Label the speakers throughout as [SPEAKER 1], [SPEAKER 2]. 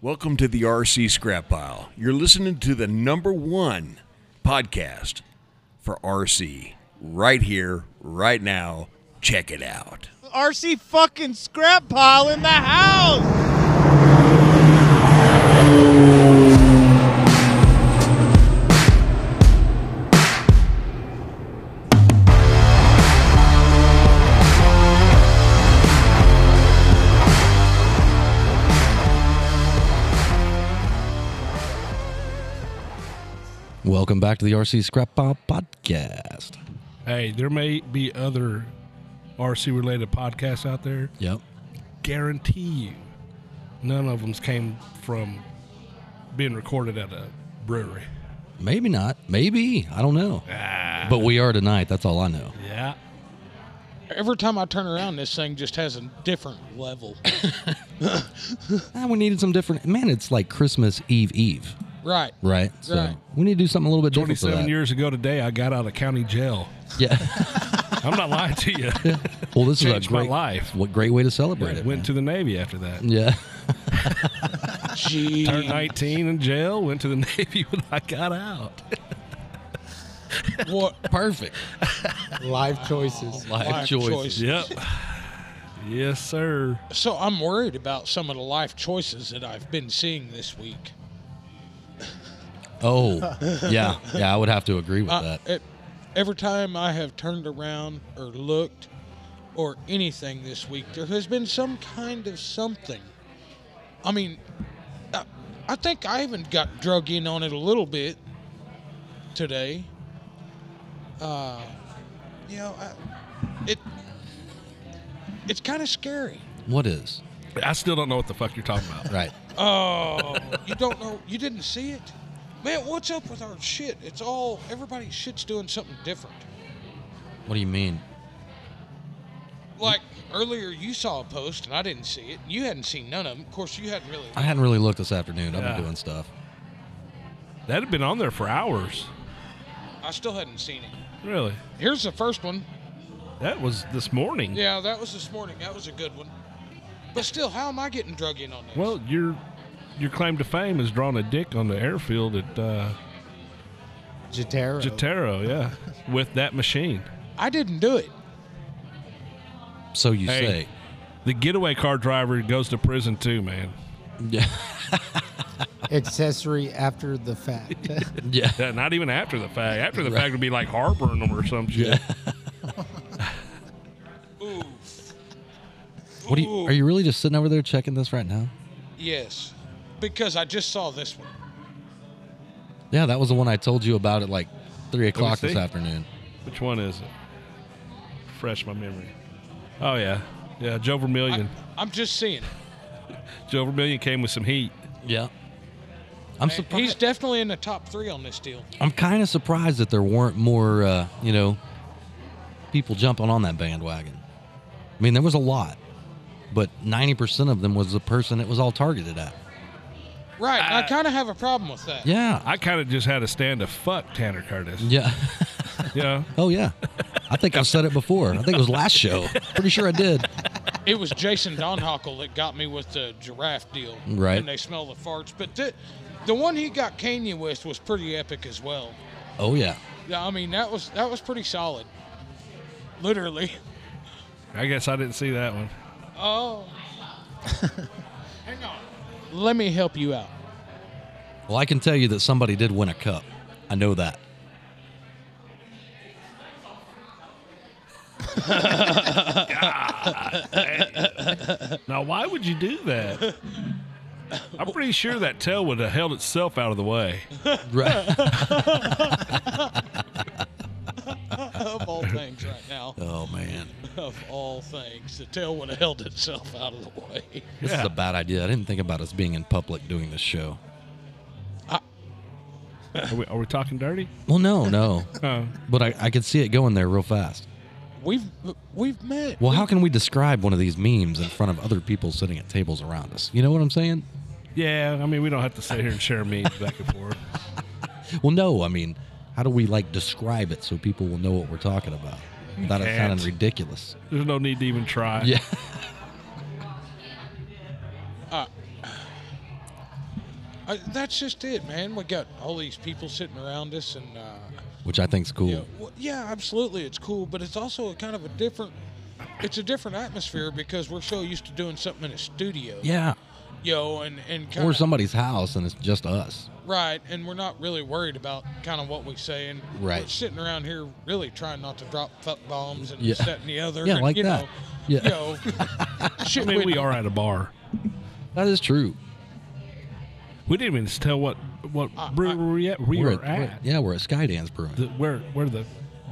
[SPEAKER 1] Welcome to the RC Scrap Pile. You're listening to the number one podcast for RC right here, right now. Check it out.
[SPEAKER 2] RC fucking scrap pile in the house.
[SPEAKER 3] Welcome back to the RC Scrap Pile Podcast.
[SPEAKER 4] Hey, there may be other RC related podcasts out there.
[SPEAKER 3] Yep.
[SPEAKER 4] Guarantee you, none of them came from being recorded at a brewery.
[SPEAKER 3] Maybe not. Maybe. I don't know.
[SPEAKER 4] Ah.
[SPEAKER 3] But we are tonight. That's all I know.
[SPEAKER 4] Yeah.
[SPEAKER 2] Every time I turn around, this thing just has a different level.
[SPEAKER 3] Ah, we needed some different. Man, it's like Christmas Eve Eve,
[SPEAKER 2] right.
[SPEAKER 3] right? So
[SPEAKER 2] Right.
[SPEAKER 3] we need to do something a little bit different. for
[SPEAKER 4] 27
[SPEAKER 3] that.
[SPEAKER 4] years ago today, I got out of county jail.
[SPEAKER 3] Yeah.
[SPEAKER 4] I'm not lying to you.
[SPEAKER 3] Well, this is a
[SPEAKER 4] Changed my
[SPEAKER 3] great
[SPEAKER 4] life.
[SPEAKER 3] What great way to celebrate it.
[SPEAKER 4] Went
[SPEAKER 3] man.
[SPEAKER 4] to the Navy after that.
[SPEAKER 3] yeah.
[SPEAKER 2] Gee.
[SPEAKER 4] Turned 19 in jail, went to the Navy when I got out.
[SPEAKER 2] What
[SPEAKER 3] Perfect.
[SPEAKER 5] Live choices.
[SPEAKER 3] Life,
[SPEAKER 2] life
[SPEAKER 3] choice.
[SPEAKER 2] choices.
[SPEAKER 4] Yep. yes, sir.
[SPEAKER 2] So I'm worried about some of the life choices that I've been seeing this week.
[SPEAKER 3] Oh, yeah. Yeah, I would have to agree with
[SPEAKER 2] I,
[SPEAKER 5] Uh,
[SPEAKER 3] that.
[SPEAKER 5] eh.
[SPEAKER 2] it, every time I have turned around or looked or anything this week, there has been some kind of something. I mean, I, I think I even got drug in on it a little bit today. Uh, you know, I, it it's kind of scary.
[SPEAKER 3] What is?
[SPEAKER 4] I still don't know what the fuck you're talking about.
[SPEAKER 3] Right.
[SPEAKER 2] Oh, you don't know? You didn't see it? Man, what's up with our shit? It's all everybody's shit's doing something different.
[SPEAKER 3] What do you mean?
[SPEAKER 2] like earlier you saw a post and I didn't see it. You hadn't seen none of them. Of course, you hadn't really.
[SPEAKER 3] I hadn't really looked this afternoon. I've
[SPEAKER 4] Yeah.
[SPEAKER 3] been doing stuff.
[SPEAKER 4] That had been on there for hours.
[SPEAKER 2] I still hadn't seen it.
[SPEAKER 4] Really?
[SPEAKER 2] Here's the first one.
[SPEAKER 4] That was this morning.
[SPEAKER 2] Yeah, that was this morning. That was a good one. But still, how am I getting drug in on this?
[SPEAKER 4] Well, your your claim to fame is drawing a dick on the airfield at uh,
[SPEAKER 5] Jotaro.
[SPEAKER 4] Jotaro, yeah, with that machine.
[SPEAKER 2] I didn't do it.
[SPEAKER 3] So you
[SPEAKER 4] Hey. The getaway car driver goes to prison too, man.
[SPEAKER 3] say. Yeah.
[SPEAKER 5] Accessory after the fact.
[SPEAKER 3] Yeah.
[SPEAKER 4] Yeah, not even after the fact. After the fact would be like harboring them or some shit.
[SPEAKER 2] Oof.
[SPEAKER 3] What do you? Are you really just sitting over there checking this right now?
[SPEAKER 2] Yes, because I just saw this one.
[SPEAKER 3] Yeah, that was the one I told you about at like three o'clock this
[SPEAKER 4] see.
[SPEAKER 3] afternoon.
[SPEAKER 4] Which one is it? Fresh my memory. Oh yeah, yeah. Joe Vermillion.
[SPEAKER 2] I'm just seeing it.
[SPEAKER 4] Joe Vermillion came with some heat.
[SPEAKER 3] Yeah. I'm
[SPEAKER 2] He's
[SPEAKER 3] surprised.
[SPEAKER 2] definitely in the top three on this deal.
[SPEAKER 3] I'm kind of surprised that there weren't more, uh, you know, people jumping on that bandwagon. I mean, there was a lot, but 90% of them was the person it was all targeted at.
[SPEAKER 2] Right. and I
[SPEAKER 4] Uh,
[SPEAKER 2] kind of have a problem with that.
[SPEAKER 3] Yeah.
[SPEAKER 4] I kind of just had to stand to fuck Tanner Curtis.
[SPEAKER 3] Yeah.
[SPEAKER 4] You know?
[SPEAKER 3] Oh, yeah. I think I've said it before. I think it was last show. Pretty sure I did.
[SPEAKER 2] It was Jason Donhockle that got me with the giraffe deal.
[SPEAKER 3] Right.
[SPEAKER 2] And they smell the farts. But the, the one he got Kanye with was pretty epic as well.
[SPEAKER 3] Oh, yeah.
[SPEAKER 2] Yeah, I mean that was that was pretty solid. Literally.
[SPEAKER 4] I guess I didn't see that one.
[SPEAKER 2] Oh. Hang on. Let me help you out.
[SPEAKER 3] Well, I can tell you that somebody did win a cup. I know that.
[SPEAKER 4] Now, why would you do that? I'm pretty sure that tail would have held itself out of the way.
[SPEAKER 3] Right.
[SPEAKER 2] Of all things right now.
[SPEAKER 3] oh, man.
[SPEAKER 2] Of all things. The tail would have held itself out of the way.
[SPEAKER 3] This is a bad idea. I didn't think about us being in public doing this show.
[SPEAKER 4] Are we, are we talking dirty?
[SPEAKER 3] Well, no, no.
[SPEAKER 4] Oh.
[SPEAKER 3] But I, I could see it going there real fast.
[SPEAKER 2] We've we've met.
[SPEAKER 3] Well, how can we describe one of these memes in front of other people sitting at tables around us? You know what I'm saying?
[SPEAKER 4] Yeah, I mean, we don't have to sit here and share memes back and forth.
[SPEAKER 3] Well, no, I mean, how do we like describe it so people will know what we're talking about without it
[SPEAKER 4] can't.
[SPEAKER 3] sounding ridiculous?
[SPEAKER 4] There's no need to even try.
[SPEAKER 3] Yeah.
[SPEAKER 2] I, that's just it, man. We got all these people sitting around us, and uh,
[SPEAKER 3] which I think's cool.
[SPEAKER 2] yeah, well, yeah, absolutely, it's cool. But it's also a kind of a different. It's a different atmosphere because we're so used to doing something in a studio.
[SPEAKER 3] Yeah.
[SPEAKER 2] You know, and and kind
[SPEAKER 3] Or
[SPEAKER 2] of,
[SPEAKER 3] somebody's house and it's just us.
[SPEAKER 2] right, and we're not really worried about kind of what we say, and we're
[SPEAKER 3] Right.
[SPEAKER 2] sitting around here really trying not to drop fuck bombs and
[SPEAKER 3] Yeah.
[SPEAKER 2] this, that, and the other.
[SPEAKER 3] Yeah,
[SPEAKER 2] and,
[SPEAKER 3] like
[SPEAKER 2] you
[SPEAKER 3] that.
[SPEAKER 2] Know,
[SPEAKER 3] Yeah.
[SPEAKER 2] You know, shit
[SPEAKER 4] I mean,
[SPEAKER 2] we-
[SPEAKER 4] we are at a bar.
[SPEAKER 3] That is true.
[SPEAKER 4] We didn't even tell what what
[SPEAKER 2] I-
[SPEAKER 4] brewery we were,
[SPEAKER 3] at,
[SPEAKER 4] at.
[SPEAKER 3] yeah, we're at Skydance Brewing.
[SPEAKER 4] The, where where the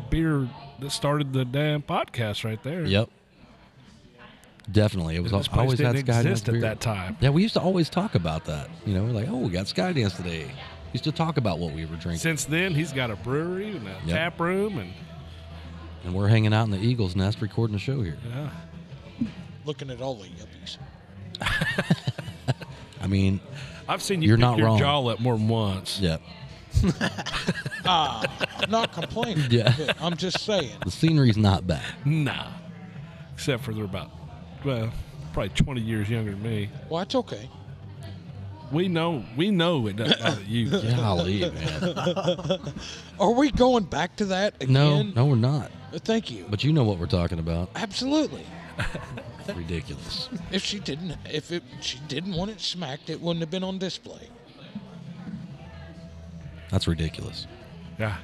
[SPEAKER 4] beer that started the damn podcast right there.
[SPEAKER 3] yep. Definitely, it was
[SPEAKER 4] This
[SPEAKER 3] al-
[SPEAKER 4] place
[SPEAKER 3] always had
[SPEAKER 4] didn't
[SPEAKER 3] Skydance
[SPEAKER 4] exist at
[SPEAKER 3] beer.
[SPEAKER 4] that time.
[SPEAKER 3] Yeah, we used to always talk about that. You know, we're like, oh, we got Skydance today. Used to talk about what we were drinking,
[SPEAKER 4] Since then, he's got a brewery and a
[SPEAKER 3] Yep.
[SPEAKER 4] tap room, and
[SPEAKER 3] and we're hanging out in the Eagles Nest recording a show here.
[SPEAKER 4] yeah,
[SPEAKER 2] looking at all the yuppies.
[SPEAKER 3] I mean,
[SPEAKER 4] I've seen you
[SPEAKER 3] You're
[SPEAKER 4] pick
[SPEAKER 3] not
[SPEAKER 4] your
[SPEAKER 3] wrong.
[SPEAKER 4] jaw up more than once.
[SPEAKER 3] yeah,
[SPEAKER 2] Ah, I'm not complaining.
[SPEAKER 3] Yeah.
[SPEAKER 2] but I'm just saying.
[SPEAKER 3] the scenery's not bad.
[SPEAKER 4] Nah, except for they're about well, probably twenty years younger than me.
[SPEAKER 2] Well, it's okay.
[SPEAKER 4] We know we know it doesn't bother you.
[SPEAKER 3] Golly, man.
[SPEAKER 2] Are we going back to that again?
[SPEAKER 3] No, no, we're not.
[SPEAKER 2] Uh, Thank you.
[SPEAKER 3] But you know what we're talking about.
[SPEAKER 2] Absolutely.
[SPEAKER 3] Ridiculous.
[SPEAKER 2] If she didn't, if it, she didn't want it smacked, it wouldn't have been on display.
[SPEAKER 3] That's ridiculous.
[SPEAKER 4] Yeah,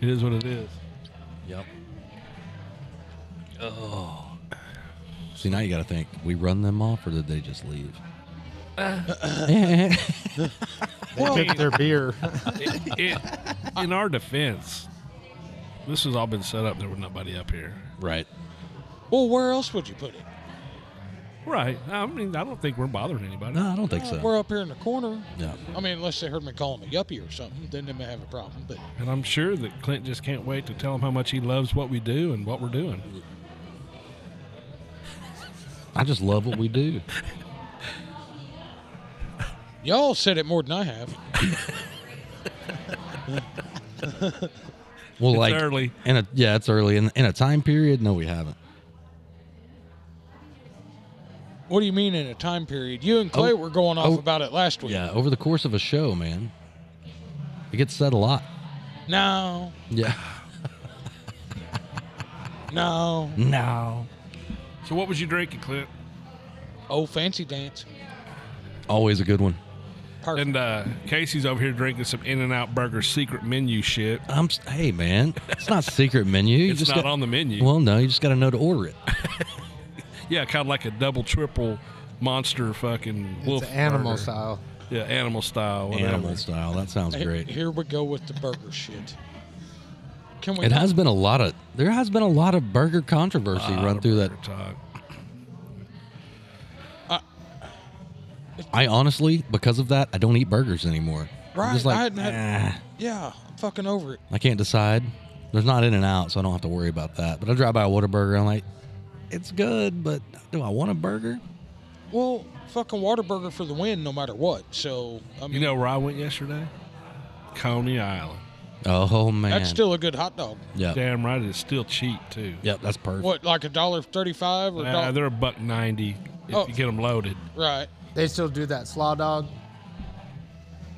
[SPEAKER 4] it is what it is.
[SPEAKER 3] Yep. Oh. See, now you got to think we run them off or did they just leave?
[SPEAKER 4] Uh.
[SPEAKER 5] They took their beer.
[SPEAKER 4] It, in our defense, this has all been set up. There was nobody up here.
[SPEAKER 3] right.
[SPEAKER 2] Well, where else would you put it?
[SPEAKER 4] Right. I mean, I don't think we're bothering anybody.
[SPEAKER 3] No, I don't think so.
[SPEAKER 2] We're up here in the corner.
[SPEAKER 3] Yeah.
[SPEAKER 2] I mean, unless they heard me call them a yuppie or something, then they may have a problem. But
[SPEAKER 4] And I'm sure that Clint just can't wait to tell him how much he loves what we do and what we're doing.
[SPEAKER 3] I just love what we do.
[SPEAKER 2] y'all said it more than I have.
[SPEAKER 3] Well,
[SPEAKER 4] It's
[SPEAKER 3] like
[SPEAKER 4] early.
[SPEAKER 3] In a, yeah, it's early in, in a time period. No, we haven't.
[SPEAKER 2] What do you mean in a time period? You and Clay
[SPEAKER 3] Oh.
[SPEAKER 2] were going off
[SPEAKER 3] Oh.
[SPEAKER 2] about it last week.
[SPEAKER 3] Yeah, over the course of a show, man, it gets said a lot.
[SPEAKER 2] No,
[SPEAKER 3] Yeah.
[SPEAKER 2] no.
[SPEAKER 3] Mm. No.
[SPEAKER 4] So, what was you drinking, Clint?
[SPEAKER 2] Oh, fancy dance.
[SPEAKER 3] Always a good one.
[SPEAKER 2] Perfect.
[SPEAKER 4] And uh, Casey's over here drinking some In and Out Burger secret menu shit.
[SPEAKER 3] I'm. s- Hey, man, it's not secret menu. You
[SPEAKER 4] it's
[SPEAKER 3] just
[SPEAKER 4] not
[SPEAKER 3] got,
[SPEAKER 4] on the menu.
[SPEAKER 3] Well, no, you just got to know to order it.
[SPEAKER 4] yeah, kind of like a double, triple monster fucking wolf.
[SPEAKER 5] It's animal
[SPEAKER 4] burger.
[SPEAKER 5] style.
[SPEAKER 4] Yeah, animal style. Whatever.
[SPEAKER 3] Animal style. That sounds
[SPEAKER 2] Hey,
[SPEAKER 3] great.
[SPEAKER 2] Here we go with the burger shit. Can we?
[SPEAKER 3] It has been a lot of. There has been a lot of burger controversy
[SPEAKER 4] Lot
[SPEAKER 3] run
[SPEAKER 4] of
[SPEAKER 3] through that.
[SPEAKER 4] burger talk.
[SPEAKER 3] I honestly, because of that, I don't eat burgers anymore.
[SPEAKER 2] Right,
[SPEAKER 3] I'm just
[SPEAKER 2] I
[SPEAKER 3] like, "Ah."
[SPEAKER 2] hadn't had-
[SPEAKER 3] "Nah,
[SPEAKER 2] Yeah, I'm fucking over it.
[SPEAKER 3] I can't decide. There's not in and out, so I don't have to worry about that. But I drive by a Whataburger and I'm like, it's good, but do I want a burger?
[SPEAKER 2] Well, fucking Waterburger for the win, no matter what. So I mean,
[SPEAKER 4] You know where I went yesterday? Coney Island.
[SPEAKER 3] Oh man,
[SPEAKER 2] that's still a good hot dog.
[SPEAKER 3] yep,
[SPEAKER 4] Damn right, it's still cheap too.
[SPEAKER 3] yep, that's perfect.
[SPEAKER 2] What, like a dollar thirty-five or
[SPEAKER 4] Uh,
[SPEAKER 2] dollar?
[SPEAKER 4] they're a buck ninety if
[SPEAKER 2] Oh.
[SPEAKER 4] you get them loaded.
[SPEAKER 2] right?
[SPEAKER 5] They still do that slaw dog.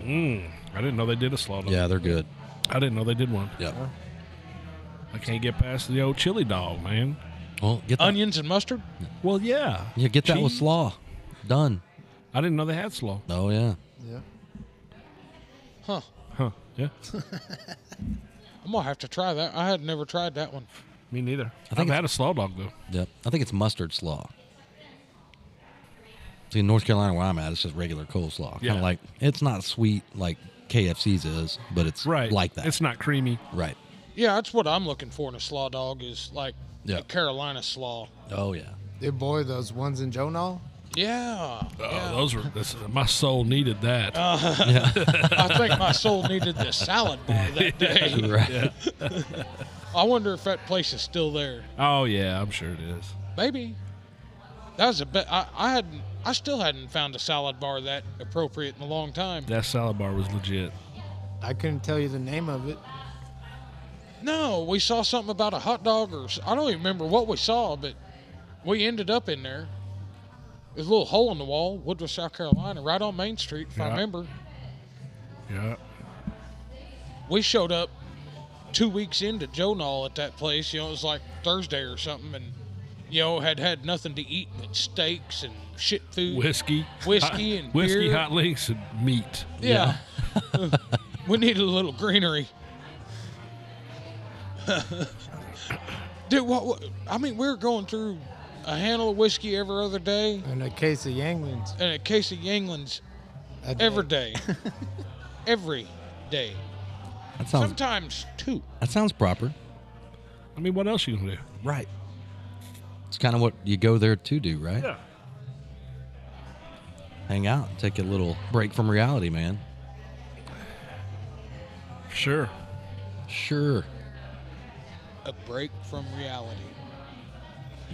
[SPEAKER 4] Mm, I didn't know they did a slaughter.
[SPEAKER 3] Yeah, they're good.
[SPEAKER 4] I didn't know they did one.
[SPEAKER 3] Yep.
[SPEAKER 4] I can't get past the old chili dog, man.
[SPEAKER 3] Well, get that.
[SPEAKER 2] Onions and mustard.
[SPEAKER 4] Well, yeah.
[SPEAKER 3] Yeah, get that with
[SPEAKER 4] Cheese.
[SPEAKER 3] slaw. Done.
[SPEAKER 4] I didn't know they had slaw.
[SPEAKER 3] Oh yeah.
[SPEAKER 5] Yeah.
[SPEAKER 2] Huh?
[SPEAKER 4] Huh? Yeah.
[SPEAKER 2] I'm gonna have to try that. I had never tried that one.
[SPEAKER 4] Me neither. I
[SPEAKER 3] think
[SPEAKER 4] think I've
[SPEAKER 3] it's-
[SPEAKER 4] had a slaw dog though.
[SPEAKER 3] Yep. I think it's mustard slaw. See, in North Carolina, where I'm at, it's just regular coleslaw. Kind
[SPEAKER 4] Yeah.
[SPEAKER 3] of like it's not sweet like KFC's is, but it's
[SPEAKER 4] Right.
[SPEAKER 3] like that.
[SPEAKER 4] It's not creamy.
[SPEAKER 3] right.
[SPEAKER 2] Yeah, that's what I'm looking for in a slaw dog is like
[SPEAKER 3] Yeah.
[SPEAKER 2] a Carolina slaw.
[SPEAKER 3] Oh yeah.
[SPEAKER 5] They boy, those ones in Jonal.
[SPEAKER 2] Yeah.
[SPEAKER 4] Oh,
[SPEAKER 2] yeah. Uh,
[SPEAKER 4] those were. This, my soul needed that.
[SPEAKER 2] I think my soul needed the salad bar that day.
[SPEAKER 3] Right.
[SPEAKER 2] I wonder if that place is still there.
[SPEAKER 4] oh yeah, I'm sure it is.
[SPEAKER 2] Maybe. That was a bit. I, I hadn't. I still hadn't found a salad bar that appropriate in a long time.
[SPEAKER 4] That salad bar was legit.
[SPEAKER 5] I couldn't tell you the name of it.
[SPEAKER 2] No, we saw something about a hot dog or s- I don't even remember what we saw, but we ended up in there. There's a little hole in the wall, Woodrow, South Carolina, right on Main Street, if I
[SPEAKER 4] Yeah.
[SPEAKER 2] remember.
[SPEAKER 4] Yeah.
[SPEAKER 2] we showed up two weeks into Joe Knoll at that place. You know, it was like Thursday or something, and you know had had nothing to eat but steaks and shit food.
[SPEAKER 4] Whiskey.
[SPEAKER 2] Whiskey and
[SPEAKER 4] whiskey,
[SPEAKER 2] beer.
[SPEAKER 4] hot links, and meat.
[SPEAKER 2] yeah, we needed a little greenery. Dude, what, what? I mean, we were going through a handle of whiskey every other day
[SPEAKER 5] And a case of Yanglins.
[SPEAKER 2] and a case of Yanglin's
[SPEAKER 5] a day.
[SPEAKER 2] every day, every day.
[SPEAKER 3] That sounds
[SPEAKER 2] Sometimes two.
[SPEAKER 3] that sounds proper.
[SPEAKER 4] I mean, what else you gonna do?
[SPEAKER 3] Right. It's kind of what you go there to do, right?
[SPEAKER 4] Yeah.
[SPEAKER 3] Hang out, take a little break from reality, man.
[SPEAKER 4] Sure.
[SPEAKER 3] Sure.
[SPEAKER 2] A break from reality.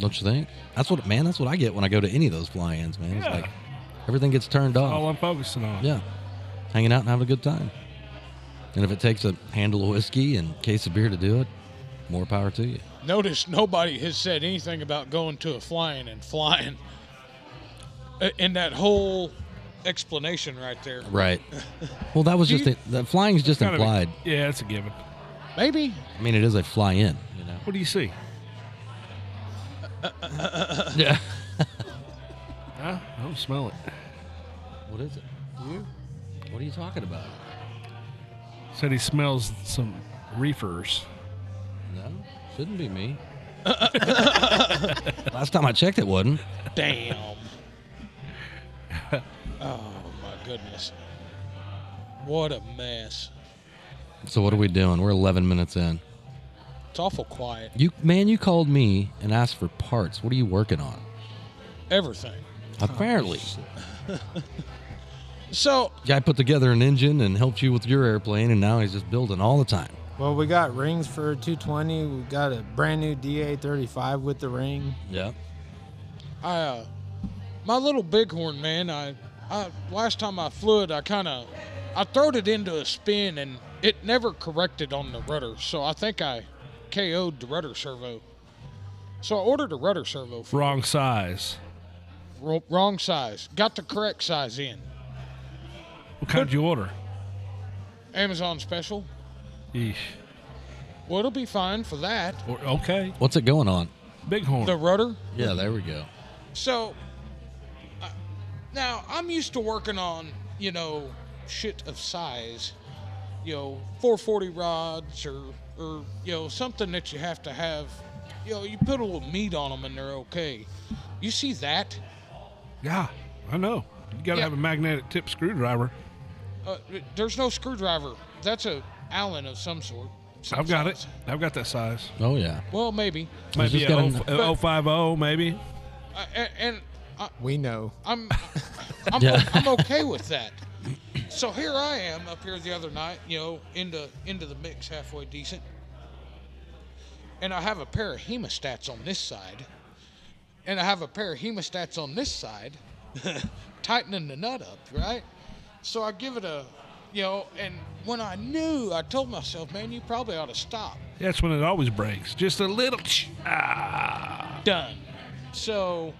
[SPEAKER 3] Don't you think? That's what, man. That's what I get when I go to any of those fly-ins, man. It's
[SPEAKER 4] Yeah. Oh,
[SPEAKER 3] like everything gets turned off.
[SPEAKER 4] All I'm focusing on.
[SPEAKER 3] Oh. Yeah. Hanging out and having a good time. And if it takes a handle of whiskey and case of beer to do it, more power to you.
[SPEAKER 2] Notice nobody has said anything about going to a flying and flying. I- In that whole explanation right there.
[SPEAKER 3] Right. Well, that was
[SPEAKER 2] Do
[SPEAKER 3] just
[SPEAKER 2] you-
[SPEAKER 3] it. The flying's just
[SPEAKER 4] Gotta be-
[SPEAKER 3] implied.
[SPEAKER 4] yeah, it's a given.
[SPEAKER 2] Maybe.
[SPEAKER 3] I mean, it is a fly in, you know.
[SPEAKER 4] What do you see?
[SPEAKER 3] Yeah.
[SPEAKER 4] Huh? I don't smell it.
[SPEAKER 3] What is it?
[SPEAKER 5] You?
[SPEAKER 3] What are you talking about?
[SPEAKER 4] Said he smells some reefers.
[SPEAKER 3] No, shouldn't be me. Last time I checked, it wasn't.
[SPEAKER 2] Damn. oh, my goodness. What a mess.
[SPEAKER 3] So what are we doing? We're 11 minutes in.
[SPEAKER 2] It's awful quiet.
[SPEAKER 3] You man, you called me and asked for parts. What are you working on?
[SPEAKER 2] Everything.
[SPEAKER 3] Apparently,
[SPEAKER 2] So,
[SPEAKER 3] guy put together an engine and helped you with your airplane, and now he's just building all the time.
[SPEAKER 5] Well, we got rings for 220. We got a brand new DA35 with the ring.
[SPEAKER 3] Yeah.
[SPEAKER 2] I, uh, my little bighorn man, I, I last time I flew it, I kind of, I throwed it into a spin and it never corrected on the rudder, so I think I KO'd the rudder servo. So I ordered a rudder servo for
[SPEAKER 4] Wrong size.
[SPEAKER 2] wr- wrong size. Got the correct size in.
[SPEAKER 4] What kind did you order?
[SPEAKER 2] Amazon special.
[SPEAKER 4] Yeesh.
[SPEAKER 2] Well, it'll be fine for that.
[SPEAKER 4] Or, okay.
[SPEAKER 3] What's it going on?
[SPEAKER 4] Bighorn.
[SPEAKER 2] The rudder.
[SPEAKER 3] Yeah, there we go.
[SPEAKER 2] So, uh, now I'm used to working on, you know, shit of size, you know, 440 rods or, or, you know, something that you have to have, you know, you put a little meat on them and they're okay. You see that?
[SPEAKER 4] yeah, I know. You gotta
[SPEAKER 2] Yeah.
[SPEAKER 4] have a magnetic tip screwdriver.
[SPEAKER 2] Uh, there's no screwdriver. That's a Allen of some sort. some
[SPEAKER 4] I've got it.
[SPEAKER 2] size.
[SPEAKER 4] I've got that size.
[SPEAKER 3] Oh yeah.
[SPEAKER 2] Well, maybe.
[SPEAKER 3] He's
[SPEAKER 4] Maybe
[SPEAKER 3] just
[SPEAKER 4] a
[SPEAKER 3] got an-
[SPEAKER 4] oh- a 050, maybe.
[SPEAKER 2] Uh, and, and I,
[SPEAKER 5] We know.
[SPEAKER 2] I'm I'm,
[SPEAKER 3] Yeah.
[SPEAKER 2] I'm okay with that. So here I am up here the other night, you know, into into the mix halfway decent. And I have a pair of hemostats on this side. And I have a pair of hemostats on this side, tightening the nut up, right? So I give it a, you know, and when I knew, I told myself, man, you probably ought to stop.
[SPEAKER 4] That's when it always breaks. Just a little. ch- Ah.
[SPEAKER 2] Done. So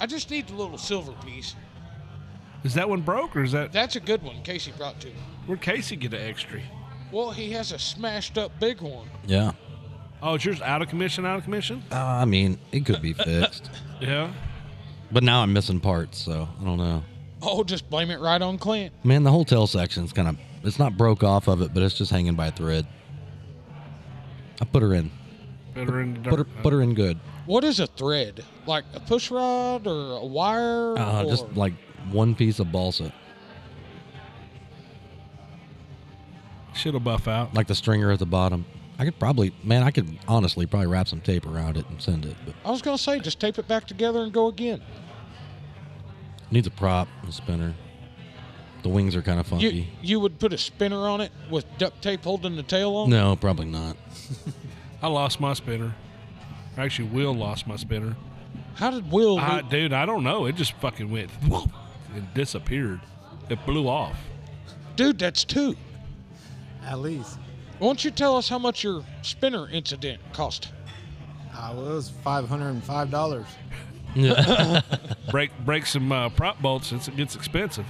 [SPEAKER 2] I just need the little silver piece.
[SPEAKER 4] Is that one broke or is that
[SPEAKER 2] That's a good one Casey brought to me.
[SPEAKER 4] where'd Casey get an extra?
[SPEAKER 2] Well, he has a smashed up bighorn.
[SPEAKER 3] Yeah.
[SPEAKER 4] Oh, it's yours out of commission, out of commission?
[SPEAKER 3] Uh, I mean, it could be fixed,
[SPEAKER 4] Yeah.
[SPEAKER 3] but now I'm missing parts, so I don't know.
[SPEAKER 2] Oh, just blame it right on Clint.
[SPEAKER 3] Man, the whole tail section's kind of it's not broke off of it, but it's just hanging by a thread. I put her in.
[SPEAKER 4] Better in the dirt.
[SPEAKER 3] Put her put her in good.
[SPEAKER 2] What is a thread? Like a push rod or a wire?
[SPEAKER 3] Uh,
[SPEAKER 2] or...
[SPEAKER 3] just like one piece of balsa,
[SPEAKER 4] Shit'll uh, buff out.
[SPEAKER 3] like the stringer at the bottom. I could probably, man, I could honestly probably wrap some tape around it and send it. But
[SPEAKER 2] I was gonna say, just tape it back together and go again.
[SPEAKER 3] needs a prop, a spinner. The wings are kind of funky.
[SPEAKER 2] You you would put a spinner on it with duct tape holding the tail on.
[SPEAKER 3] no, probably not.
[SPEAKER 4] I lost my spinner. Actually, Will lost my spinner.
[SPEAKER 2] How did Will?
[SPEAKER 4] I,
[SPEAKER 2] do-
[SPEAKER 4] dude, I don't know. It just fucking went whoop and disappeared. It blew off.
[SPEAKER 2] Dude, that's two.
[SPEAKER 5] At least.
[SPEAKER 2] Won't you tell us how much
[SPEAKER 5] Uh,
[SPEAKER 2] your spinner incident cost?
[SPEAKER 5] I was $505.
[SPEAKER 4] Break break some uh, prop bolts. It's, it gets expensive.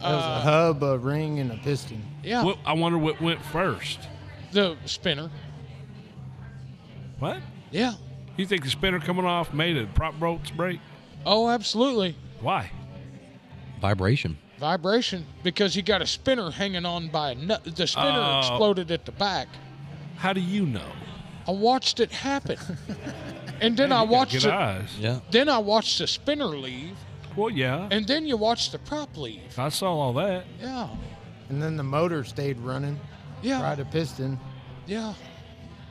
[SPEAKER 5] It was a hub, a ring, and a piston.
[SPEAKER 2] Yeah,
[SPEAKER 4] What, I wonder what went first.
[SPEAKER 2] the spinner.
[SPEAKER 4] What?
[SPEAKER 2] Yeah.
[SPEAKER 4] You think the spinner coming off made the prop bolts break?
[SPEAKER 2] Oh, absolutely.
[SPEAKER 4] Why?
[SPEAKER 3] Vibration.
[SPEAKER 2] Vibration because you got a spinner hanging on by a nut. The spinner
[SPEAKER 4] Oh.
[SPEAKER 2] exploded at the back.
[SPEAKER 4] How do you know?
[SPEAKER 2] I watched it happen, and then I
[SPEAKER 4] You got
[SPEAKER 2] watched
[SPEAKER 4] good
[SPEAKER 2] it.
[SPEAKER 4] eyes.
[SPEAKER 3] Yeah.
[SPEAKER 2] Then I watched the spinner leave,
[SPEAKER 4] Well, yeah.
[SPEAKER 2] and then you watched the prop leave.
[SPEAKER 4] I saw all that.
[SPEAKER 2] Yeah,
[SPEAKER 5] And then the motor stayed running,
[SPEAKER 2] yeah,
[SPEAKER 5] tried a piston.
[SPEAKER 2] yeah.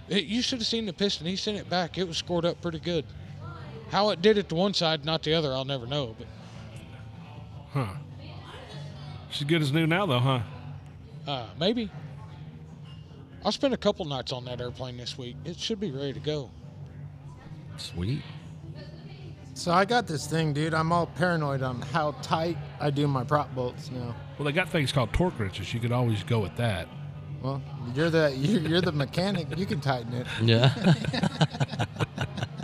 [SPEAKER 2] It, you should have seen the piston. He sent it back. It was scored up pretty good. How it did it to one side, not the other, I'll never know. But
[SPEAKER 4] Huh. She's good as new now, though, huh?
[SPEAKER 2] uh, maybe. I'll spend a couple nights on that airplane this week. It should be ready to go.
[SPEAKER 3] Sweet.
[SPEAKER 5] So I got this thing, dude. I'm all paranoid on how tight I do my prop bolts now.
[SPEAKER 4] Well, they got things called torque wrenches. You could always go with that.
[SPEAKER 5] Well, you're the you're, you're the mechanic. You can tighten it.
[SPEAKER 3] Yeah.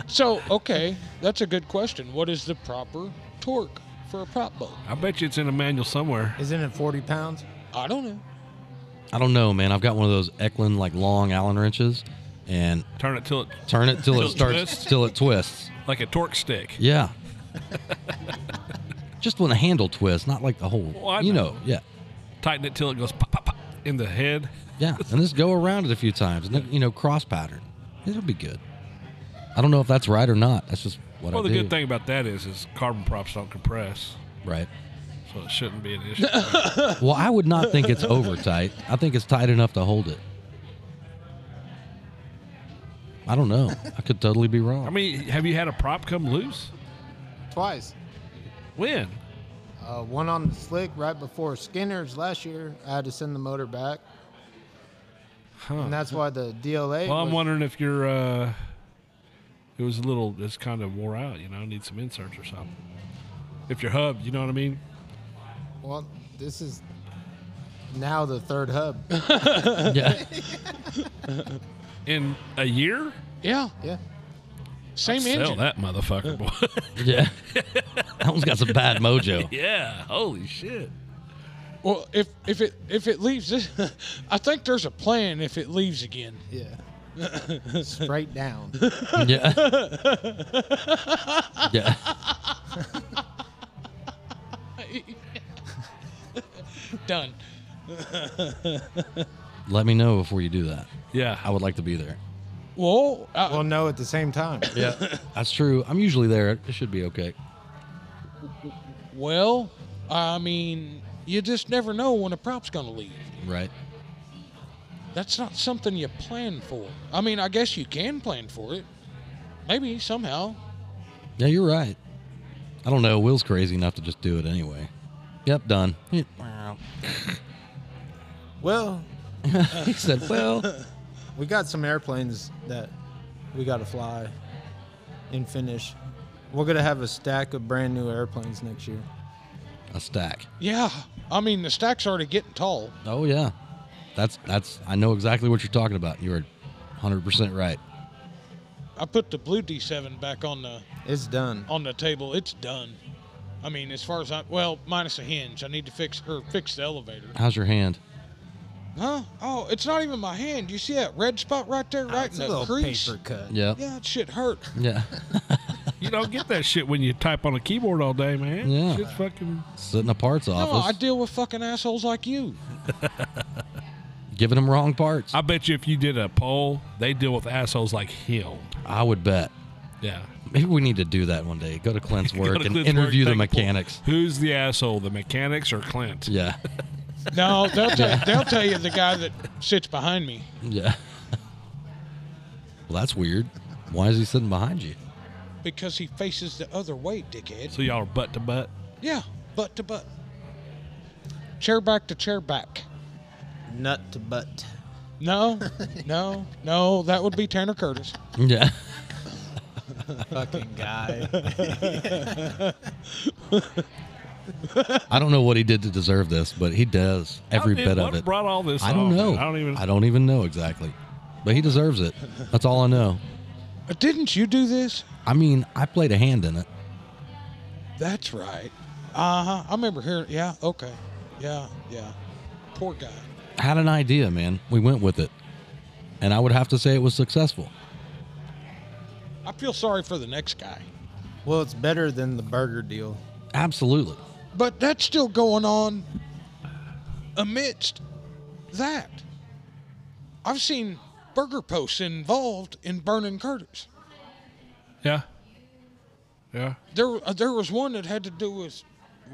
[SPEAKER 2] So, okay, that's a good question. What is the proper torque for a prop boat?
[SPEAKER 4] I bet you it's in a manual somewhere.
[SPEAKER 5] Isn't it 40 pounds?
[SPEAKER 2] I don't know.
[SPEAKER 3] I don't know, man. I've got one of those Eklund like long Allen wrenches, and
[SPEAKER 4] Turn it till it
[SPEAKER 3] turn it till
[SPEAKER 4] Till
[SPEAKER 3] it
[SPEAKER 4] it
[SPEAKER 3] starts
[SPEAKER 4] twists?
[SPEAKER 3] till it twists.
[SPEAKER 4] like a torque stick.
[SPEAKER 3] Yeah. Just when a handle twist, not like the whole.
[SPEAKER 4] Well, I
[SPEAKER 3] you
[SPEAKER 4] know.
[SPEAKER 3] know. Yeah.
[SPEAKER 4] Tighten it till it goes pop, pop, pop in the head.
[SPEAKER 3] Yeah. And just go around it a few times, and then, you know, cross pattern. It'll be good. I don't know if that's right or not. That's just what
[SPEAKER 4] Well,
[SPEAKER 3] I
[SPEAKER 4] the
[SPEAKER 3] do.
[SPEAKER 4] good thing about that is, is carbon props don't compress,
[SPEAKER 3] Right.
[SPEAKER 4] so it shouldn't be an issue.
[SPEAKER 3] Well, I would not think it's over tight. I think it's tight enough to hold it. I don't know. I could totally be wrong.
[SPEAKER 4] I mean, have you had a prop come loose?
[SPEAKER 5] Twice.
[SPEAKER 4] When?
[SPEAKER 5] Uh, one on the slick right before Skinner's last year. I had to send the motor back,
[SPEAKER 4] Huh.
[SPEAKER 5] and that's why the DLA.
[SPEAKER 4] Well, I'm
[SPEAKER 5] was-
[SPEAKER 4] wondering if you're. Uh, it was a little. It's kind of wore out. You know, need some inserts or something. If your hub, you know what I mean.
[SPEAKER 5] Well, this is now the third hub.
[SPEAKER 3] yeah.
[SPEAKER 4] In a year,
[SPEAKER 2] Yeah,
[SPEAKER 5] Yeah.
[SPEAKER 2] same
[SPEAKER 4] sell
[SPEAKER 2] engine.
[SPEAKER 4] that motherfucker, boy.
[SPEAKER 3] Yeah. That one's got some bad mojo.
[SPEAKER 4] yeah. Holy shit.
[SPEAKER 2] Well, if if it if it leaves this, I think there's a plan if it leaves again.
[SPEAKER 5] Yeah. Straight down.
[SPEAKER 3] Yeah. Yeah.
[SPEAKER 2] Done.
[SPEAKER 3] Let me know before you do that.
[SPEAKER 4] Yeah.
[SPEAKER 3] I would like to be there.
[SPEAKER 2] Well, I,
[SPEAKER 5] Well, no, at the same time.
[SPEAKER 3] Yeah. That's true. I'm usually there. It should be okay.
[SPEAKER 2] well, I mean, you just never know when a prop's gonna leave.
[SPEAKER 3] Right.
[SPEAKER 2] That's not something you plan for. I mean, I guess you can plan for it. Maybe somehow.
[SPEAKER 3] Yeah, you're right. I don't know. Will's crazy enough to just do it anyway. Yep, done. He
[SPEAKER 5] Well,
[SPEAKER 3] he said, well,
[SPEAKER 5] we got some airplanes that we got to fly and finish. We're going to have a stack of brand new airplanes next year.
[SPEAKER 3] a stack.
[SPEAKER 2] Yeah, I mean the stack's already getting tall.
[SPEAKER 3] Oh yeah, that's that's. I know exactly what you're talking about. You're 100 percent right.
[SPEAKER 2] I put the blue D7 back on the
[SPEAKER 5] It's done.
[SPEAKER 2] on the table. It's done. I mean, as far as I well, minus a hinge. I need to fix or fix the elevator.
[SPEAKER 3] How's your hand?
[SPEAKER 2] Huh? Oh, it's not even my hand. You see that red spot right there, right
[SPEAKER 5] It's
[SPEAKER 2] in
[SPEAKER 5] a
[SPEAKER 2] the
[SPEAKER 5] little
[SPEAKER 2] crease?
[SPEAKER 5] paper cut.
[SPEAKER 3] Yeah,
[SPEAKER 2] Yeah, that shit hurt.
[SPEAKER 3] yeah.
[SPEAKER 4] You don't get that shit when you type on a keyboard all day, man.
[SPEAKER 3] Yeah.
[SPEAKER 4] Shit's fucking.
[SPEAKER 3] Sit in a parts
[SPEAKER 2] No, I
[SPEAKER 3] office,
[SPEAKER 2] deal with fucking assholes like you.
[SPEAKER 3] giving them wrong parts.
[SPEAKER 4] I bet you if you did a poll, they deal with assholes like him.
[SPEAKER 3] I would bet.
[SPEAKER 4] Yeah.
[SPEAKER 3] Maybe we need to do that one day. Go to Clint's work
[SPEAKER 4] Go to
[SPEAKER 3] and
[SPEAKER 4] Clint's
[SPEAKER 3] interview
[SPEAKER 4] work,
[SPEAKER 3] the
[SPEAKER 4] take a poll.
[SPEAKER 3] mechanics.
[SPEAKER 4] Who's the asshole, the mechanics or Clint?
[SPEAKER 3] Yeah,
[SPEAKER 2] No, they'll, tell they'll tell you the guy that sits behind me.
[SPEAKER 3] yeah. well, that's weird. Why is he sitting behind you?
[SPEAKER 2] Because he faces the other way, dickhead.
[SPEAKER 4] So y'all are butt to butt.
[SPEAKER 2] Yeah, butt to butt. Chair back to chair back.
[SPEAKER 5] Nut to butt.
[SPEAKER 2] No, no, no, that would be Tanner Curtis.
[SPEAKER 3] Yeah.
[SPEAKER 5] Fucking guy.
[SPEAKER 3] I don't know what he did to deserve this, but he does every
[SPEAKER 4] How did-
[SPEAKER 3] bit
[SPEAKER 4] what
[SPEAKER 3] of it.
[SPEAKER 4] Brought all this.
[SPEAKER 3] I don't
[SPEAKER 4] on,
[SPEAKER 3] know.
[SPEAKER 4] man? I don't even.
[SPEAKER 3] I don't even know exactly, but he deserves it. That's all I know.
[SPEAKER 2] Uh, Didn't you do this?
[SPEAKER 3] I mean, I played a hand in it.
[SPEAKER 2] That's right. Uh huh. I remember hearing. Yeah. Okay. Yeah. Yeah. Poor guy.
[SPEAKER 3] Had an idea, man. We went with it, and I would have to say it was successful.
[SPEAKER 2] I feel sorry for the next guy.
[SPEAKER 5] Well, it's better than the burger deal.
[SPEAKER 3] Absolutely.
[SPEAKER 2] But that's still going on amidst that. I've seen burger posts involved in burning Curtis.
[SPEAKER 4] Yeah. Yeah.
[SPEAKER 2] There, uh, there was one that had to do with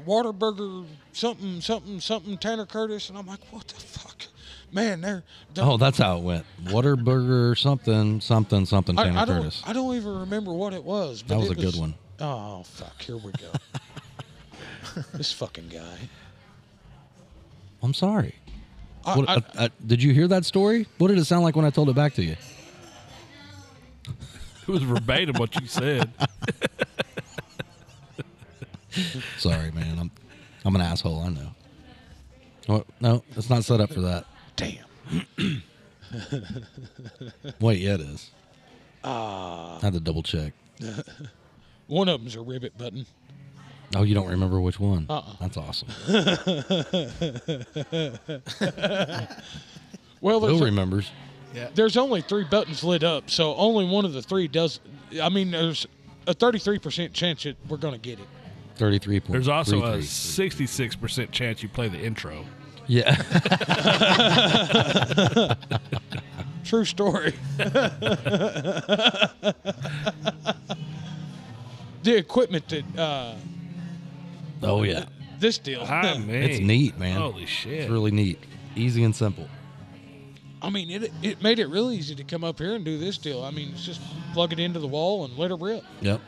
[SPEAKER 2] Waterburger something something something Tanner Curtis, and I'm like, what the fuck, man? There, the-
[SPEAKER 3] Oh, that's how it went. Waterburger, something, something, something.
[SPEAKER 2] I,
[SPEAKER 3] Tanner
[SPEAKER 2] I don't,
[SPEAKER 3] Curtis.
[SPEAKER 2] I don't even remember what it was. But
[SPEAKER 3] That was
[SPEAKER 2] it
[SPEAKER 3] a good one.
[SPEAKER 2] Oh fuck! Here we go. this fucking guy.
[SPEAKER 3] I'm sorry.
[SPEAKER 2] I,
[SPEAKER 3] What,
[SPEAKER 2] I,
[SPEAKER 3] uh, uh, did you hear that story? What did it sound like when I told it back to you?
[SPEAKER 4] It was verbatim what you said.
[SPEAKER 3] Sorry, man. I'm I'm an asshole. I know. What? No, it's not set up for that.
[SPEAKER 2] damn.
[SPEAKER 3] Wait, yeah, it is. Ah. I had to double check.
[SPEAKER 2] One of them's a ribbit button.
[SPEAKER 3] Oh, you don't remember which one?
[SPEAKER 2] Uh-uh.
[SPEAKER 3] That's awesome. Bill
[SPEAKER 2] Well, there's,
[SPEAKER 3] remembers.
[SPEAKER 2] there's only three buttons lit up, so only one of the three does. I mean, there's a 33% chance that we're gonna get it.
[SPEAKER 3] Thirty-three point.
[SPEAKER 4] There's also a
[SPEAKER 3] 33.
[SPEAKER 4] 66% chance you play the intro.
[SPEAKER 3] Yeah.
[SPEAKER 2] True story. the equipment that uh,
[SPEAKER 3] oh yeah.
[SPEAKER 2] this deal.
[SPEAKER 4] I mean,
[SPEAKER 3] It's neat, man.
[SPEAKER 4] Holy shit.
[SPEAKER 3] It's really neat, easy and simple.
[SPEAKER 2] I mean, it it made it real easy to come up here and do this deal. I mean, it's just plug it into the wall and let it rip.
[SPEAKER 3] Yep.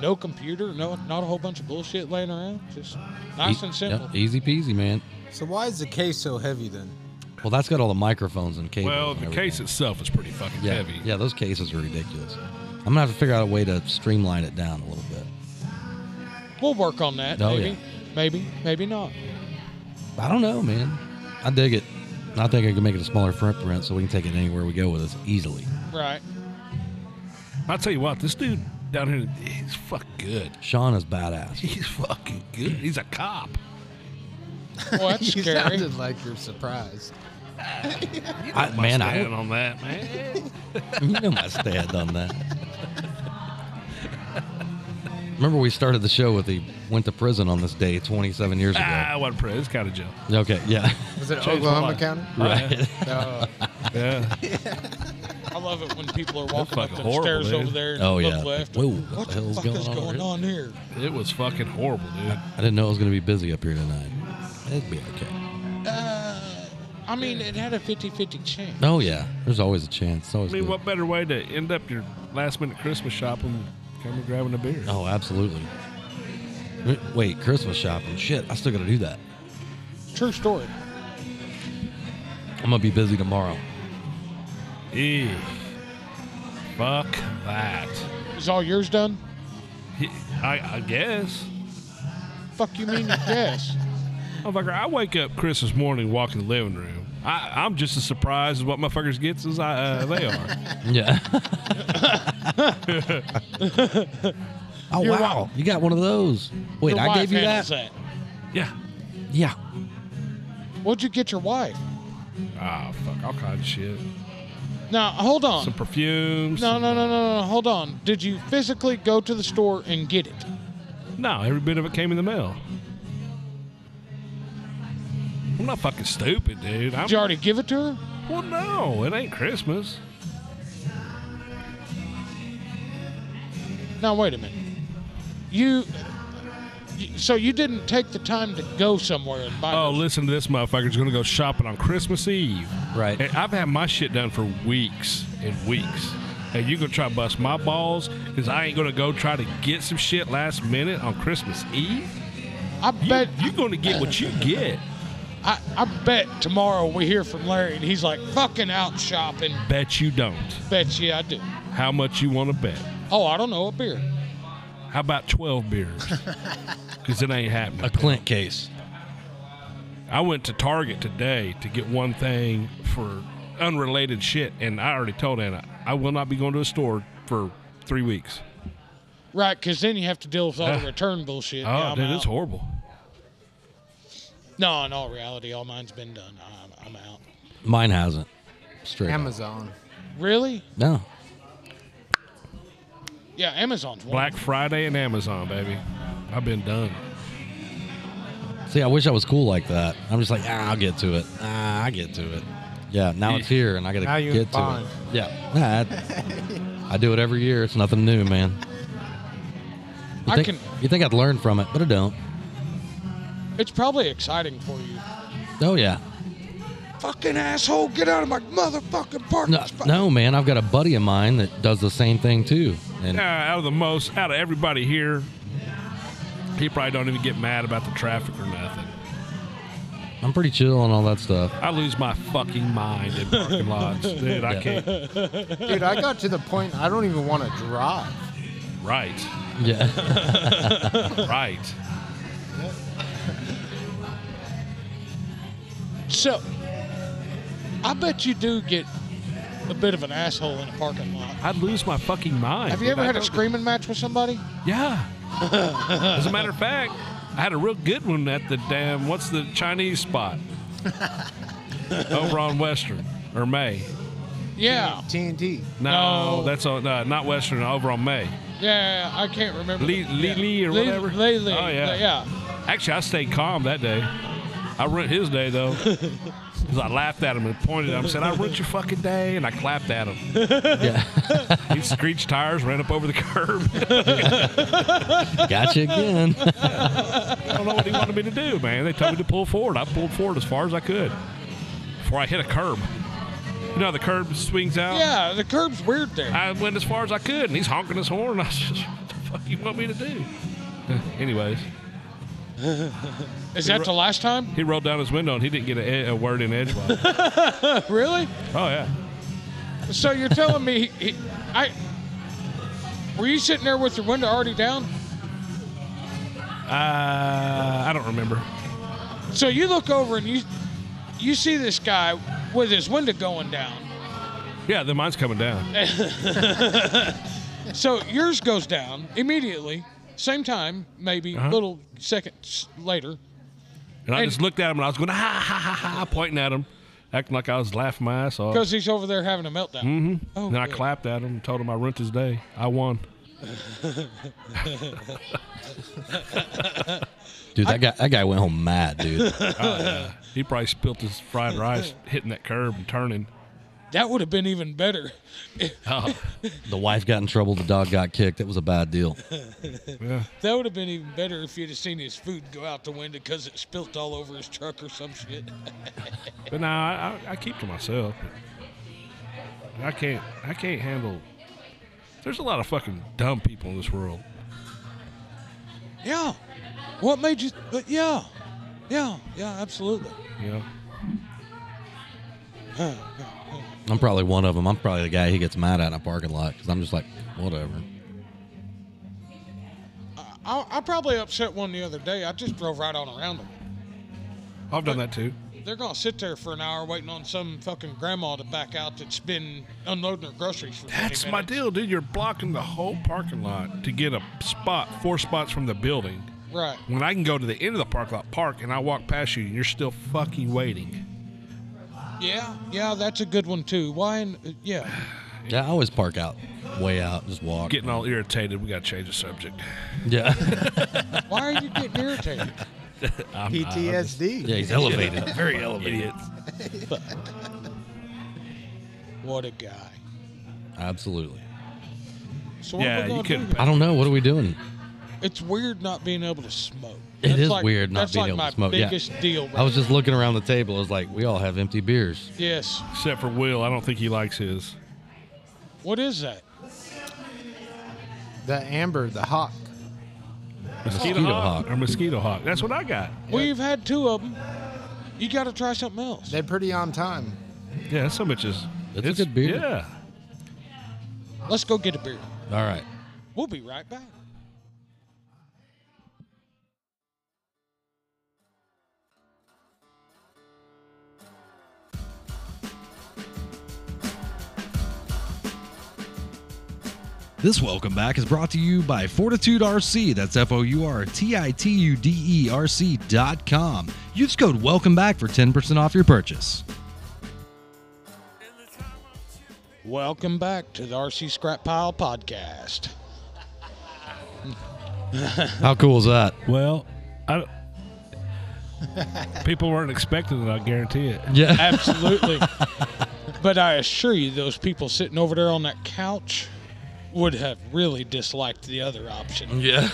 [SPEAKER 2] No computer, no, not a whole bunch of bullshit laying around. Just nice
[SPEAKER 3] E-
[SPEAKER 2] and simple.
[SPEAKER 3] Yep. Easy peasy, man.
[SPEAKER 5] So why is the case so heavy then?
[SPEAKER 3] Well, that's got all the microphones and cables.
[SPEAKER 4] well,
[SPEAKER 3] and
[SPEAKER 4] the
[SPEAKER 3] everything.
[SPEAKER 4] case itself is pretty fucking
[SPEAKER 3] Yeah,
[SPEAKER 4] heavy.
[SPEAKER 3] yeah, those cases are ridiculous. I'm gonna have to figure out a way to streamline it down a little bit.
[SPEAKER 2] We'll work on that.
[SPEAKER 3] Oh,
[SPEAKER 2] maybe,
[SPEAKER 3] yeah.
[SPEAKER 2] maybe, maybe not.
[SPEAKER 3] I don't know, man. I dig it. I think I can make it a smaller footprint so we can take it anywhere we go with us easily.
[SPEAKER 2] Right.
[SPEAKER 4] I'll tell you what, this dude down here, he's fuck good.
[SPEAKER 3] Sean is badass.
[SPEAKER 4] He's fucking good. He's a cop.
[SPEAKER 2] Well, that's
[SPEAKER 5] you
[SPEAKER 2] scary.
[SPEAKER 5] sounded like you're surprised.
[SPEAKER 3] I, man,
[SPEAKER 4] Man,
[SPEAKER 3] I
[SPEAKER 4] I on that, man.
[SPEAKER 3] you know my stand on that. Remember we started the show with he went to prison on this day 27 years
[SPEAKER 4] ah,
[SPEAKER 3] ago.
[SPEAKER 4] what a It's kind of jail.
[SPEAKER 3] Okay, yeah,
[SPEAKER 5] Was it
[SPEAKER 4] Changed my
[SPEAKER 5] Oklahoma
[SPEAKER 4] life.
[SPEAKER 5] County?
[SPEAKER 3] right.
[SPEAKER 5] No.
[SPEAKER 4] Yeah.
[SPEAKER 2] I love it when people are walking up
[SPEAKER 4] fucking
[SPEAKER 2] them
[SPEAKER 4] horrible,
[SPEAKER 2] stairs
[SPEAKER 4] dude.
[SPEAKER 2] over there and
[SPEAKER 3] Oh
[SPEAKER 2] look
[SPEAKER 3] yeah.
[SPEAKER 2] left.
[SPEAKER 3] Whoa, what,
[SPEAKER 2] what
[SPEAKER 3] the hell's
[SPEAKER 2] fuck
[SPEAKER 3] going,
[SPEAKER 2] is
[SPEAKER 3] on,
[SPEAKER 2] going
[SPEAKER 3] here?
[SPEAKER 2] on here?
[SPEAKER 4] it was fucking horrible, dude.
[SPEAKER 3] I didn't know it was gonna be busy up here tonight. It'd be okay.
[SPEAKER 2] Uh, I mean, it had a 50-50 chance.
[SPEAKER 3] Oh yeah, there's always a chance. It's always
[SPEAKER 4] I mean,
[SPEAKER 3] good.
[SPEAKER 4] what better way to end up your last minute Christmas shopping than coming and grabbing a beer?
[SPEAKER 3] Oh, absolutely. Wait- Wait, Christmas shopping. Shit, I still gotta do that.
[SPEAKER 2] True story.
[SPEAKER 3] I'm gonna be busy tomorrow.
[SPEAKER 4] Ew. Fuck that.
[SPEAKER 2] Is all yours done?
[SPEAKER 4] He- I, I guess.
[SPEAKER 2] Fuck you mean yes.
[SPEAKER 4] Motherfucker, I wake up Christmas morning, walk in the living room. I, I'm just as surprised as what motherfuckers gets as I, uh, they are.
[SPEAKER 3] Yeah. oh
[SPEAKER 2] Your
[SPEAKER 3] wow, you got one of those. Wait,
[SPEAKER 2] Your
[SPEAKER 3] I
[SPEAKER 2] wife
[SPEAKER 3] gave you that.
[SPEAKER 2] handles
[SPEAKER 4] yeah.
[SPEAKER 3] Yeah.
[SPEAKER 2] What'd you get your wife?
[SPEAKER 4] Ah, fuck, all kinds of shit.
[SPEAKER 2] Now hold on.
[SPEAKER 4] Some perfumes.
[SPEAKER 2] No, no, no, no, no. Hold on. Did you physically go to the store and get it?
[SPEAKER 4] No, every bit of it came in the mail. I'm not fucking stupid, dude. I'm,
[SPEAKER 2] Did you already give it to her?
[SPEAKER 4] well, no, it ain't Christmas.
[SPEAKER 2] Now wait a minute. You. you- So you didn't take the time to go somewhere and buy.
[SPEAKER 4] Oh,
[SPEAKER 2] those-
[SPEAKER 4] listen to this motherfucker's gonna go shopping on Christmas Eve.
[SPEAKER 3] Right.
[SPEAKER 4] Hey, I've had my shit done for weeks and weeks. Hey, you gonna try to bust my balls? Cause I ain't gonna go try to get some shit last minute on Christmas Eve.
[SPEAKER 2] I
[SPEAKER 4] You,
[SPEAKER 2] bet.
[SPEAKER 4] you're gonna get what you get.
[SPEAKER 2] I, I bet tomorrow we hear from Larry and he's like fucking out shopping.
[SPEAKER 4] Bet you don't.
[SPEAKER 2] Bet you I do.
[SPEAKER 4] How much you wanna bet?
[SPEAKER 2] Oh, I don't know a beer.
[SPEAKER 4] How about twelve beers? Cause it ain't happening.
[SPEAKER 3] A Clint case.
[SPEAKER 4] I went to Target today to get one thing for unrelated shit, and I already told Anna I will not be going to a store for three weeks.
[SPEAKER 2] Right, because then you have to deal with all the return bullshit.
[SPEAKER 4] Oh,
[SPEAKER 2] Yeah, I'm
[SPEAKER 4] dude,
[SPEAKER 2] out.
[SPEAKER 4] it's horrible.
[SPEAKER 2] No, in all reality, all mine's been done. I'm, I'm out.
[SPEAKER 3] Mine hasn't. Straight. up.
[SPEAKER 5] Amazon.
[SPEAKER 2] Really?
[SPEAKER 3] No.
[SPEAKER 2] Yeah, Amazon's one.
[SPEAKER 4] Black Friday and Amazon, baby. I've been done.
[SPEAKER 3] See, I wish I was cool like that. I'm just like, ah, I'll get to it. Ah, I get to it. Yeah, now it's here and I gotta
[SPEAKER 5] Now you're
[SPEAKER 3] get to it.
[SPEAKER 5] fine.
[SPEAKER 3] Yeah. Nah, I, I do it every year. It's nothing new, man. You
[SPEAKER 2] I
[SPEAKER 3] think,
[SPEAKER 2] can-
[SPEAKER 3] you think I'd learn from it, but I don't.
[SPEAKER 2] It's probably exciting for you.
[SPEAKER 3] Oh yeah.
[SPEAKER 2] Fucking asshole, get out of my motherfucking parking
[SPEAKER 3] No,
[SPEAKER 2] spot.
[SPEAKER 3] no, man. I've got a buddy of mine that does the same thing too. And
[SPEAKER 4] Uh, out of the most, out of everybody here, he probably don't even get mad about the traffic or nothing.
[SPEAKER 3] I'm pretty chill on all that stuff.
[SPEAKER 4] I lose my fucking mind in parking lots, dude. I
[SPEAKER 3] Yeah.
[SPEAKER 4] can't.
[SPEAKER 5] Dude, I got to the point I don't even want to drive.
[SPEAKER 4] Right,
[SPEAKER 3] Yeah.
[SPEAKER 4] right.
[SPEAKER 2] So, I bet you do get a bit of an asshole in a parking lot.
[SPEAKER 4] I'd lose my fucking mind.
[SPEAKER 2] Have you
[SPEAKER 4] dude.
[SPEAKER 2] ever
[SPEAKER 4] I
[SPEAKER 2] had a
[SPEAKER 4] don't-
[SPEAKER 2] screaming match with somebody?
[SPEAKER 4] Yeah. As a matter of fact, I had a real good one at the damn what's the Chinese spot over on Western or May.
[SPEAKER 2] Yeah.
[SPEAKER 5] TNT.
[SPEAKER 4] No,
[SPEAKER 2] No.
[SPEAKER 4] that's on uh, not Western. Over on May.
[SPEAKER 2] Yeah, I can't remember.
[SPEAKER 4] Lee-
[SPEAKER 2] the-
[SPEAKER 4] Lee
[SPEAKER 2] yeah.
[SPEAKER 4] Lee or whatever?
[SPEAKER 2] Lee Lee.
[SPEAKER 4] Oh, yeah.
[SPEAKER 2] Yeah.
[SPEAKER 4] Actually, I stayed calm that day. I ruined his day though, 'Cause I laughed at him and pointed at him. Said, "I ruined your fucking day," and I clapped at him.
[SPEAKER 3] yeah.
[SPEAKER 4] He screeched tires, ran up over the curb.
[SPEAKER 3] Gotcha again.
[SPEAKER 4] I don't know what he wanted me to do, man. They told me to pull forward. I pulled forward as far as I could before I hit a curb. You know, how the curb swings out.
[SPEAKER 2] Yeah, the curb's weird there.
[SPEAKER 4] I went as far as I could, and he's honking his horn. I was just, what the fuck you want me to do? Anyways,
[SPEAKER 2] Is that the last time?
[SPEAKER 4] he rolled down his window, and he didn't get a, a word in edgewise. oh
[SPEAKER 2] Really?
[SPEAKER 4] yeah,
[SPEAKER 2] So you're telling me he, he- I were you sitting there with your window already down?
[SPEAKER 4] uh, I don't remember.
[SPEAKER 2] So you look over and you you see this guy with his window going down.
[SPEAKER 4] Yeah, then mine's coming down.
[SPEAKER 2] So yours goes down immediately, same time, maybe
[SPEAKER 4] Uh-huh.
[SPEAKER 2] little seconds later.
[SPEAKER 4] And I
[SPEAKER 2] And-
[SPEAKER 4] just looked at him, and I was going ha ha ha ha, pointing at him, acting like I was laughing my ass off.
[SPEAKER 2] Because he's over there having a meltdown. Mm-hmm. Oh,
[SPEAKER 4] Then I
[SPEAKER 2] good.
[SPEAKER 4] clapped at him, and told him I ruined his day. I won.
[SPEAKER 3] Dude, that guy that guy went home mad, dude.
[SPEAKER 4] He probably spilt his fried rice hitting that curb and turning. Oh,
[SPEAKER 2] That would have been even better.
[SPEAKER 3] The wife got in trouble, the dog got kicked. It was a bad deal.
[SPEAKER 2] That would have been even better if you'd have seen his food go out the window because it spilt all over his truck or some shit.
[SPEAKER 4] But no, I, I, I keep to myself. I can't. I can't handle. There's a lot of fucking dumb people in this world.
[SPEAKER 2] Yeah. What made you? But yeah, yeah, yeah, absolutely.
[SPEAKER 4] You know.
[SPEAKER 3] I'm probably one of them. I'm probably the guy he gets mad at in a parking lot because I'm just like, whatever.
[SPEAKER 2] I, I probably upset one the other day. I just drove right on around them.
[SPEAKER 4] I've done that too.
[SPEAKER 2] They're gonna sit there for an hour waiting on some fucking grandma to back out that's been unloading her groceries for. 20
[SPEAKER 4] That's my
[SPEAKER 2] minutes.
[SPEAKER 4] deal, dude. You're blocking the whole parking lot to get a spot, four spots from the building.
[SPEAKER 2] Right.
[SPEAKER 4] When I can go to the end of the parking lot, park, and I walk past you, and you're still fucking waiting.
[SPEAKER 2] Yeah. Yeah, that's a good one too. Why? In, yeah.
[SPEAKER 3] Yeah, I always park out, way out, just walk.
[SPEAKER 4] Getting all irritated. We got to change the subject.
[SPEAKER 3] yeah,
[SPEAKER 2] Why are you getting irritated?
[SPEAKER 5] PTSD.
[SPEAKER 3] yeah, he's elevated, very elevated.
[SPEAKER 4] Idiots.
[SPEAKER 2] What a guy.
[SPEAKER 3] Absolutely.
[SPEAKER 2] So what
[SPEAKER 4] Yeah,
[SPEAKER 2] are we
[SPEAKER 4] you
[SPEAKER 2] gonna do?
[SPEAKER 4] couldn't-
[SPEAKER 3] I don't know. What are we doing?
[SPEAKER 2] It's weird not being able to smoke.
[SPEAKER 3] It
[SPEAKER 2] That's
[SPEAKER 3] is
[SPEAKER 2] like-
[SPEAKER 3] weird not
[SPEAKER 2] that's
[SPEAKER 3] being
[SPEAKER 2] like
[SPEAKER 3] able
[SPEAKER 2] my
[SPEAKER 3] to smoke. Yeah.
[SPEAKER 2] Biggest deal.
[SPEAKER 3] I was just looking around the table. I was like, we all have empty beers.
[SPEAKER 2] Yes.
[SPEAKER 4] Except for Will, I don't think he likes his.
[SPEAKER 2] What is that?
[SPEAKER 5] The amber, the hawk.
[SPEAKER 4] Mosquito,
[SPEAKER 3] Mosquito
[SPEAKER 4] hawk.
[SPEAKER 3] hawk.
[SPEAKER 4] or mosquito hawk. That's what I got.
[SPEAKER 2] Well, you've had two of them. You got to try something else.
[SPEAKER 5] They're pretty on time.
[SPEAKER 4] Yeah, so much is.
[SPEAKER 3] That's a good beer.
[SPEAKER 4] Yeah.
[SPEAKER 2] Let's go get a beer.
[SPEAKER 3] All right.
[SPEAKER 2] We'll be right back.
[SPEAKER 6] This welcome back is brought to you by Fortitude RC. That's F O U R T I T U D E R C dot com. Use code Welcome Back for 10% off your purchase.
[SPEAKER 2] Welcome back to the RC Scrap Pile Podcast.
[SPEAKER 3] How cool is that?
[SPEAKER 4] Well, I don't- people weren't expecting it. I guarantee it.
[SPEAKER 3] Yeah.
[SPEAKER 2] Absolutely. but I assure you, those people sitting over there on that couch would have really disliked the other option.
[SPEAKER 3] Yeah.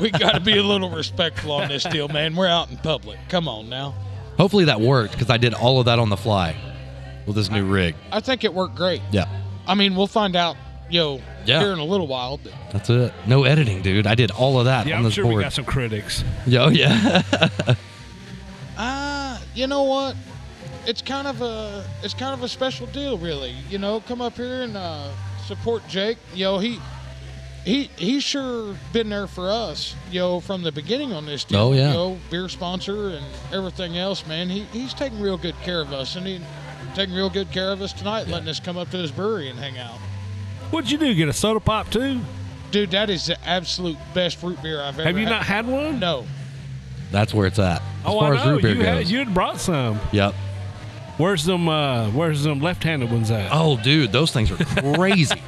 [SPEAKER 2] We got to be a little respectful on this deal, man. We're out in public. Come on now.
[SPEAKER 3] Hopefully that worked because I did all of that on the fly with this new rig.
[SPEAKER 2] I think it worked great.
[SPEAKER 3] Yeah.
[SPEAKER 2] I mean, we'll find out, yo,
[SPEAKER 3] Yeah.
[SPEAKER 2] here in a little while. But
[SPEAKER 3] That's it. No editing, dude. I did all of that
[SPEAKER 4] Yeah,
[SPEAKER 3] on
[SPEAKER 4] I'm
[SPEAKER 3] this
[SPEAKER 4] sure we
[SPEAKER 3] board.
[SPEAKER 4] got some critics.
[SPEAKER 3] Yeah, oh, yeah.
[SPEAKER 2] Ah, you know what? It's kind of a it's kind of a special deal, really. You know, come up here and uh, support Jake. Yo, he he he sure been there for us. Yo, from the beginning on this deal.
[SPEAKER 3] Oh, yeah.
[SPEAKER 2] Yo, beer sponsor and everything else, man. He he's taking real good care of us, and he taking real good care of us tonight, letting us come up to his brewery and hang out.
[SPEAKER 4] What'd you do? Get a soda pop too?
[SPEAKER 2] Dude, that is the absolute best root beer I've ever.
[SPEAKER 4] Have you
[SPEAKER 2] had.
[SPEAKER 4] not had one?
[SPEAKER 2] No,
[SPEAKER 3] That's where it's at. As
[SPEAKER 4] Oh,
[SPEAKER 3] far
[SPEAKER 4] I know.
[SPEAKER 3] as root beer
[SPEAKER 4] you had
[SPEAKER 3] goes.
[SPEAKER 4] you had brought some.
[SPEAKER 3] yep.
[SPEAKER 4] Where's them? Uh, where's them left-handed ones at?
[SPEAKER 3] Oh, dude, those things are crazy.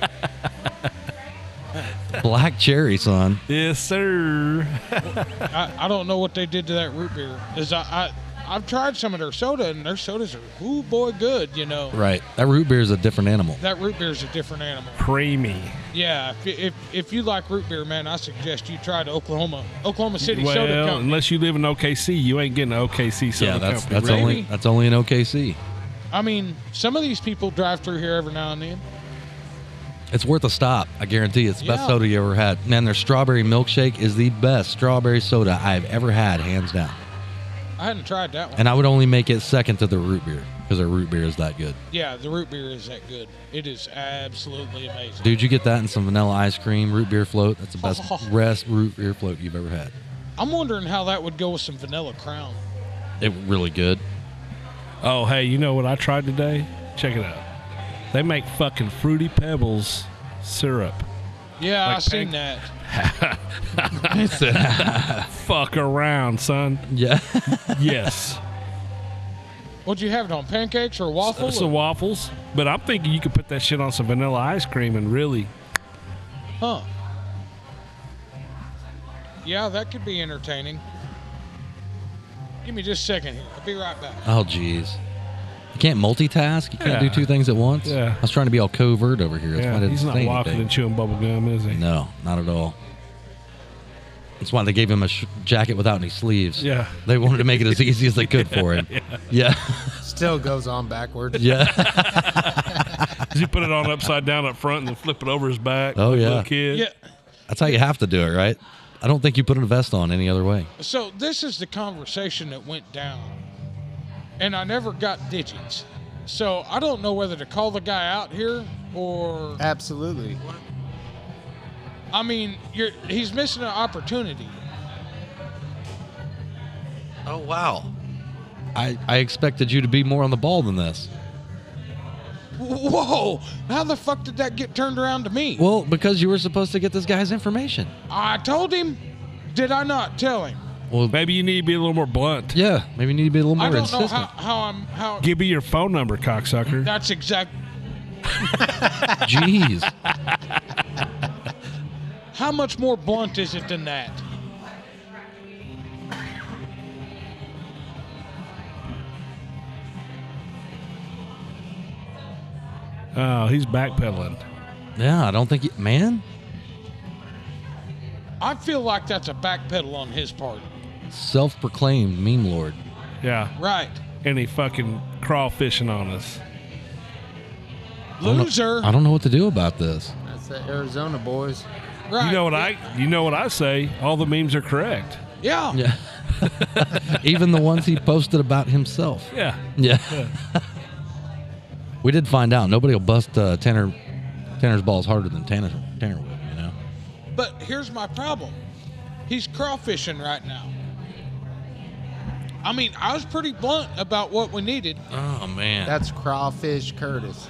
[SPEAKER 3] Black cherry, son.
[SPEAKER 4] Yes, sir.
[SPEAKER 2] I, I don't know what they did to that root beer. Is I, I I've tried some of their soda and their sodas are ooh boy good, you know.
[SPEAKER 3] Right. That root beer is a different animal.
[SPEAKER 2] That root beer is a different animal.
[SPEAKER 4] Creamy.
[SPEAKER 2] Yeah, if, if if you like root beer, man, I suggest you try the Oklahoma Oklahoma City
[SPEAKER 4] well,
[SPEAKER 2] Soda Company.
[SPEAKER 4] unless you live in OKC, you ain't getting an OKC soda
[SPEAKER 3] yeah, that's
[SPEAKER 4] company.
[SPEAKER 3] that's
[SPEAKER 4] right?
[SPEAKER 3] only that's only in OKC.
[SPEAKER 2] I mean, some of these people drive through here every now and then.
[SPEAKER 3] It's worth a stop. I guarantee you. it's the best
[SPEAKER 2] Yeah.
[SPEAKER 3] soda you ever had. Man, their strawberry milkshake is the best strawberry soda I've ever had, hands down.
[SPEAKER 2] I hadn't tried that one.
[SPEAKER 3] And I would only make it second to the root beer because their root beer is that good.
[SPEAKER 2] yeah, the root beer is that good. It is absolutely amazing.
[SPEAKER 3] Dude, you get that and some vanilla ice cream, root beer float. That's the best
[SPEAKER 2] Oh.
[SPEAKER 3] rest root beer float you've ever had.
[SPEAKER 2] I'm wondering how that would go with some vanilla crown.
[SPEAKER 3] It really good.
[SPEAKER 4] Oh, hey, you know what I tried today? Check it out. They make fucking fruity pebbles syrup.
[SPEAKER 2] Yeah,
[SPEAKER 4] Like
[SPEAKER 2] I
[SPEAKER 4] pink-
[SPEAKER 2] seen that.
[SPEAKER 4] Fuck around, son.
[SPEAKER 3] yeah.
[SPEAKER 4] Yes.
[SPEAKER 2] What'd you have it on? Pancakes or waffle?
[SPEAKER 4] some
[SPEAKER 2] or-
[SPEAKER 4] waffles, but I'm thinking you could put that shit on some vanilla ice cream and really.
[SPEAKER 2] Huh. Yeah, that could be entertaining. Give me just a second here. I'll be right back.
[SPEAKER 3] Oh, jeez. You can't multitask. You can't do
[SPEAKER 4] Yeah.
[SPEAKER 3] two things at once.
[SPEAKER 4] Yeah.
[SPEAKER 3] I was trying to be all covert over here. That's why I
[SPEAKER 4] Yeah,
[SPEAKER 3] didn't
[SPEAKER 4] he's not
[SPEAKER 3] say
[SPEAKER 4] walking
[SPEAKER 3] anything.
[SPEAKER 4] and chewing bubble gum, is he?
[SPEAKER 3] No, not at all. That's why they gave him a sh- jacket without any sleeves.
[SPEAKER 4] Yeah.
[SPEAKER 3] They wanted to make it as easy as they could for him. Yeah.
[SPEAKER 5] Still goes on backwards.
[SPEAKER 3] Yeah.
[SPEAKER 4] Does he put it on upside down up front and then flip it over his back?
[SPEAKER 3] Oh,
[SPEAKER 4] like a
[SPEAKER 3] yeah.
[SPEAKER 4] little kid.
[SPEAKER 2] Yeah.
[SPEAKER 3] That's how you have to do it, right? I don't think you put a vest on any other way.
[SPEAKER 2] So this is the conversation that went down, and I never got digits. So I don't know whether to call the guy out here or
[SPEAKER 5] Absolutely.
[SPEAKER 2] I mean, you're he's missing an opportunity.
[SPEAKER 3] Oh, wow. I, I expected you to be more on the ball than this.
[SPEAKER 2] Whoa! How the fuck did that get turned around to me?
[SPEAKER 3] Well, because you were supposed to get this guy's information.
[SPEAKER 2] I told him. Did I not tell him?
[SPEAKER 3] Well,
[SPEAKER 4] Maybe you need to be a little more blunt.
[SPEAKER 3] yeah, maybe you need to be a little more
[SPEAKER 2] I don't know
[SPEAKER 3] insistent.
[SPEAKER 2] how, how I'm how.
[SPEAKER 4] Give me your phone number, cocksucker.
[SPEAKER 2] That's exact.
[SPEAKER 3] Jeez.
[SPEAKER 2] How much more blunt is it than that?
[SPEAKER 4] Oh, he's backpedaling.
[SPEAKER 3] Yeah, I don't think you, man.
[SPEAKER 2] I feel like that's a backpedal on his part.
[SPEAKER 3] Self-proclaimed meme lord.
[SPEAKER 4] Yeah.
[SPEAKER 2] Right.
[SPEAKER 4] And he fucking crawfishing on us.
[SPEAKER 3] I don't know-
[SPEAKER 2] Loser.
[SPEAKER 3] I don't know what to do about this.
[SPEAKER 5] That's the Arizona boys.
[SPEAKER 2] Right.
[SPEAKER 4] You know what I? You know what I say? All the memes are correct.
[SPEAKER 2] Yeah.
[SPEAKER 3] Yeah. Even the ones he posted about himself.
[SPEAKER 4] Yeah.
[SPEAKER 3] Yeah. we did find out nobody will bust uh, Tanner Tanner's balls harder than Tanner Tanner will. You know.
[SPEAKER 2] But here's my problem. He's crawfishing right now. I mean, I was pretty blunt about what we needed.
[SPEAKER 3] Oh man,
[SPEAKER 5] That's crawfish Curtis.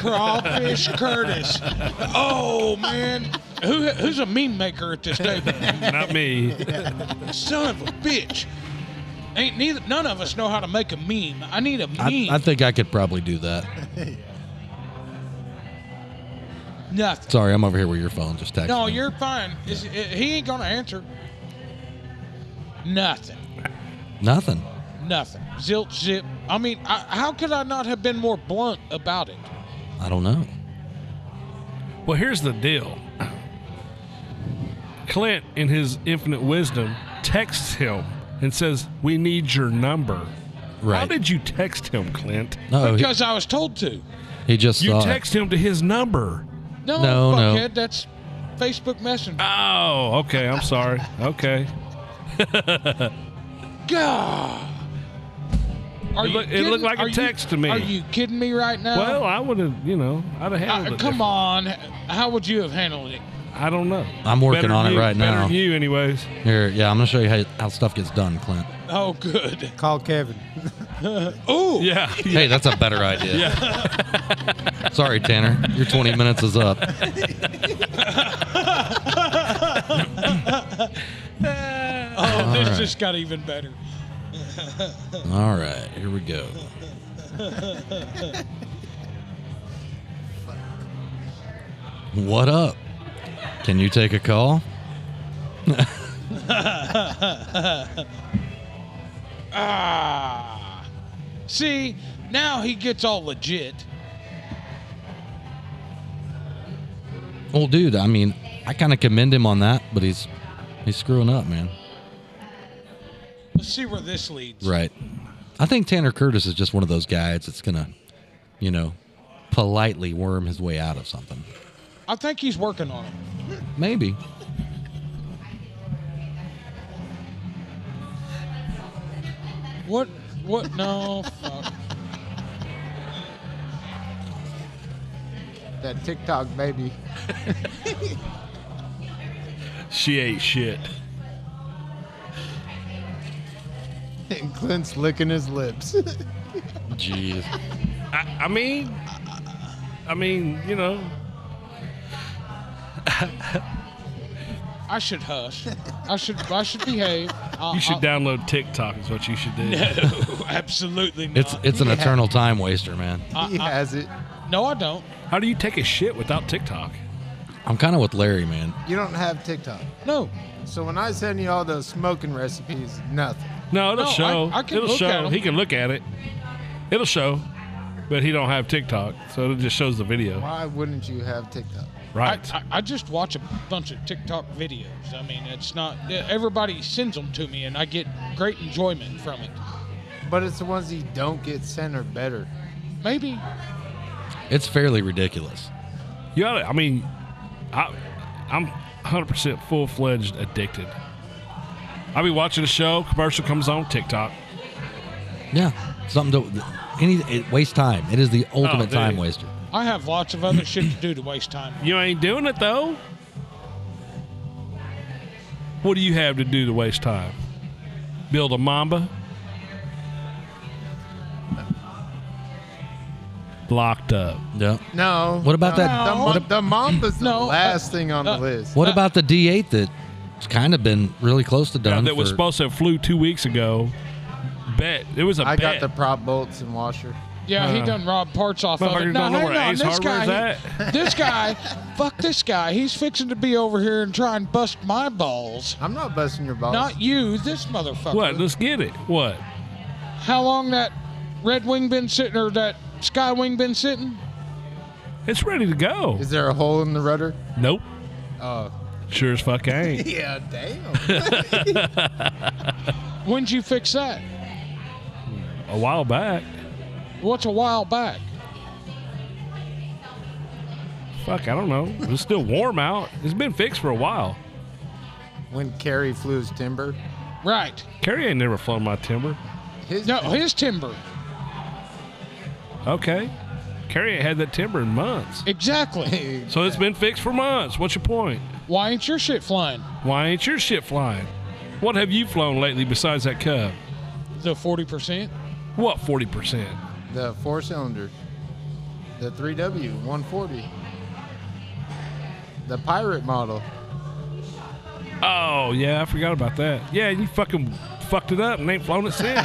[SPEAKER 2] Crawfish Curtis. Oh man, who who's a meme maker at this table?
[SPEAKER 4] Not me.
[SPEAKER 2] Son of a bitch. Ain't neither none of us know how to make a meme. I need a meme.
[SPEAKER 3] I, I think I could probably do that.
[SPEAKER 2] Nothing.
[SPEAKER 3] Sorry, I'm over here with your phone. Just texting.
[SPEAKER 2] No,
[SPEAKER 3] me.
[SPEAKER 2] you're fine. Is- uh, he ain't gonna answer. Nothing.
[SPEAKER 3] nothing.
[SPEAKER 2] Nothing. Zilch zip. I mean, I, how could I not have been more blunt about it?
[SPEAKER 3] I don't know.
[SPEAKER 4] Well, here's the deal. Clint, in his infinite wisdom, texts him and says, "We need your number."
[SPEAKER 3] Right?
[SPEAKER 4] How did you text him, Clint?
[SPEAKER 3] no, Oh, he,
[SPEAKER 2] Because I was told to.
[SPEAKER 3] he just
[SPEAKER 4] You
[SPEAKER 3] saw it.
[SPEAKER 4] text him to his number.
[SPEAKER 2] No,
[SPEAKER 3] No, no.
[SPEAKER 2] fuckhead. That's Facebook Messenger.
[SPEAKER 4] Oh, okay. I'm sorry. Okay.
[SPEAKER 2] God. Are
[SPEAKER 4] It
[SPEAKER 2] you
[SPEAKER 4] look- it
[SPEAKER 2] kidding-
[SPEAKER 4] looked like a
[SPEAKER 2] are you-
[SPEAKER 4] text to me.
[SPEAKER 2] Are you kidding me right
[SPEAKER 3] Uh,
[SPEAKER 2] now?
[SPEAKER 4] Well, I would have, you know, I'd have
[SPEAKER 2] Uh,
[SPEAKER 4] handled it.
[SPEAKER 2] come on. How would you have handled it?
[SPEAKER 4] I don't know.
[SPEAKER 3] I'm working
[SPEAKER 4] Better
[SPEAKER 3] on
[SPEAKER 4] than
[SPEAKER 3] it
[SPEAKER 4] you-
[SPEAKER 3] right
[SPEAKER 4] better
[SPEAKER 3] now.
[SPEAKER 4] than you, anyways.
[SPEAKER 3] Here, yeah, I'm gonna show you how, how stuff gets done, Clint.
[SPEAKER 2] Oh, good.
[SPEAKER 5] Call Kevin.
[SPEAKER 2] Ooh.
[SPEAKER 4] Yeah.
[SPEAKER 3] Hey, that's a better idea. Sorry, Tanner. Your 20 minutes is up.
[SPEAKER 2] Oh, this
[SPEAKER 3] right.
[SPEAKER 2] just got even better.
[SPEAKER 3] All right, here we go. what up? Can you take a call?
[SPEAKER 2] Ah. See, now he gets all legit.
[SPEAKER 3] Well, dude, I mean, I kind of commend him on that, but he's he's screwing up, man.
[SPEAKER 2] Let's see where this leads.
[SPEAKER 3] Right. I think Tanner Curtis is just one of those guys that's gonna, you know, politely worm his way out of something.
[SPEAKER 2] I think he's working on it.
[SPEAKER 3] Maybe.
[SPEAKER 2] What? What? No. fuck.
[SPEAKER 5] That TikTok baby.
[SPEAKER 4] She ate shit.
[SPEAKER 5] And Clint's licking his lips.
[SPEAKER 3] Jeez.
[SPEAKER 4] I, I mean, I mean, you know,
[SPEAKER 2] I should hush. I should. I should behave. Uh, I,
[SPEAKER 4] you should
[SPEAKER 2] I-
[SPEAKER 4] download TikTok. Is what you should do.
[SPEAKER 2] No, absolutely not.
[SPEAKER 3] It's it's an
[SPEAKER 5] Yeah.
[SPEAKER 3] eternal time waster, man.
[SPEAKER 5] he has it.
[SPEAKER 2] no, I don't.
[SPEAKER 4] How do you take a shit without TikTok?
[SPEAKER 3] I'm kind of with Larry, man.
[SPEAKER 5] You don't have TikTok.
[SPEAKER 2] No.
[SPEAKER 5] So when I send you all those smoking recipes, nothing.
[SPEAKER 4] No, it'll
[SPEAKER 2] No, I-
[SPEAKER 4] show.
[SPEAKER 2] I can
[SPEAKER 4] it'll
[SPEAKER 2] look
[SPEAKER 4] show.
[SPEAKER 2] at 'em.
[SPEAKER 4] He can look at it. It'll show, but he don't have TikTok, so it just shows the video.
[SPEAKER 5] Why wouldn't you have TikTok?
[SPEAKER 4] Right.
[SPEAKER 2] I, I, I just watch a bunch of TikTok videos. I mean, it's not everybody sends them to me, and I get great enjoyment from it.
[SPEAKER 5] But it's the ones you don't get sent are better.
[SPEAKER 2] Maybe
[SPEAKER 3] It's fairly ridiculous.
[SPEAKER 4] you oughta, I mean, I, I'm 100% full fledged addicted. I'll be watching a show, commercial comes on TikTok.
[SPEAKER 3] Yeah, something to any it wastes time. It is the ultimate
[SPEAKER 4] dude.
[SPEAKER 3] time waster.
[SPEAKER 2] I have lots of other shit to do to waste time.
[SPEAKER 4] You ain't doing it though. What do you have to do to waste time? Build a mamba? Locked up.
[SPEAKER 3] Yeah.
[SPEAKER 5] No.
[SPEAKER 3] What about
[SPEAKER 5] no.
[SPEAKER 3] that-
[SPEAKER 5] The,
[SPEAKER 2] No.
[SPEAKER 5] mo- the Mamba's the
[SPEAKER 2] No, uh,
[SPEAKER 5] last thing on
[SPEAKER 2] uh,
[SPEAKER 5] the list.
[SPEAKER 3] What about the D8 that's kind of been really close to done?
[SPEAKER 4] that was
[SPEAKER 3] for-
[SPEAKER 4] supposed to have flew two weeks ago. Bet it was a
[SPEAKER 5] I got
[SPEAKER 4] bet.
[SPEAKER 5] the prop bolts and washer.
[SPEAKER 2] Yeah, he
[SPEAKER 4] Uh,
[SPEAKER 2] done robbed parts off of
[SPEAKER 4] motherfucker
[SPEAKER 2] it. Now,
[SPEAKER 4] don't know
[SPEAKER 2] hang
[SPEAKER 4] where
[SPEAKER 2] on,
[SPEAKER 4] Ace
[SPEAKER 2] this guy,
[SPEAKER 4] Hardware's
[SPEAKER 2] this guy, fuck this guy. He's fixing to be over here and try and bust my balls.
[SPEAKER 5] I'm not busting your balls.
[SPEAKER 2] Not you, this motherfucker.
[SPEAKER 4] what? Let's get it. What?
[SPEAKER 2] How long that red wing been sitting or that sky wing been sitting?
[SPEAKER 4] It's ready to go.
[SPEAKER 5] Is there a hole in the rudder?
[SPEAKER 4] Nope.
[SPEAKER 5] Oh.
[SPEAKER 4] Sure as fuck ain't.
[SPEAKER 5] Yeah, damn.
[SPEAKER 2] When'd you fix that?
[SPEAKER 4] a while back.
[SPEAKER 2] What's a while back?
[SPEAKER 4] Fuck, I don't know. It's still warm out. It's been fixed for a while.
[SPEAKER 5] when Kerry flew his timber.
[SPEAKER 2] Right.
[SPEAKER 4] Carrie ain't never flown my timber.
[SPEAKER 5] His
[SPEAKER 2] No, his timber.
[SPEAKER 4] Okay. Carrie ain't had that timber in months.
[SPEAKER 2] Exactly.
[SPEAKER 4] So it's been fixed for months. What's your point?
[SPEAKER 2] Why ain't your shit flying?
[SPEAKER 4] Why ain't your shit flying? What have you flown lately besides that Cub?
[SPEAKER 2] The 40%?
[SPEAKER 4] What, 40%?
[SPEAKER 5] The four cylinder, the 3W 140, the pirate model.
[SPEAKER 4] Oh, yeah, I forgot about that. Yeah, you fucking fucked it up and ain't flown it since.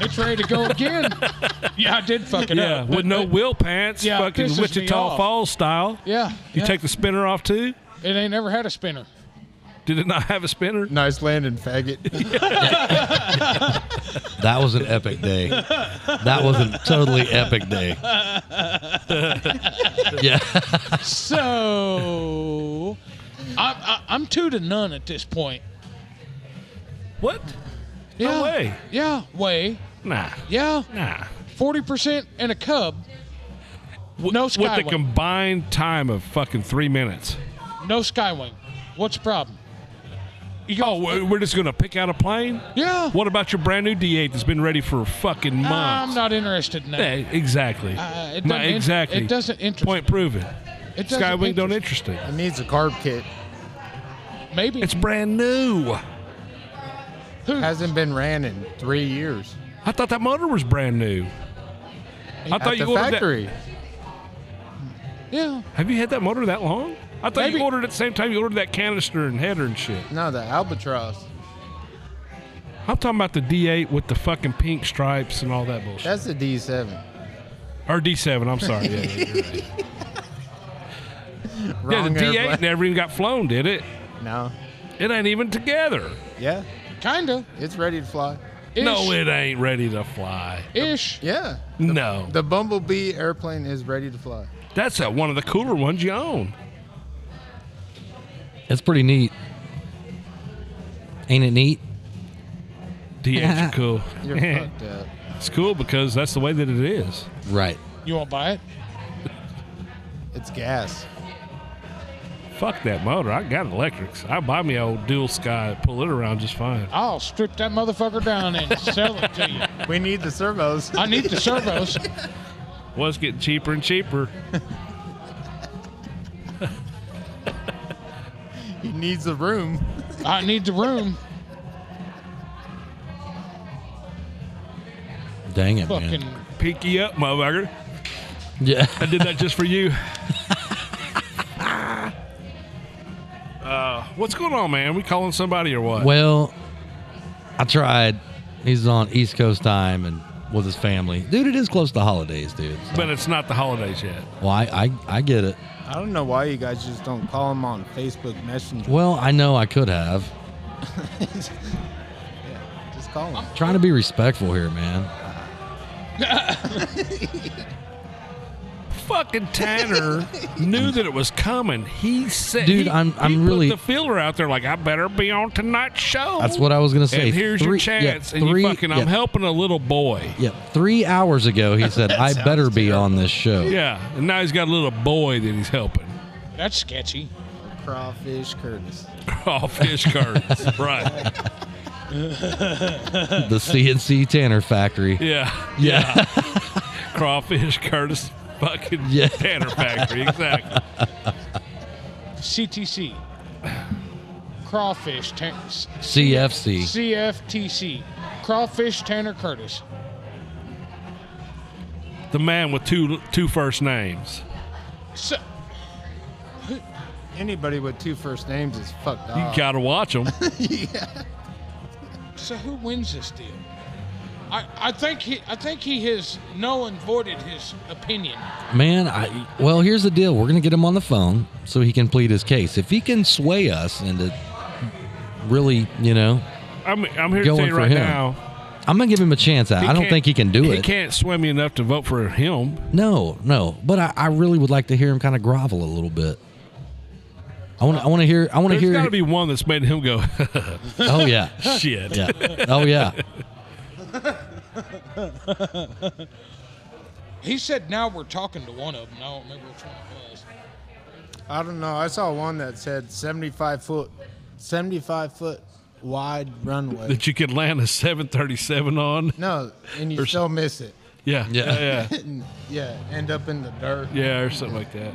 [SPEAKER 2] It's ready to go again. yeah, I did fuck it
[SPEAKER 4] yeah,
[SPEAKER 2] up.
[SPEAKER 4] with
[SPEAKER 2] but-
[SPEAKER 4] no
[SPEAKER 2] but-
[SPEAKER 4] wheel pants,
[SPEAKER 2] Yeah, it pisses
[SPEAKER 4] fucking
[SPEAKER 2] me
[SPEAKER 4] Wichita
[SPEAKER 2] off.
[SPEAKER 4] Falls style.
[SPEAKER 2] Yeah.
[SPEAKER 4] You
[SPEAKER 2] yeah.
[SPEAKER 4] take the spinner off too?
[SPEAKER 2] it ain't never had a spinner.
[SPEAKER 4] Did it not have a spinner?
[SPEAKER 5] Nice landing, faggot.
[SPEAKER 3] That was an epic day. That was a totally epic day. yeah.
[SPEAKER 2] So I'm, I, I'm two to none at this point.
[SPEAKER 4] What?
[SPEAKER 2] Yeah,
[SPEAKER 4] way.
[SPEAKER 2] Yeah, way.
[SPEAKER 4] Nah.
[SPEAKER 2] Yeah,
[SPEAKER 4] Nah.
[SPEAKER 2] forty percent and a cub.
[SPEAKER 4] W-
[SPEAKER 2] No
[SPEAKER 4] With the
[SPEAKER 2] Skyway.
[SPEAKER 4] combined time of fucking three minutes.
[SPEAKER 2] No Skywing. What's the problem? You
[SPEAKER 4] Oh, we- we're just gonna pick out a plane?
[SPEAKER 2] yeah.
[SPEAKER 4] What about your brand new D8 that's been ready for fucking months?
[SPEAKER 2] I'm not interested in that.
[SPEAKER 4] Yeah, exactly.
[SPEAKER 2] Uh, it
[SPEAKER 4] No,
[SPEAKER 2] doesn't in-
[SPEAKER 4] exactly.
[SPEAKER 2] it doesn't interest
[SPEAKER 4] Point proven.
[SPEAKER 2] It doesn't
[SPEAKER 4] Skywing don't interest
[SPEAKER 2] interest-
[SPEAKER 4] it.
[SPEAKER 5] it needs a carb kit.
[SPEAKER 2] Maybe
[SPEAKER 4] It's brand new.
[SPEAKER 2] who?
[SPEAKER 5] Hasn't been ran in three years.
[SPEAKER 4] I thought that motor was brand new. I thought
[SPEAKER 5] At
[SPEAKER 4] you
[SPEAKER 5] the
[SPEAKER 4] ordered
[SPEAKER 5] factory.
[SPEAKER 2] yeah.
[SPEAKER 4] that. Have you had that motor that long? I thought
[SPEAKER 2] Maybe.
[SPEAKER 4] you ordered at the same time you ordered that canister and header and shit.
[SPEAKER 5] No, the albatross.
[SPEAKER 4] I'm talking about the D8 with the fucking pink stripes and all that bullshit.
[SPEAKER 5] That's the D7.
[SPEAKER 4] or D7, I'm sorry. Yeah, yeah, you're right. Yeah,
[SPEAKER 5] Wrong
[SPEAKER 4] the D8
[SPEAKER 5] airplane.
[SPEAKER 4] never even got flown, did it?
[SPEAKER 5] No.
[SPEAKER 4] It ain't even together.
[SPEAKER 5] Yeah,
[SPEAKER 2] Kinda.
[SPEAKER 5] it's ready to fly.
[SPEAKER 2] Ish,
[SPEAKER 4] No, it ain't ready to fly.
[SPEAKER 2] Ish.
[SPEAKER 5] Yeah,
[SPEAKER 4] No.
[SPEAKER 5] the Bumblebee airplane is ready to fly.
[SPEAKER 4] That's uh one of the cooler ones you own.
[SPEAKER 3] It's pretty neat. Ain't it neat?
[SPEAKER 4] D8s are cool.
[SPEAKER 5] You're fucked up.
[SPEAKER 4] it's cool because that's the way that it is.
[SPEAKER 3] Right.
[SPEAKER 2] You won't buy it?
[SPEAKER 5] It's gas.
[SPEAKER 4] Fuck that motor. I got electrics. I buy me a old dual sky, pull it around just fine.
[SPEAKER 2] I'll strip that motherfucker down and sell it to you.
[SPEAKER 5] We need the servos.
[SPEAKER 2] I need the servos.
[SPEAKER 4] Well, it's getting cheaper and cheaper.
[SPEAKER 5] He needs the room.
[SPEAKER 2] I need the room.
[SPEAKER 3] Dang it,
[SPEAKER 2] Fucking
[SPEAKER 3] man.
[SPEAKER 4] Peek you up, motherfucker.
[SPEAKER 3] Yeah.
[SPEAKER 4] I did that just for you. uh, what's going on, man? We calling somebody or what?
[SPEAKER 3] Well, I tried. He's on East Coast time and with his family. Dude, it is close to holidays, dude. So-
[SPEAKER 4] But it's not the holidays yet.
[SPEAKER 3] well, I, I, I get it.
[SPEAKER 5] I don't know why you guys just don't call him on Facebook Messenger.
[SPEAKER 3] Well, I know I could have.
[SPEAKER 5] Just call him.
[SPEAKER 3] Trying to be respectful here, man.
[SPEAKER 4] Fucking Tanner knew that it was coming. He said,
[SPEAKER 3] Dude,
[SPEAKER 4] he-
[SPEAKER 3] I'm-
[SPEAKER 4] he
[SPEAKER 3] I'm
[SPEAKER 4] put
[SPEAKER 3] really-
[SPEAKER 4] the feeler out there like I better be on tonight's show.
[SPEAKER 3] That's what I was gonna say.
[SPEAKER 4] And here's your
[SPEAKER 3] Three- yeah,
[SPEAKER 4] chance, and
[SPEAKER 3] three-
[SPEAKER 4] you fucking, I'm
[SPEAKER 3] yeah,
[SPEAKER 4] helping a little boy.
[SPEAKER 3] Yeah, three hours ago he said, "I better be on this show."
[SPEAKER 4] Yeah, and now he's got a little boy that he's helping.
[SPEAKER 2] that's sketchy.
[SPEAKER 5] Crawfish Curtis.
[SPEAKER 4] Oh, fish curds, right?
[SPEAKER 3] The CNC Tanner Factory.
[SPEAKER 4] Yeah,
[SPEAKER 3] Yeah,
[SPEAKER 4] crawfish Curtis, fucking
[SPEAKER 3] Yeah.
[SPEAKER 4] Tanner Factory, exactly.
[SPEAKER 2] CTC. Crawfish. Tan- s-
[SPEAKER 3] CFC.
[SPEAKER 2] CFTC. Crawfish Tanner Curtis.
[SPEAKER 4] The man with two two first names.
[SPEAKER 2] So,
[SPEAKER 5] Anybody with two first names is fucked
[SPEAKER 4] You
[SPEAKER 3] Uh.
[SPEAKER 5] up.
[SPEAKER 4] gotta watch him.
[SPEAKER 2] so who wins this deal? I, I think he I think he has null and voided his opinion.
[SPEAKER 3] Man, I well, here's the deal. We're gonna get him on the phone so he can plead his case. If he can sway us into really, you know,
[SPEAKER 4] I'm I'm here to
[SPEAKER 3] Going
[SPEAKER 4] tell you
[SPEAKER 3] for
[SPEAKER 4] right
[SPEAKER 3] him.
[SPEAKER 4] now.
[SPEAKER 3] I'm gonna give him a chance. I, I don't
[SPEAKER 4] can't-
[SPEAKER 3] think he can do
[SPEAKER 4] He
[SPEAKER 3] it.
[SPEAKER 4] can't swim me enough to vote for him.
[SPEAKER 3] No, no. But I, I really would like to hear him kind of grovel a little bit. I want. I want to hear. I want to
[SPEAKER 4] There's
[SPEAKER 3] hear.
[SPEAKER 4] got to be one that's made him go
[SPEAKER 3] oh yeah.
[SPEAKER 4] shit.
[SPEAKER 3] Yeah. Oh yeah.
[SPEAKER 2] He said now we're talking to one of them. I don't remember which one it was.
[SPEAKER 5] I don't know. I saw one that said 75 foot, 75 foot wide runway.
[SPEAKER 4] That you could land a 737 on.
[SPEAKER 5] No, and you still miss it.
[SPEAKER 4] Yeah,
[SPEAKER 3] Yeah.
[SPEAKER 4] yeah, yeah,
[SPEAKER 5] And, yeah, end up in the dirt.
[SPEAKER 4] yeah, or something like that.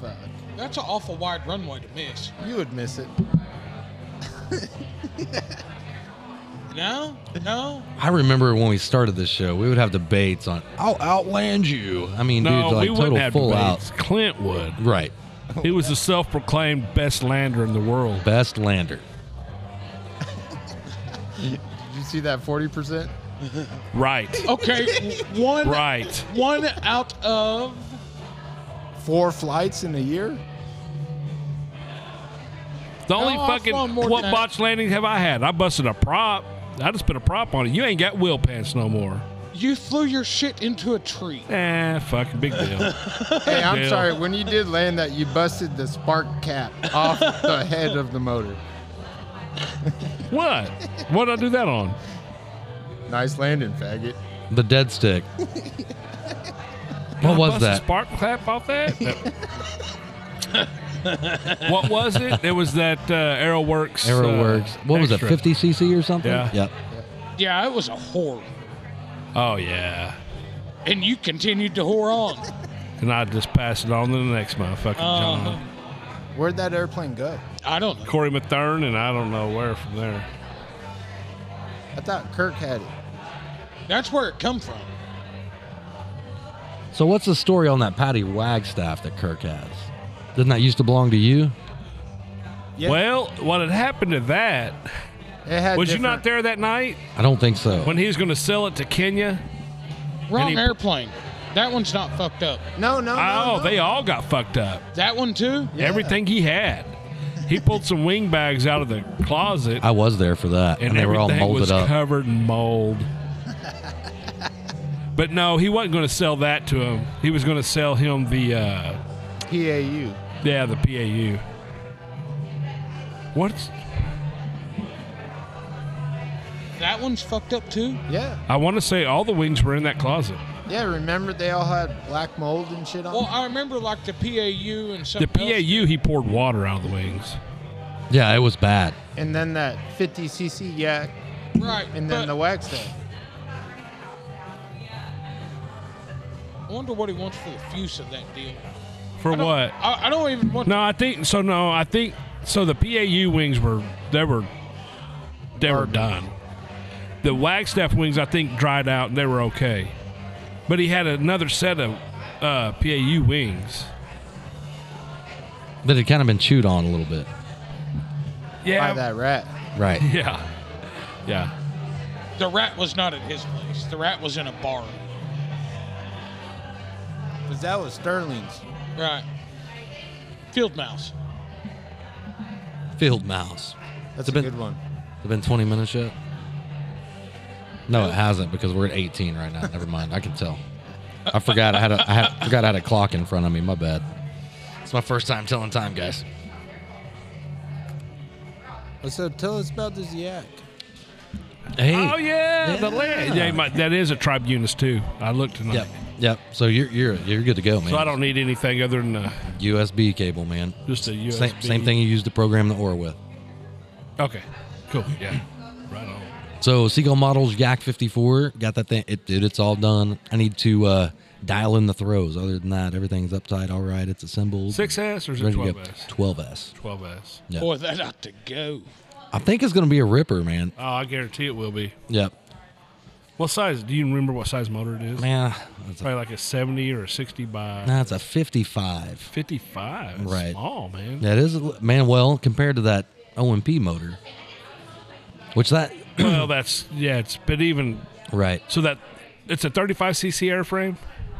[SPEAKER 5] Fuck.
[SPEAKER 2] That's an awful wide runway to miss.
[SPEAKER 5] You would miss it.
[SPEAKER 2] No, no.
[SPEAKER 3] I remember when we started this show, we would have debates on I'll outland you. I mean,
[SPEAKER 4] No,
[SPEAKER 3] dude, like
[SPEAKER 4] we wouldn't
[SPEAKER 3] total
[SPEAKER 4] have
[SPEAKER 3] full
[SPEAKER 4] debates. Clint would.
[SPEAKER 3] out. Right.
[SPEAKER 4] He was the self-proclaimed best lander in the world.
[SPEAKER 3] Best lander.
[SPEAKER 5] Did you see that 40%?
[SPEAKER 4] Right.
[SPEAKER 2] Okay, w- one
[SPEAKER 4] Right.
[SPEAKER 2] one out of
[SPEAKER 5] Four flights in a year?
[SPEAKER 4] The only
[SPEAKER 2] I've
[SPEAKER 4] fucking
[SPEAKER 2] flown more
[SPEAKER 4] what
[SPEAKER 2] than I-
[SPEAKER 4] botch landing have I had? I busted a prop. I just put a prop on it. You ain't got wheel pants no more.
[SPEAKER 2] you flew your shit into a tree.
[SPEAKER 4] Eh, fucking big deal.
[SPEAKER 5] Hey, I'm
[SPEAKER 4] Yeah.
[SPEAKER 5] sorry. When you did land that, you busted the spark cap off the head of the motor.
[SPEAKER 4] what? What did I do that on?
[SPEAKER 5] Nice landing, faggot.
[SPEAKER 3] The dead stick. what was
[SPEAKER 4] Bust a
[SPEAKER 3] that?
[SPEAKER 4] spark clap off that? what was it? It was that uh, AeroWorks. uh,
[SPEAKER 3] Arrowworks. what was it?
[SPEAKER 4] extra.
[SPEAKER 3] 50 cc or something?
[SPEAKER 4] Yeah.
[SPEAKER 3] Yep.
[SPEAKER 2] Yeah, it was a whore,
[SPEAKER 4] Oh yeah.
[SPEAKER 2] and you continued to whore on.
[SPEAKER 4] And I just pass it on to the next motherfucking
[SPEAKER 5] Oh.
[SPEAKER 2] Uh,
[SPEAKER 4] John.
[SPEAKER 5] Where'd that airplane go?
[SPEAKER 2] I don't know.
[SPEAKER 4] Corey Mathern and I don't know where from there.
[SPEAKER 5] I thought Kirk had it.
[SPEAKER 2] That's where it come from.
[SPEAKER 3] So what's the story on that Patty Wagstaff that Kirk has? Didn't that used to belong to you?
[SPEAKER 5] Yeah.
[SPEAKER 4] Well, what had happened to that?
[SPEAKER 5] It had
[SPEAKER 4] Was you not
[SPEAKER 5] different-
[SPEAKER 4] there that night
[SPEAKER 3] I don't think so.
[SPEAKER 4] when he was going to sell it to Kenya?
[SPEAKER 2] Wrong
[SPEAKER 4] he-
[SPEAKER 2] airplane. That one's not fucked up.
[SPEAKER 5] No, no, no.
[SPEAKER 4] Oh,
[SPEAKER 5] no.
[SPEAKER 4] they all got fucked up.
[SPEAKER 2] That one too.
[SPEAKER 5] Yeah.
[SPEAKER 4] Everything he had. He pulled some wing bags out of the closet,
[SPEAKER 3] I was there for that, and,
[SPEAKER 4] and
[SPEAKER 3] they were all
[SPEAKER 4] everything was
[SPEAKER 3] molded up.
[SPEAKER 4] covered in mold. but no, he wasn't going to sell that to him. He was going to sell him the uh,
[SPEAKER 5] PAU.
[SPEAKER 4] Yeah, the PAU. What's
[SPEAKER 2] That one's fucked up too.
[SPEAKER 5] Yeah.
[SPEAKER 4] I want to say all the wings were in that closet.
[SPEAKER 5] Yeah, remember they all had black mold and shit on
[SPEAKER 2] Well,
[SPEAKER 5] them?
[SPEAKER 2] I remember like the PAU and
[SPEAKER 4] The
[SPEAKER 2] something. else.
[SPEAKER 4] PAU, he poured water out of the wings.
[SPEAKER 3] Yeah, it was bad.
[SPEAKER 5] And then that 50cc yak,
[SPEAKER 2] right?
[SPEAKER 5] and then the
[SPEAKER 2] but
[SPEAKER 5] wax thing.
[SPEAKER 2] I wonder what he wants for the fuse of that deal.
[SPEAKER 4] For
[SPEAKER 2] I don't-
[SPEAKER 4] what?
[SPEAKER 2] I, I don't even want.
[SPEAKER 4] No, I think so. No, I think so. The PAU wings were they were they were
[SPEAKER 5] Garbage.
[SPEAKER 4] done. The Wagstaff wings, I think, dried out and they were okay. But he had another set of uh, PAU wings.
[SPEAKER 3] That had kind of been chewed on a little bit.
[SPEAKER 5] By that rat.
[SPEAKER 3] Right.
[SPEAKER 4] yeah, yeah.
[SPEAKER 2] The rat was not at his place. The rat was in a bar.
[SPEAKER 5] Because that was Sterling's.
[SPEAKER 2] Right. Field mouse.
[SPEAKER 3] Field mouse.
[SPEAKER 5] That's
[SPEAKER 3] It's
[SPEAKER 5] a
[SPEAKER 3] been-
[SPEAKER 5] good one.
[SPEAKER 3] It's been 20 minutes yet? No, it hasn't because we're at 18 right now. Never mind. I can tell. I forgot I had a I had, forgot I had a clock in front of me. My bad. It's my first time telling time, guys.
[SPEAKER 5] So tell us Oh, about this yak.
[SPEAKER 3] Hey.
[SPEAKER 4] Oh yeah, the land. Yeah, my, that is a tribunus too. I looked tonight.
[SPEAKER 3] Yep. Yep. So you're you're you're good to go, man.
[SPEAKER 4] So I don't need anything other than uh,
[SPEAKER 3] USB cable, man.
[SPEAKER 4] just a USB.
[SPEAKER 3] Same same thing you use to program the ore with.
[SPEAKER 4] Okay. Cool. Yeah. Right on.
[SPEAKER 3] So Seagull Models Yak 54 got that thing. It, dude, it's all done. I need to uh, dial in the throws. Other than that, everything's upside. All right, it's assembled.
[SPEAKER 4] Six S or is it
[SPEAKER 3] Ready to
[SPEAKER 4] twelve
[SPEAKER 3] go.
[SPEAKER 4] S?
[SPEAKER 3] 12s.
[SPEAKER 4] Twelve S.
[SPEAKER 3] Yeah.
[SPEAKER 2] Boy, that ought to go.
[SPEAKER 3] I think it's gonna be a ripper, man.
[SPEAKER 4] Oh, I guarantee it will be.
[SPEAKER 3] Yep.
[SPEAKER 4] What size? Do you remember what size motor it is?
[SPEAKER 3] Man, that's a,
[SPEAKER 4] Probably like a seventy or a sixty by
[SPEAKER 3] that's a 55.
[SPEAKER 4] fifty-five. It's
[SPEAKER 3] Right.
[SPEAKER 4] Small man.
[SPEAKER 3] That is a li- man. Well, compared to that OMP motor, which that
[SPEAKER 4] well, that's yeah. It's but even
[SPEAKER 3] right,
[SPEAKER 4] so that it's a thirty-five cc airframe.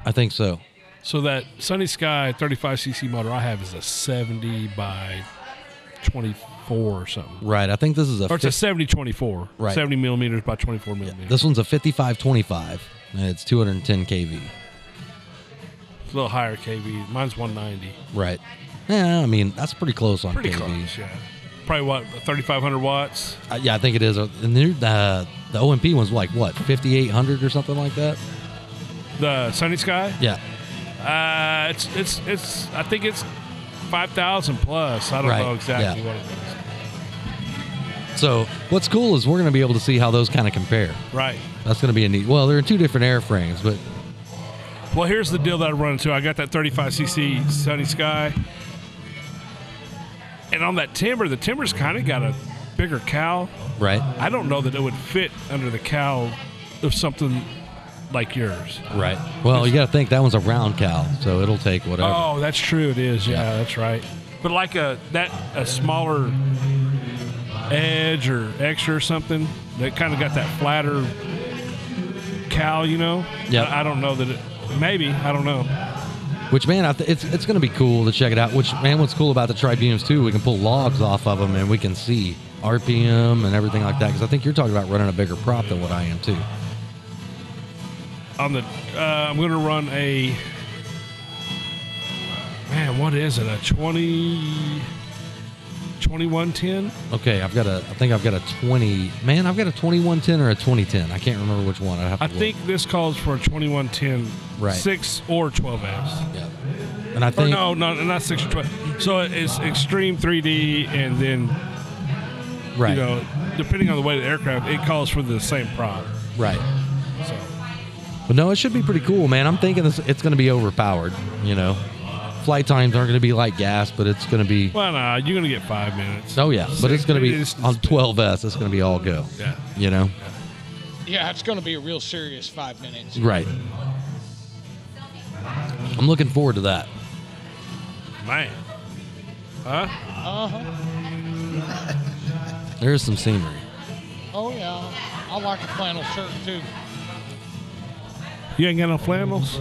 [SPEAKER 3] I think so.
[SPEAKER 4] So that Sunny Sky 35cc motor I have is a 70 by 24 or something.
[SPEAKER 3] Right. I think this is a.
[SPEAKER 4] Or it's a
[SPEAKER 3] 50
[SPEAKER 4] 70 24.
[SPEAKER 3] Right.
[SPEAKER 4] 70 millimeters by 24 millimeters.
[SPEAKER 3] this one's a 5525, and it's 210 kV.
[SPEAKER 4] It's a little higher kV. Mine's 190.
[SPEAKER 3] Right. Yeah, I mean that's pretty close on
[SPEAKER 4] Pretty
[SPEAKER 3] kV.
[SPEAKER 4] close, yeah. Probably what 3,500 watts.
[SPEAKER 3] Uh, yeah, I think it is. Uh, And the uh, the OMP one's like what 5800 or something like that.
[SPEAKER 4] The Sunny Sky.
[SPEAKER 3] Yeah.
[SPEAKER 4] Uh, it's it's it's. I think it's 5,000 plus. I don't
[SPEAKER 3] Right,
[SPEAKER 4] know exactly
[SPEAKER 3] yeah.
[SPEAKER 4] what it
[SPEAKER 3] So what's cool is we're gonna be able to see how those kind of compare.
[SPEAKER 4] is. Right.
[SPEAKER 3] That's gonna be a neat. Well, they're in two different airframes, but
[SPEAKER 4] Well, here's the deal that I run into. I got that 35cc Sunny Sky. And on that timber, the timber's kind of got a bigger cow,
[SPEAKER 3] Right.
[SPEAKER 4] I don't know that it would fit under the cow of something like yours.
[SPEAKER 3] Right. Well, you got to think that one's a round cow, so it'll take whatever.
[SPEAKER 4] Oh, that's true. It is. Yeah,
[SPEAKER 3] Yeah.
[SPEAKER 4] that's right. But like a that a smaller edge or extra or something that kind of got that flatter cow, you know.
[SPEAKER 3] Yeah.
[SPEAKER 4] I, I don't know that it. Maybe I don't know.
[SPEAKER 3] Which man, I th- it's it's going to be cool to check it out. Which man, what's cool about the tribunums too? We can pull logs off of them and we can see RPM and everything like that. Because I think you're talking about running a bigger prop than what I am too.
[SPEAKER 4] On the uh, I'm gonna run a man. What is it? A 20, 2110?
[SPEAKER 3] Okay, I've got a. I think I've got a twenty. Man, I've got a twenty-one ten or a twenty ten. I can't remember which one. I have to
[SPEAKER 4] I
[SPEAKER 3] look.
[SPEAKER 4] think this calls for a twenty one ten.
[SPEAKER 3] Right.
[SPEAKER 4] Six or twelve amps.
[SPEAKER 3] Yeah. And I
[SPEAKER 4] Or
[SPEAKER 3] think
[SPEAKER 4] Oh, no, no, not six or twelve. So it's extreme 3D, and then
[SPEAKER 3] right,
[SPEAKER 4] you know, depending on the weight of the aircraft, it calls for the same prop.
[SPEAKER 3] right.
[SPEAKER 4] So
[SPEAKER 3] But no, it should be pretty cool, man. I'm thinking this, it's going to be overpowered. You know, flight times aren't going to be like gas, but it's going to be.
[SPEAKER 4] well, nah, you're gonna get five minutes.
[SPEAKER 3] Oh yeah, but it's going to be
[SPEAKER 4] It is-
[SPEAKER 3] on 12s. It's going to be all go.
[SPEAKER 4] Yeah.
[SPEAKER 3] You know.
[SPEAKER 2] Yeah, it's going to be a real serious five minutes.
[SPEAKER 3] Right. I'm looking forward to that.
[SPEAKER 4] man. Huh?
[SPEAKER 2] Uh-huh.
[SPEAKER 3] There is some scenery.
[SPEAKER 2] Oh, yeah. I like a flannel shirt, too.
[SPEAKER 4] You ain't got no flannels.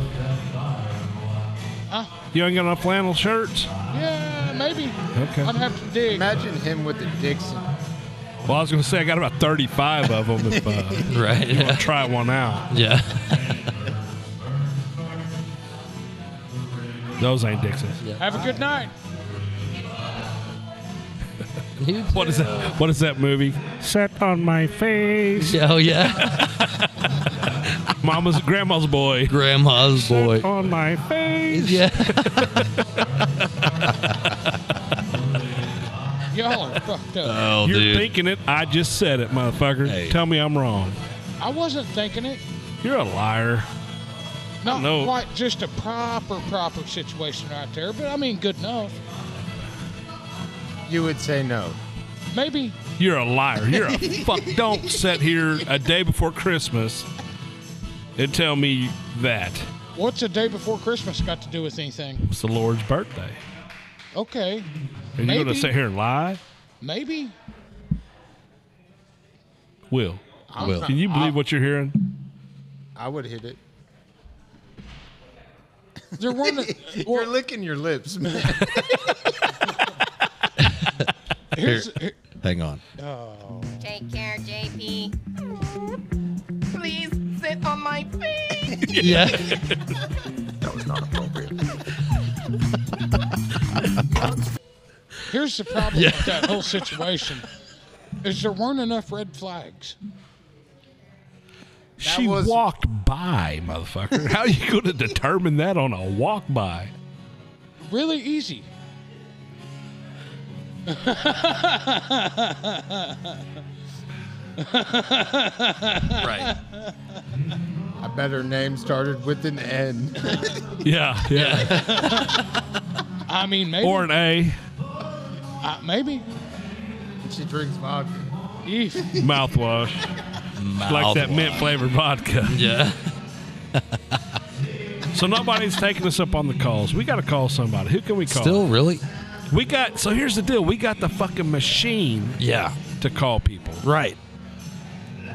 [SPEAKER 2] Huh?
[SPEAKER 4] You ain't got no flannel shirts.
[SPEAKER 2] Yeah, maybe.
[SPEAKER 4] Okay.
[SPEAKER 2] I'd have to dig.
[SPEAKER 5] Imagine him with the Dixon.
[SPEAKER 4] Well, I was gonna say I got about 35 of them. If uh,
[SPEAKER 3] Right.
[SPEAKER 4] you want
[SPEAKER 3] Yeah.
[SPEAKER 4] to try one out,
[SPEAKER 3] yeah.
[SPEAKER 4] those ain't Dixons.
[SPEAKER 2] Have a good night.
[SPEAKER 4] What is that? What is that movie? Set on my face.
[SPEAKER 3] Yeah, Oh yeah.
[SPEAKER 4] Mama's grandma's boy.
[SPEAKER 3] Grandma's boy.
[SPEAKER 4] Set on my face.
[SPEAKER 3] Yeah.
[SPEAKER 2] Y'all are fucked up.
[SPEAKER 3] Oh,
[SPEAKER 4] You're
[SPEAKER 3] dude.
[SPEAKER 4] thinking it. I just said it, motherfucker.
[SPEAKER 3] Hey.
[SPEAKER 4] Tell me I'm wrong.
[SPEAKER 2] I wasn't thinking it.
[SPEAKER 4] You're a liar.
[SPEAKER 2] Not
[SPEAKER 4] No.
[SPEAKER 2] quite just a proper, proper situation right there, but I mean, good enough.
[SPEAKER 5] You would say no.
[SPEAKER 2] Maybe.
[SPEAKER 4] You're a liar. You're a fuck. Don't sit here a day before Christmas and tell me that
[SPEAKER 2] What's a day before Christmas got to do with anything?
[SPEAKER 4] it's the Lord's birthday.
[SPEAKER 2] Okay.
[SPEAKER 4] Are you going to
[SPEAKER 2] Maybe.
[SPEAKER 4] sit here and lie?
[SPEAKER 2] Maybe.
[SPEAKER 4] Will,
[SPEAKER 2] I'm
[SPEAKER 3] Will.
[SPEAKER 2] not-
[SPEAKER 4] can you believe what you're hearing?
[SPEAKER 5] I would hit it.
[SPEAKER 2] They're running.
[SPEAKER 5] You're
[SPEAKER 2] Well,
[SPEAKER 5] licking your lips, man.
[SPEAKER 2] here's, here-
[SPEAKER 3] Hang on.
[SPEAKER 7] Take care, JP. Please sit on my face.
[SPEAKER 3] Yeah.
[SPEAKER 2] here's the problem with that whole situation. Is there weren't enough red flags.
[SPEAKER 4] She
[SPEAKER 5] was-
[SPEAKER 4] walked by, motherfucker. How you going to determine that on a walk by?
[SPEAKER 2] Really easy.
[SPEAKER 3] right.
[SPEAKER 5] I bet her name started with an N.
[SPEAKER 4] Yeah, yeah.
[SPEAKER 2] I mean, maybe.
[SPEAKER 4] Or an A,
[SPEAKER 2] uh, maybe.
[SPEAKER 5] She drinks vodka.
[SPEAKER 2] Eef.
[SPEAKER 4] mouthwash, like that mint flavored vodka.
[SPEAKER 3] Yeah.
[SPEAKER 4] So nobody's taking us up on the calls. We got to call somebody. Who can we call?
[SPEAKER 3] Still really.
[SPEAKER 4] We got so here's the deal. We got the fucking machine
[SPEAKER 3] Yeah.
[SPEAKER 4] to call people.
[SPEAKER 3] Right.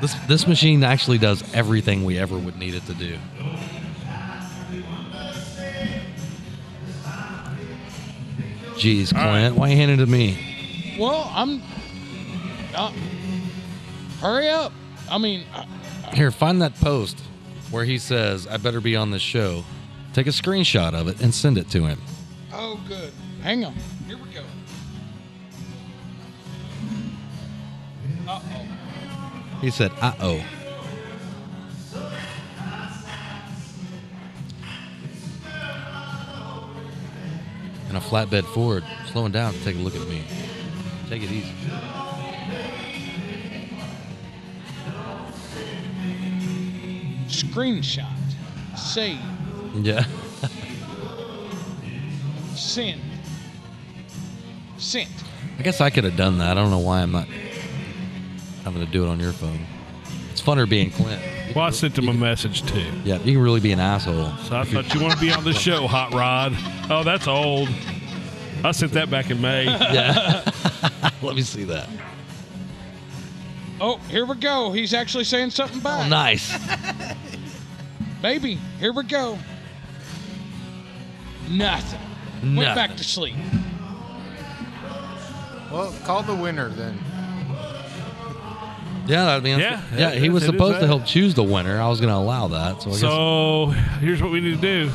[SPEAKER 3] This this machine actually does everything we ever would need it to do. Jeez, Clint,
[SPEAKER 4] All right.
[SPEAKER 3] why you handing it to me?
[SPEAKER 2] Well, I'm. Uh, hurry up. I mean, uh,
[SPEAKER 3] Here, find that post where he says, "I better be on this show." Take a screenshot of it and send it to him.
[SPEAKER 2] oh, good. Hang on. Here we go.
[SPEAKER 3] He said, "Uh oh." And a flatbed Ford slowing down to take a look at me. Take it easy.
[SPEAKER 2] Screenshot. Save.
[SPEAKER 3] Yeah.
[SPEAKER 2] Send. Sent.
[SPEAKER 3] I guess I could have done that. I don't know why I'm not having to do it on your phone. It's funner being Clint. You
[SPEAKER 4] Well, I
[SPEAKER 3] can-
[SPEAKER 4] sent him a message too.
[SPEAKER 3] Yeah, you can really be an asshole.
[SPEAKER 4] So I thought you want to be on the show, Hot Rod. Oh, that's old. I sent that back in May.
[SPEAKER 3] Yeah. Let me see that.
[SPEAKER 2] Oh, here we go. He's actually saying something
[SPEAKER 3] Oh,
[SPEAKER 2] back.
[SPEAKER 3] nice.
[SPEAKER 2] Baby, here we go. Nothing. Went back
[SPEAKER 3] Nothing.
[SPEAKER 2] to sleep.
[SPEAKER 5] Well, call the winner then.
[SPEAKER 3] Yeah, I mean, yeah,
[SPEAKER 4] Yeah,
[SPEAKER 3] yeah.
[SPEAKER 4] it-
[SPEAKER 3] He was
[SPEAKER 4] it is
[SPEAKER 3] supposed to
[SPEAKER 4] that.
[SPEAKER 3] help choose the winner. I was going to allow that, so I guess
[SPEAKER 4] So here's what we need to do.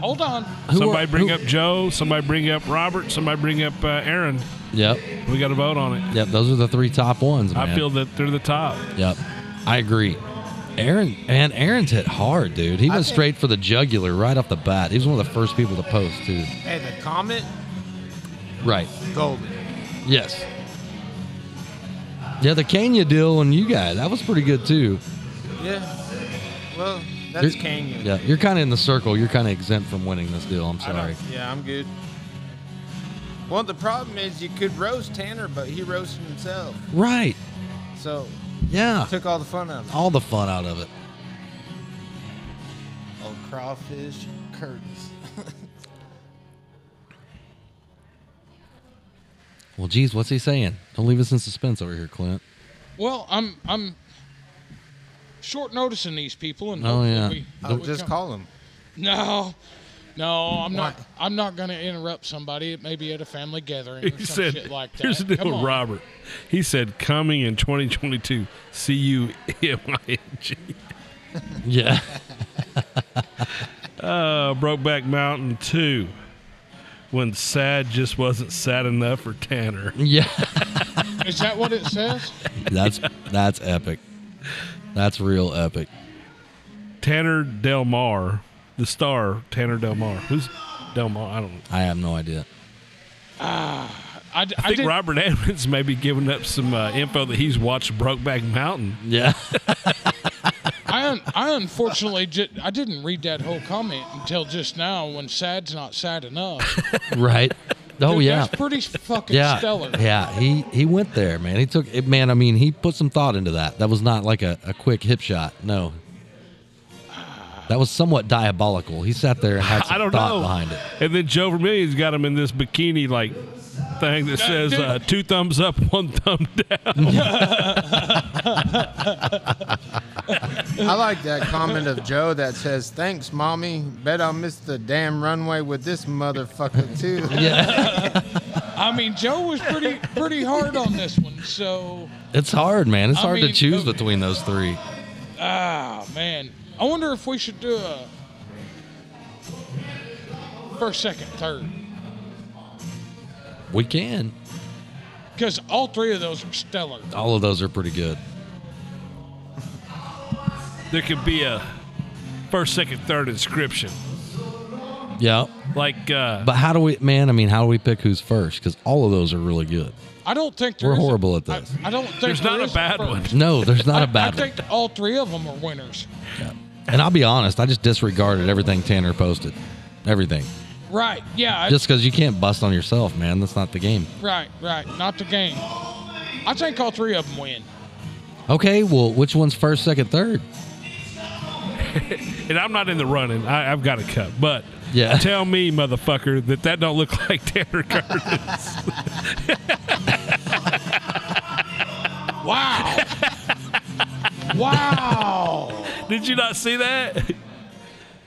[SPEAKER 2] Hold on.
[SPEAKER 3] Who
[SPEAKER 4] somebody
[SPEAKER 3] are-
[SPEAKER 4] bring
[SPEAKER 3] who-
[SPEAKER 4] up Joe. Somebody bring up Robert. Somebody bring up uh, Aaron.
[SPEAKER 3] Yep,
[SPEAKER 4] We got to vote on it.
[SPEAKER 3] yep. Those are the three top ones. Man.
[SPEAKER 4] I feel that they're the top.
[SPEAKER 3] Yep, I agree. Aaron and Aaron's hit hard, dude.
[SPEAKER 5] I
[SPEAKER 3] He went
[SPEAKER 5] think-
[SPEAKER 3] straight for the jugular right off the bat. He was one of the first people to post, too.
[SPEAKER 5] Hey, the comment,
[SPEAKER 3] Right.
[SPEAKER 5] golden.
[SPEAKER 3] Yes. Yeah, the Kenya deal on you guys that was pretty good too.
[SPEAKER 5] Yeah. Well, that's
[SPEAKER 3] You're-
[SPEAKER 5] Canyon.
[SPEAKER 3] Yeah, you're kind of in the circle. You're kind of exempt from winning this deal. I'm
[SPEAKER 5] I don't-
[SPEAKER 3] sorry.
[SPEAKER 5] Yeah, I'm good. Well, the problem is you could roast Tanner, but he roasted himself,
[SPEAKER 3] Right.
[SPEAKER 5] so
[SPEAKER 3] Yeah.
[SPEAKER 5] took all the fun out of it.
[SPEAKER 3] All the fun out of it.
[SPEAKER 5] Oh, crawfish curtains.
[SPEAKER 3] Well, geez, what's he saying? Don't leave us in suspense over here, Clint.
[SPEAKER 2] Well, I'm I'm short noticing these people, and
[SPEAKER 3] Oh,
[SPEAKER 2] hopefully
[SPEAKER 3] yeah.
[SPEAKER 2] we,
[SPEAKER 5] I'll
[SPEAKER 2] we
[SPEAKER 5] just
[SPEAKER 2] come-
[SPEAKER 5] call him.
[SPEAKER 2] No, no, I'm not.
[SPEAKER 5] Why?
[SPEAKER 2] I'm not going to interrupt somebody. It may be at a family gathering or
[SPEAKER 4] He
[SPEAKER 2] some
[SPEAKER 4] said,
[SPEAKER 2] shit like that.
[SPEAKER 4] here's the deal
[SPEAKER 2] Come
[SPEAKER 4] with
[SPEAKER 2] on.
[SPEAKER 4] Robert. He said, coming in 2022, C U M I N G.
[SPEAKER 3] Yeah.
[SPEAKER 4] Uh, Brokeback Mountain 2, when sad just wasn't sad enough for Tanner.
[SPEAKER 3] yeah.
[SPEAKER 2] Is that what it says?
[SPEAKER 3] That's that's epic. That's real epic.
[SPEAKER 4] Tanner Del Mar, the star Tanner Del Mar. Who's Del Mar? I don't know.
[SPEAKER 3] I have no idea.
[SPEAKER 2] I, d-
[SPEAKER 4] I
[SPEAKER 2] I
[SPEAKER 4] think
[SPEAKER 2] did-
[SPEAKER 4] Robert Edmonds may be giving up some uh, info that he's watched Brokeback Mountain.
[SPEAKER 3] Yeah.
[SPEAKER 2] I, un- I unfortunately ju- I didn't read that whole comment until just now when sad's not sad enough.
[SPEAKER 3] right. Oh
[SPEAKER 2] Dude,
[SPEAKER 3] yeah.
[SPEAKER 2] That's pretty fucking
[SPEAKER 3] Yeah.
[SPEAKER 2] stellar.
[SPEAKER 3] Yeah. He he went there, man. He took it, man. I mean, he put some thought into that. That was not like a, a quick hip shot. No. That was somewhat diabolical. He sat there and had some
[SPEAKER 4] I don't
[SPEAKER 3] thought
[SPEAKER 4] know.
[SPEAKER 3] behind it.
[SPEAKER 4] And then Joe Vermillion's got him in this bikini like thing that says
[SPEAKER 2] dude.
[SPEAKER 4] uh, two thumbs up, one thumb down.
[SPEAKER 5] I like that comment of Joe that says, "Thanks, mommy. Bet I'll miss the damn runway with this motherfucker too."
[SPEAKER 3] Yeah.
[SPEAKER 2] I mean, Joe was pretty pretty hard on this one. So,
[SPEAKER 3] It's hard, man. It's
[SPEAKER 2] I
[SPEAKER 3] hard to
[SPEAKER 2] mean,
[SPEAKER 3] choose
[SPEAKER 2] okay.
[SPEAKER 3] between those three.
[SPEAKER 2] ah man, I wonder if we should do a first, second, third,
[SPEAKER 3] We can.
[SPEAKER 2] because all three of those are stellar.
[SPEAKER 3] All of those are pretty good.
[SPEAKER 4] there could be a first, second, third inscription.
[SPEAKER 3] Yeah.
[SPEAKER 4] Like, uh,
[SPEAKER 3] But how do we, man? I mean, how do we pick who's first? Because all of those are really good.
[SPEAKER 2] I don't think
[SPEAKER 3] We're
[SPEAKER 2] there is a-
[SPEAKER 3] horrible at
[SPEAKER 2] I-
[SPEAKER 3] this.
[SPEAKER 2] I, don't think
[SPEAKER 4] there's
[SPEAKER 2] there
[SPEAKER 4] not a
[SPEAKER 2] is
[SPEAKER 4] bad
[SPEAKER 2] first.
[SPEAKER 4] one.
[SPEAKER 3] No, there's not a
[SPEAKER 2] I, I
[SPEAKER 3] bad one.
[SPEAKER 2] think all three of them are winners.
[SPEAKER 3] And I'll be honest, I just disregarded everything Tanner posted. Everything.
[SPEAKER 2] Right? Yeah. I-
[SPEAKER 3] Just because you can't bust on yourself, man. That's not the game.
[SPEAKER 2] right. Right. Not the game. I think all three of them win.
[SPEAKER 3] Okay, well, which one's first, second, third?
[SPEAKER 4] and I'm not in the running. I, I've got a cup, but
[SPEAKER 3] Yeah.
[SPEAKER 4] tell me, motherfucker, that that don't look like Tanner Curtis.
[SPEAKER 2] Wow. wow.
[SPEAKER 4] Did you not see that?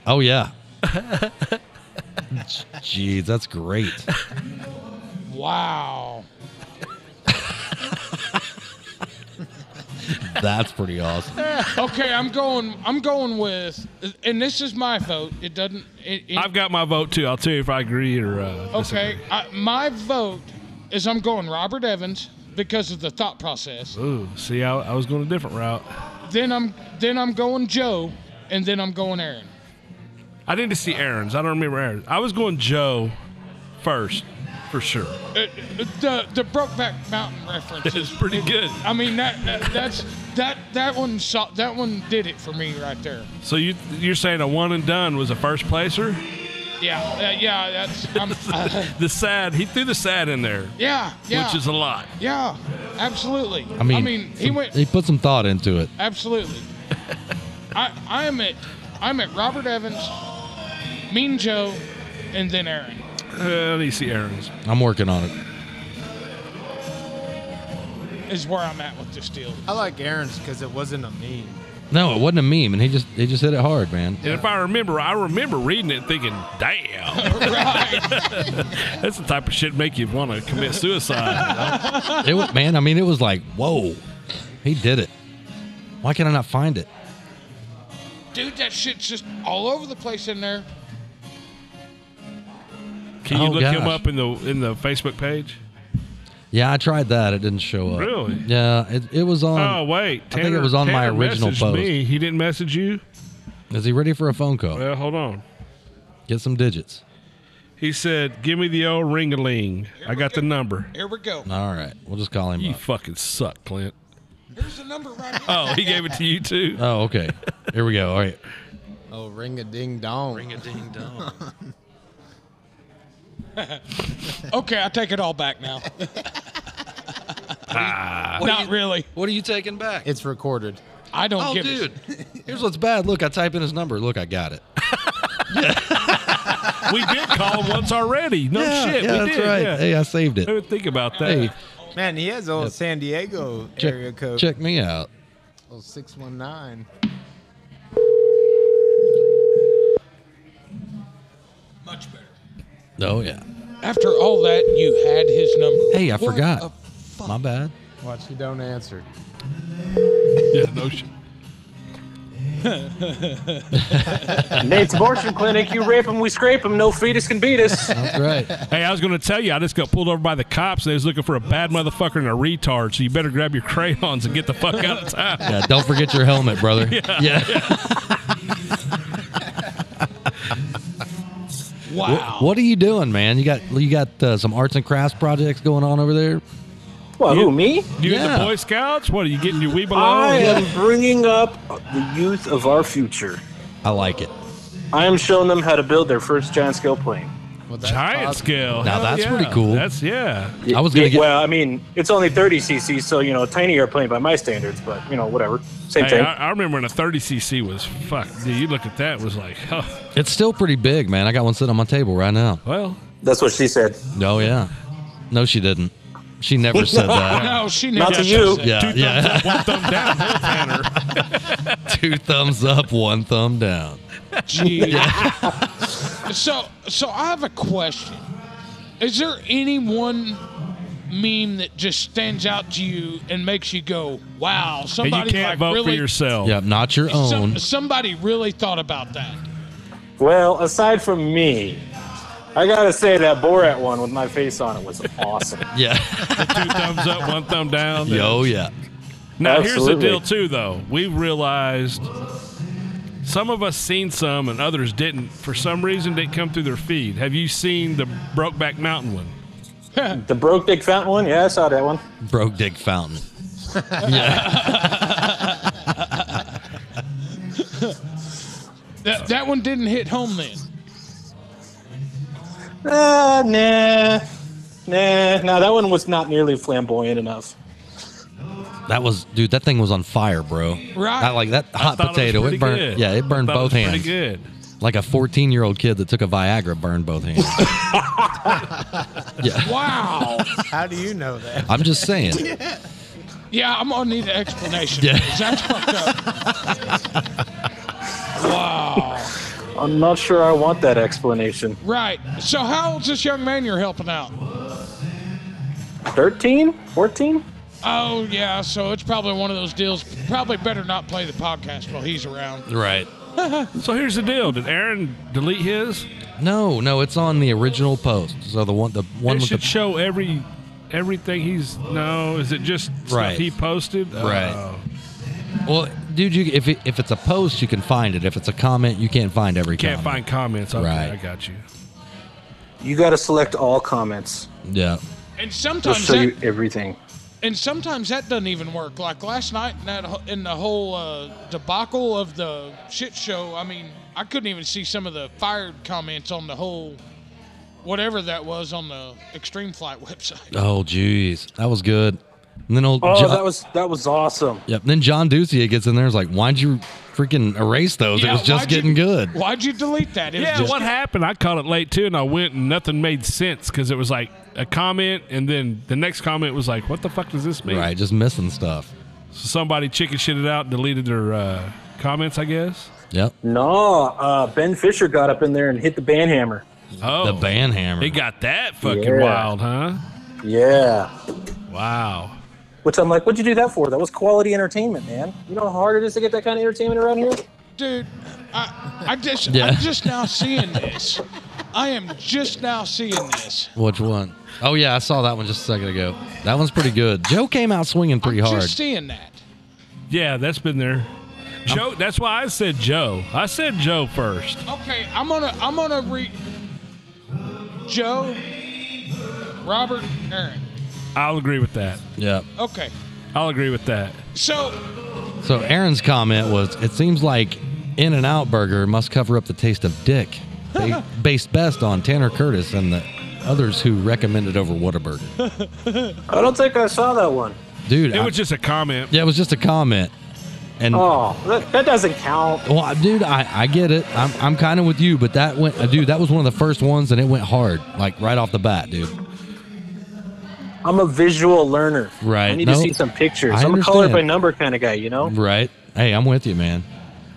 [SPEAKER 3] Oh, yeah. Jeez, that's great.
[SPEAKER 2] Wow.
[SPEAKER 3] That's pretty awesome.
[SPEAKER 2] Okay, I'm going. I'm going with, and this is my vote. It doesn't. It, it-
[SPEAKER 4] I've got my vote too. I'll tell you if I agree or uh,
[SPEAKER 2] okay.
[SPEAKER 4] disagree.
[SPEAKER 2] I, my vote is I'm going Robert Evans because of the thought process.
[SPEAKER 4] Ooh, see, I, I was going a different route.
[SPEAKER 2] Then I'm then I'm going Joe, and then I'm going Aaron.
[SPEAKER 4] I need to see Aaron's. I don't remember Aaron's. I was going Joe first for sure.
[SPEAKER 2] Uh, the the Brokeback Mountain reference
[SPEAKER 4] It's
[SPEAKER 2] is.
[SPEAKER 4] pretty good.
[SPEAKER 2] I mean that, that that's that that one saw, that one did it for me right there.
[SPEAKER 4] So you you're saying a one and done was a first placer?
[SPEAKER 2] Yeah, uh, yeah, that's. I'm, uh,
[SPEAKER 4] The sad. He threw the sad in there,
[SPEAKER 2] yeah, yeah.
[SPEAKER 4] which is a lot.
[SPEAKER 2] yeah, absolutely.
[SPEAKER 3] I mean,
[SPEAKER 2] he
[SPEAKER 3] some-
[SPEAKER 2] went.
[SPEAKER 3] He put some thought into it.
[SPEAKER 2] Absolutely. I I am at I'm at Robert Evans, Mean Joe, and then Aaron.
[SPEAKER 4] Uh, let me see Aaron's.
[SPEAKER 3] I'm working on it.
[SPEAKER 2] Is where I'm at with this deal.
[SPEAKER 5] I like Aaron's because it wasn't a meme.
[SPEAKER 3] No, it wasn't a meme, and he just he just hit it hard, man.
[SPEAKER 4] And if I remember, I remember reading it and thinking, damn,
[SPEAKER 2] right.
[SPEAKER 4] that's the type of shit make you want to commit suicide.
[SPEAKER 3] It was, man. I mean, it was like, whoa, he did it. Why can I not find it?
[SPEAKER 2] Dude, that shit's just all over the place in there.
[SPEAKER 4] Can you
[SPEAKER 3] Oh,
[SPEAKER 4] look him
[SPEAKER 3] gosh.
[SPEAKER 4] up in the in the Facebook page?
[SPEAKER 3] Yeah, I tried that. It didn't show up.
[SPEAKER 4] Really?
[SPEAKER 3] Yeah, it, it was on.
[SPEAKER 4] oh wait,
[SPEAKER 3] Um, I think
[SPEAKER 4] Tanner,
[SPEAKER 3] it was on my
[SPEAKER 4] Tanner
[SPEAKER 3] original
[SPEAKER 4] messaged
[SPEAKER 3] post.
[SPEAKER 4] Me. He didn't message you.
[SPEAKER 3] Is he ready for a phone call?
[SPEAKER 4] Well, hold on.
[SPEAKER 3] Get some digits.
[SPEAKER 4] He said, "Give me the old ring a ling. I got the number."
[SPEAKER 2] Here we go.
[SPEAKER 3] All right, we'll just call him.
[SPEAKER 4] You
[SPEAKER 3] Up.
[SPEAKER 4] fucking suck, Clint.
[SPEAKER 2] Here's the number right here.
[SPEAKER 4] Oh, he gave it to you too.
[SPEAKER 3] Oh, okay. Here we go. All right.
[SPEAKER 5] Oh, ring a ding dong. Ring a ding.
[SPEAKER 3] Oh.
[SPEAKER 2] Okay, I take it all back now. Ah. Not really.
[SPEAKER 3] What are you taking back?
[SPEAKER 5] It's recorded.
[SPEAKER 2] I don't
[SPEAKER 3] Oh,
[SPEAKER 2] give
[SPEAKER 3] dude. Here's what's bad. Look, I type in his number. Look, I got it.
[SPEAKER 4] we did call him once already.
[SPEAKER 3] Oh,
[SPEAKER 4] No shit,
[SPEAKER 3] yeah,
[SPEAKER 4] we
[SPEAKER 3] that's
[SPEAKER 4] did.
[SPEAKER 3] right.
[SPEAKER 4] Yeah.
[SPEAKER 3] Hey, I saved
[SPEAKER 4] I
[SPEAKER 3] it.
[SPEAKER 4] didn't think about that.
[SPEAKER 3] Hey,
[SPEAKER 5] Man, he has old San Diego area
[SPEAKER 3] check,
[SPEAKER 5] code.
[SPEAKER 3] check me out.
[SPEAKER 5] Oh, 619.
[SPEAKER 2] a much better.
[SPEAKER 3] Oh yeah.
[SPEAKER 2] After all that, you had his number.
[SPEAKER 3] Hey, I
[SPEAKER 2] What
[SPEAKER 3] forgot.
[SPEAKER 2] a-
[SPEAKER 3] My bad.
[SPEAKER 5] Watch, he don't answer.
[SPEAKER 4] Yeah, no shit.
[SPEAKER 8] Nate's abortion clinic. You rape 'em, we scrape 'em. No fetus can beat us.
[SPEAKER 3] That's right.
[SPEAKER 4] Hey, I was going to tell you, I just got pulled over by the cops. They was looking for a bad motherfucker and a retard. So you better grab your crayons and get the fuck out of town.
[SPEAKER 3] Yeah, don't forget your helmet, brother. Yeah.
[SPEAKER 2] wow.
[SPEAKER 3] What are you doing, man? You got you got uh, some arts and crafts projects going on over there.
[SPEAKER 8] What? Who? Me?
[SPEAKER 4] You in
[SPEAKER 3] Yeah.
[SPEAKER 4] the Boy Scouts? What are you getting your Weebelo?
[SPEAKER 8] I am bringing up the youth of our future.
[SPEAKER 3] I like it.
[SPEAKER 8] I am showing them how to build their first giant scale plane.
[SPEAKER 5] Well, that's
[SPEAKER 4] Giant
[SPEAKER 5] possible.
[SPEAKER 4] scale.
[SPEAKER 3] Now
[SPEAKER 4] Hell
[SPEAKER 3] that's
[SPEAKER 4] yeah.
[SPEAKER 3] pretty cool.
[SPEAKER 4] That's yeah.
[SPEAKER 3] I was gonna
[SPEAKER 8] Yeah,
[SPEAKER 3] get-
[SPEAKER 8] Well, I mean, it's only 30 cc, so you know, a tiny airplane by my standards, but you know, whatever. Same
[SPEAKER 4] Hey,
[SPEAKER 8] thing.
[SPEAKER 4] I, I remember when a 30cc was fuck. Dude, you look at that it was like, huh,
[SPEAKER 3] It's still pretty big, man. I got one sitting on my table right now.
[SPEAKER 4] well,
[SPEAKER 8] That's what she said.
[SPEAKER 3] Oh yeah. No, she didn't. She never said that.
[SPEAKER 4] Uh,
[SPEAKER 2] No, she never.
[SPEAKER 8] to
[SPEAKER 2] says
[SPEAKER 8] you.
[SPEAKER 2] that.
[SPEAKER 3] Yeah, yeah.
[SPEAKER 4] one thumb down, no Tanner.
[SPEAKER 3] Two thumbs up, one thumb down.
[SPEAKER 2] Gee. so, so I have a question. Is there any one meme that just stands out to you and makes you go, "Wow,
[SPEAKER 4] And
[SPEAKER 2] somebody
[SPEAKER 4] you can't
[SPEAKER 2] like
[SPEAKER 4] vote
[SPEAKER 2] really,
[SPEAKER 4] for yourself.
[SPEAKER 3] Yep, not your
[SPEAKER 2] some-
[SPEAKER 3] own.
[SPEAKER 2] somebody really thought about that."
[SPEAKER 8] Well, aside from me, I gotta say that Borat one with my face on it was awesome.
[SPEAKER 3] Yeah.
[SPEAKER 4] Two thumbs up, one thumb down.
[SPEAKER 3] Yo, yeah.
[SPEAKER 4] Now here's the
[SPEAKER 8] Absolutely.
[SPEAKER 4] deal too, though. We realized some of us seen some and others didn't. For some reason, didn't come through their feed. Have you seen the Brokeback Mountain one?
[SPEAKER 8] The Broke Dick Fountain one? Yeah, I saw that one.
[SPEAKER 3] Broke Dick Fountain.
[SPEAKER 2] That that one didn't hit home then.
[SPEAKER 8] Uh, nah. Nah, nah, that one was not nearly flamboyant enough.
[SPEAKER 3] That was, dude. That thing was on fire, bro.
[SPEAKER 2] Right.
[SPEAKER 3] I like that hot
[SPEAKER 4] Thought it was
[SPEAKER 3] potato. It,
[SPEAKER 4] pretty
[SPEAKER 3] burned.
[SPEAKER 4] good.
[SPEAKER 3] Yeah, it burned
[SPEAKER 4] Thought it
[SPEAKER 3] both
[SPEAKER 4] was
[SPEAKER 3] hands.
[SPEAKER 4] Pretty good.
[SPEAKER 3] Like a 14 year old kid that took a Viagra burned both hands. yeah.
[SPEAKER 2] Wow.
[SPEAKER 5] How do you know that?
[SPEAKER 3] I'm just saying.
[SPEAKER 2] yeah, I'm gonna need an explanation.
[SPEAKER 3] Yeah.
[SPEAKER 2] That's fucked up. wow.
[SPEAKER 8] I'm not sure I want that explanation.
[SPEAKER 2] Right. So, how old's this young man you're helping out?
[SPEAKER 8] 13? 14?
[SPEAKER 2] Oh yeah, so it's probably one of those deals. Probably better not play the podcast while he's around.
[SPEAKER 3] Right.
[SPEAKER 4] So here's the deal. Did Aaron delete his?
[SPEAKER 3] No, no, it's on the original post. So the one, the one
[SPEAKER 4] it
[SPEAKER 3] with the
[SPEAKER 4] should show every everything he's. No, is it just stuff
[SPEAKER 3] Right.
[SPEAKER 4] he posted?
[SPEAKER 3] Right.
[SPEAKER 4] Oh.
[SPEAKER 3] well, dude, you if it, if it's a post, you can find it. If it's a comment, you can't find every
[SPEAKER 4] can't
[SPEAKER 3] comment.
[SPEAKER 4] find comments. Okay,
[SPEAKER 3] Right.
[SPEAKER 4] I got you.
[SPEAKER 8] You gotta select all comments.
[SPEAKER 3] Yeah.
[SPEAKER 2] And
[SPEAKER 8] It'll
[SPEAKER 2] sometimes
[SPEAKER 8] show you
[SPEAKER 2] that,
[SPEAKER 8] everything.
[SPEAKER 2] and sometimes that doesn't even work. Like last night in that ho- in the whole uh, debacle of the shit show. I mean, I couldn't even see some of the fired comments on the whole whatever that was on the Extreme Flight website.
[SPEAKER 3] Oh, jeez, that was good. And then old.
[SPEAKER 8] Oh,
[SPEAKER 3] Jo-
[SPEAKER 8] that was that was awesome.
[SPEAKER 3] Yep. Then John Ducey gets in there. Is like, why'd you freaking erase those? it
[SPEAKER 2] Yeah,
[SPEAKER 3] was just
[SPEAKER 2] why'd you-
[SPEAKER 3] getting good.
[SPEAKER 2] Why'd you delete that? It was
[SPEAKER 4] Yeah,
[SPEAKER 2] just-
[SPEAKER 4] what happened? I caught it late too, and I went and nothing made sense because it was like a comment, and then the next comment was like, "What the fuck does this mean?"
[SPEAKER 3] Right, just missing stuff.
[SPEAKER 4] So somebody chicken shitted out and deleted their uh, comments, I guess.
[SPEAKER 3] Yep.
[SPEAKER 8] No, uh, Ben Fisher got up in there and hit the banhammer.
[SPEAKER 4] Oh,
[SPEAKER 3] The band hammer.
[SPEAKER 4] It got that fucking
[SPEAKER 8] Yeah.
[SPEAKER 4] wild, huh?
[SPEAKER 8] Yeah.
[SPEAKER 4] Wow.
[SPEAKER 8] Which I'm like, what'd you do that for? That was quality entertainment, man. You know how hard it is to get that kind of entertainment around here?
[SPEAKER 2] dude, I, I just
[SPEAKER 3] Yeah.
[SPEAKER 2] I'm just now seeing this. I am just now seeing this.
[SPEAKER 3] Which one? Oh yeah, I saw that one just a second ago. That one's pretty good. Joe came out swinging pretty
[SPEAKER 2] I'm
[SPEAKER 3] hard.
[SPEAKER 2] Just seeing that.
[SPEAKER 4] Yeah, that's been there. Joe. That's why I said Joe. I said Joe first.
[SPEAKER 2] Okay, I'm gonna I'm gonna re Joe, Robert, Aaron.
[SPEAKER 4] I'll agree with that.
[SPEAKER 3] Yep.
[SPEAKER 2] Okay,
[SPEAKER 4] I'll agree with that.
[SPEAKER 2] so
[SPEAKER 3] So Aaron's comment was, "It seems like In and Out Burger must cover up the taste of dick." Ba- based best on Tanner Curtis and the others who recommended over Whataburger.
[SPEAKER 8] I don't think I saw that one.
[SPEAKER 3] Dude,
[SPEAKER 4] It
[SPEAKER 3] I-
[SPEAKER 4] was just a comment.
[SPEAKER 3] yeah, it was just a comment, and
[SPEAKER 8] Oh, that, that doesn't count.
[SPEAKER 3] Well, I- dude, I, I get it. I'm, I'm kind of with you, but that went, uh, dude, that was one of the first ones and it went hard, like right off the bat, dude.
[SPEAKER 8] I'm a visual learner.
[SPEAKER 3] Right.
[SPEAKER 8] I need
[SPEAKER 3] No,
[SPEAKER 8] to see some pictures.
[SPEAKER 3] I
[SPEAKER 8] I'm a color
[SPEAKER 3] understand.
[SPEAKER 8] by number kind of guy, you know?
[SPEAKER 3] Right. Hey, I'm with you, man.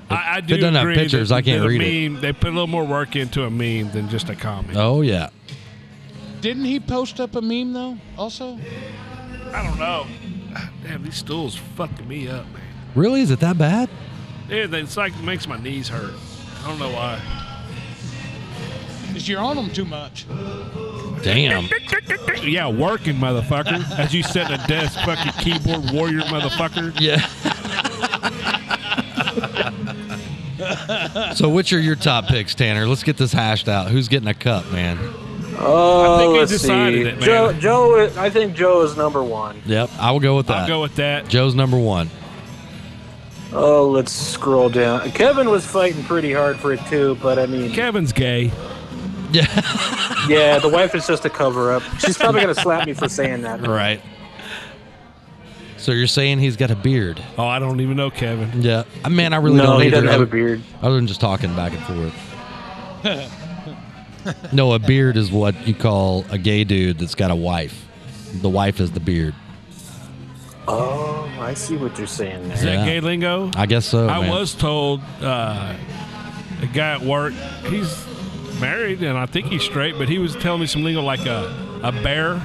[SPEAKER 4] I, I
[SPEAKER 3] it
[SPEAKER 4] do
[SPEAKER 3] doesn't have
[SPEAKER 4] agree
[SPEAKER 3] pictures,
[SPEAKER 4] that-
[SPEAKER 3] I can't
[SPEAKER 4] that a
[SPEAKER 3] read it.
[SPEAKER 4] meme, They put a little more work into a meme than just a comment.
[SPEAKER 3] Oh, yeah.
[SPEAKER 2] didn't he post up a meme though? Also,
[SPEAKER 4] I don't know. Damn, these stools fucking me up, man.
[SPEAKER 3] Really? Is it that bad?
[SPEAKER 4] Yeah, they- it's like makes my knees hurt. I don't know why.
[SPEAKER 2] because you're on them too much.
[SPEAKER 3] Damn.
[SPEAKER 4] Yeah, working motherfucker. As you sit at a desk, fucking keyboard warrior motherfucker.
[SPEAKER 3] Yeah. so, which are your top picks, Tanner? Let's get this hashed out. Who's getting a cup, man?
[SPEAKER 8] Oh,
[SPEAKER 4] I think he
[SPEAKER 8] let's
[SPEAKER 4] decided
[SPEAKER 8] see.
[SPEAKER 4] it, man.
[SPEAKER 8] Joe, Joe, is- I think Joe is number one.
[SPEAKER 3] Yep. I will go with that.
[SPEAKER 4] I'll go with that.
[SPEAKER 3] Joe's number one.
[SPEAKER 8] Oh, let's scroll down. Kevin was fighting pretty hard for it too, but I mean,
[SPEAKER 4] Kevin's gay.
[SPEAKER 3] Yeah.
[SPEAKER 8] yeah, the wife is just a cover up. She's probably gonna slap me for saying that.
[SPEAKER 3] right. So, you're saying he's got a beard?
[SPEAKER 4] Oh, I don't even know Kevin.
[SPEAKER 3] Yeah. Uh, Man, I really
[SPEAKER 8] No,
[SPEAKER 3] don't
[SPEAKER 8] he
[SPEAKER 3] either.
[SPEAKER 8] doesn't have
[SPEAKER 3] I-
[SPEAKER 8] a beard.
[SPEAKER 3] Other than just talking back and forth. no, a beard is what you call a gay dude that's got a wife. The wife is the beard.
[SPEAKER 8] Oh, I see what you're saying
[SPEAKER 4] Is
[SPEAKER 8] there.
[SPEAKER 3] Yeah.
[SPEAKER 4] that gay lingo?
[SPEAKER 3] I guess so.
[SPEAKER 4] I
[SPEAKER 3] man.
[SPEAKER 4] was told uh, a guy at work, he's married and I think he's straight, but he was telling me some lingo like a, a bear.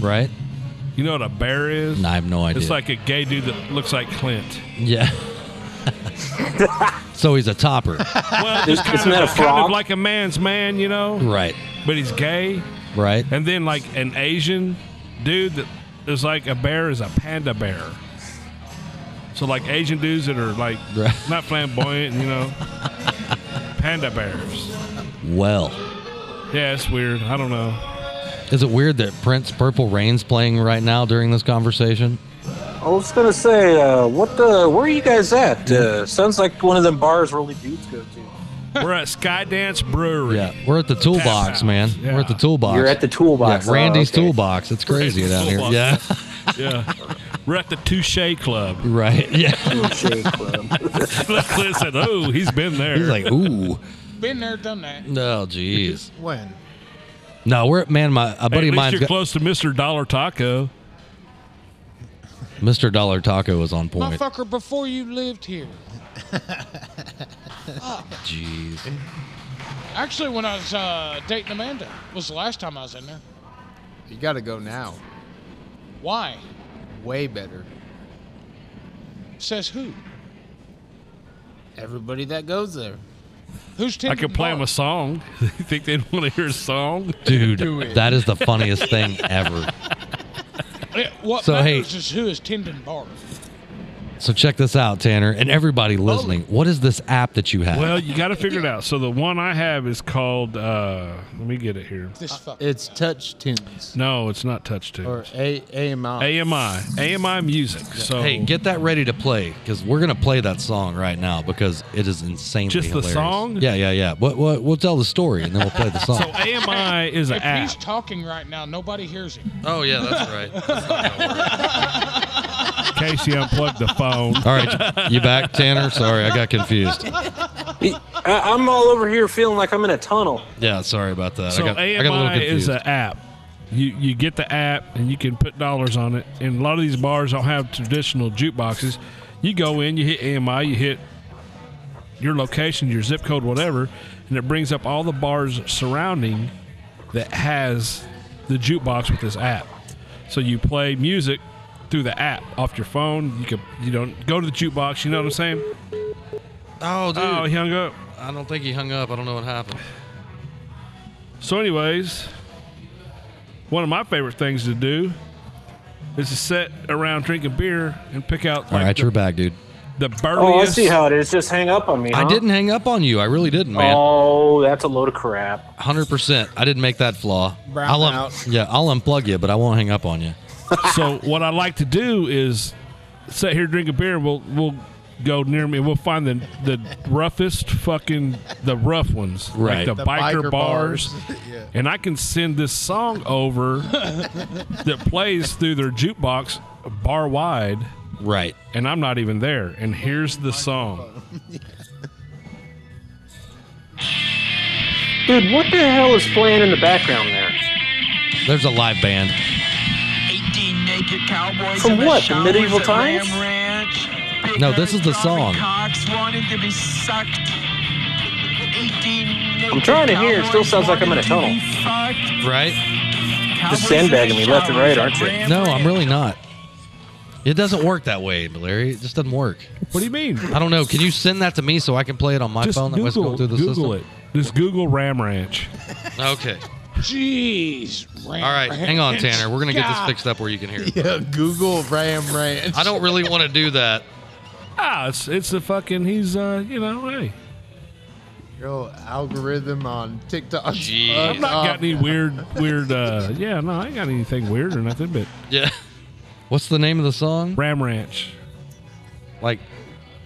[SPEAKER 3] right.
[SPEAKER 4] You know what a bear is?
[SPEAKER 3] No, I have no idea.
[SPEAKER 4] It's like a gay dude that looks like Clint.
[SPEAKER 3] yeah. so he's a topper,
[SPEAKER 4] Well, just kind,
[SPEAKER 8] isn't
[SPEAKER 4] of,
[SPEAKER 8] that
[SPEAKER 4] kind
[SPEAKER 8] a
[SPEAKER 4] of
[SPEAKER 8] frog?
[SPEAKER 4] like a man's man, you know,
[SPEAKER 3] right?
[SPEAKER 4] but he's gay.
[SPEAKER 3] Right.
[SPEAKER 4] And then like an Asian dude that is like a bear is a panda bear. So like Asian dudes that are like
[SPEAKER 3] Right.
[SPEAKER 4] not flamboyant, you know, panda bears.
[SPEAKER 3] Well,
[SPEAKER 4] Yeah, it's weird. I don't know.
[SPEAKER 3] is it weird that Prince Purple Rain's playing right now during this conversation?
[SPEAKER 8] I was gonna say, uh, what the? Where are you guys at? Uh, sounds like one of them bars where only dudes go to.
[SPEAKER 4] We're at Skydance Brewery.
[SPEAKER 3] Yeah, we're at the toolbox,
[SPEAKER 4] house.
[SPEAKER 3] man.
[SPEAKER 4] Yeah.
[SPEAKER 3] We're at the toolbox.
[SPEAKER 8] You're at the
[SPEAKER 3] yeah,
[SPEAKER 8] toolbox. Oh,
[SPEAKER 3] Randy's
[SPEAKER 8] okay.
[SPEAKER 3] toolbox. It's crazy
[SPEAKER 4] Randy's
[SPEAKER 3] down here.
[SPEAKER 4] toolbox.
[SPEAKER 3] Yeah.
[SPEAKER 4] Yeah. We're at the Touche Club.
[SPEAKER 3] right. Yeah.
[SPEAKER 8] Touche Club.
[SPEAKER 4] Listen, oh, he's been there.
[SPEAKER 3] He's like, ooh.
[SPEAKER 2] Been there, done that.
[SPEAKER 3] No, Oh, jeez.
[SPEAKER 5] When?
[SPEAKER 3] No, we're man. My a
[SPEAKER 4] Hey,
[SPEAKER 3] buddy
[SPEAKER 4] at
[SPEAKER 3] of
[SPEAKER 4] least
[SPEAKER 3] mine's
[SPEAKER 4] you're
[SPEAKER 3] got,
[SPEAKER 4] close to Mr. Dollar Taco.
[SPEAKER 3] Mr. Dollar Taco was on point.
[SPEAKER 2] Motherfucker, before you lived here.
[SPEAKER 3] Jeez.
[SPEAKER 2] Actually, when I was uh, dating Amanda, was the last time I was in there.
[SPEAKER 5] You got to go now.
[SPEAKER 2] Why?
[SPEAKER 5] Way better.
[SPEAKER 2] Says who?
[SPEAKER 5] Everybody that goes there.
[SPEAKER 2] Who's
[SPEAKER 4] I
[SPEAKER 2] tending
[SPEAKER 4] could play
[SPEAKER 2] bar?
[SPEAKER 4] him a song. you think they'd want to hear a song?
[SPEAKER 3] Dude, that is the funniest thing ever.
[SPEAKER 2] Yeah, What
[SPEAKER 3] So, hey-
[SPEAKER 2] matters is who is tending bar.
[SPEAKER 3] So check this out, Tanner, and everybody
[SPEAKER 4] Oh.
[SPEAKER 3] listening. What is this app that you have?
[SPEAKER 4] Well, you got to figure it out. So the one I have is called. uh Let me get it here.
[SPEAKER 3] Uh,
[SPEAKER 2] This fuck.
[SPEAKER 5] It's Touch Tunes
[SPEAKER 4] No, it's not Touch Tunes.
[SPEAKER 5] or A- AMI.
[SPEAKER 4] AMI, AMI Music. So
[SPEAKER 3] hey, get that ready to play because we're gonna play that song right now because it is insanely
[SPEAKER 4] Just the
[SPEAKER 3] hilarious.
[SPEAKER 4] song?
[SPEAKER 3] Yeah, yeah, yeah. What, what, we'll tell the story and then we'll play the song.
[SPEAKER 4] so AMI is an
[SPEAKER 2] If
[SPEAKER 4] app.
[SPEAKER 2] he's talking right now, nobody hears him.
[SPEAKER 3] oh yeah, that's right.
[SPEAKER 4] Casey unplugged the phone.
[SPEAKER 3] All right, you back, Tanner? Sorry, I got confused.
[SPEAKER 8] I- I'm all over here feeling like I'm in a tunnel.
[SPEAKER 3] Yeah, sorry about that.
[SPEAKER 4] So
[SPEAKER 3] I, got,
[SPEAKER 4] AMI
[SPEAKER 3] I got a little
[SPEAKER 4] is
[SPEAKER 3] confused.
[SPEAKER 4] an app. You you get the app and you can put dollars on it. And a lot of these bars don't have traditional jukeboxes. You go in, you hit AMI, you hit your location, your zip code, whatever, and it brings up all the bars surrounding that has the jukebox with this app. So you play music through the app off your phone. You can you don't go to the jukebox. You know what I'm saying?
[SPEAKER 3] oh, dude,
[SPEAKER 4] Oh, he hung up.
[SPEAKER 3] I don't think he hung up. I don't know what happened.
[SPEAKER 4] So, anyways, one of my favorite things to do is to sit around drinking beer and pick out like
[SPEAKER 3] All right,
[SPEAKER 4] the,
[SPEAKER 3] you're back, dude.
[SPEAKER 4] the burliest.
[SPEAKER 8] Oh, I see how it is. Just hang up on me.
[SPEAKER 3] I
[SPEAKER 8] huh?
[SPEAKER 3] didn't hang up on you. I really didn't, man.
[SPEAKER 8] Oh, that's a load of crap.
[SPEAKER 3] Hundred percent. I didn't make that flaw.
[SPEAKER 5] Brown
[SPEAKER 3] I'll un-
[SPEAKER 5] out.
[SPEAKER 3] Yeah, I'll unplug you, but I won't hang up on you.
[SPEAKER 4] so, what I like to do is sit here drinking beer. And we'll we'll go near me. and We'll find the the roughest fucking the rough ones,
[SPEAKER 3] Right.
[SPEAKER 4] Like
[SPEAKER 5] The
[SPEAKER 4] the, biker,
[SPEAKER 5] biker
[SPEAKER 4] bars.
[SPEAKER 5] yeah.
[SPEAKER 4] And I can send this song over that plays through their jukebox bar wide.
[SPEAKER 3] Right.
[SPEAKER 4] and I'm not even there. And here's the song.
[SPEAKER 8] Dude, what the hell is playing in the background there?
[SPEAKER 3] There's a live band.
[SPEAKER 9] 18 naked cowboys
[SPEAKER 8] From
[SPEAKER 9] in the
[SPEAKER 8] what, the
[SPEAKER 9] showers
[SPEAKER 8] medieval
[SPEAKER 9] at
[SPEAKER 8] times?
[SPEAKER 9] Lamb Ranch. Big
[SPEAKER 3] No, this
[SPEAKER 9] Earth
[SPEAKER 3] is the
[SPEAKER 9] dropping
[SPEAKER 3] song.
[SPEAKER 9] Cocks wanting to be sucked. 18 naked
[SPEAKER 8] trying to hear, it still
[SPEAKER 9] cowboys
[SPEAKER 8] sounds like I'm in a
[SPEAKER 9] wanting to be fucked.
[SPEAKER 3] Right?
[SPEAKER 9] Cowboys
[SPEAKER 8] sandbagging
[SPEAKER 9] in the
[SPEAKER 8] me left and right,
[SPEAKER 9] showers
[SPEAKER 8] aren't
[SPEAKER 9] at
[SPEAKER 8] you?
[SPEAKER 9] Lamb
[SPEAKER 3] No, I'm
[SPEAKER 9] Ranch.
[SPEAKER 3] really not. It doesn't work that way, Larry. It just doesn't work.
[SPEAKER 4] What do you mean?
[SPEAKER 3] I don't know. Can you send that to me so I can play it on my
[SPEAKER 4] Just
[SPEAKER 3] phone? That way it's
[SPEAKER 4] Google,
[SPEAKER 3] going through the
[SPEAKER 4] Google
[SPEAKER 3] system.
[SPEAKER 4] it. Just Google Ram Ranch.
[SPEAKER 3] Okay.
[SPEAKER 2] Jeez. Ram-
[SPEAKER 3] All right. Hang on, Tanner. We're gonna get this
[SPEAKER 2] God.
[SPEAKER 3] fixed up where you can hear. it.
[SPEAKER 5] Yeah, Google Ram Ranch.
[SPEAKER 3] I don't really want to do that.
[SPEAKER 4] Ah, it's it's a fucking. He's uh, you know, hey,
[SPEAKER 5] Your algorithm on TikTok. Uh,
[SPEAKER 3] Jeez.
[SPEAKER 4] I've not got any weird, weird. uh Yeah, no, I ain't got anything weird or nothing. But
[SPEAKER 3] Yeah. What's the name of the song?
[SPEAKER 4] Ram Ranch,
[SPEAKER 3] Like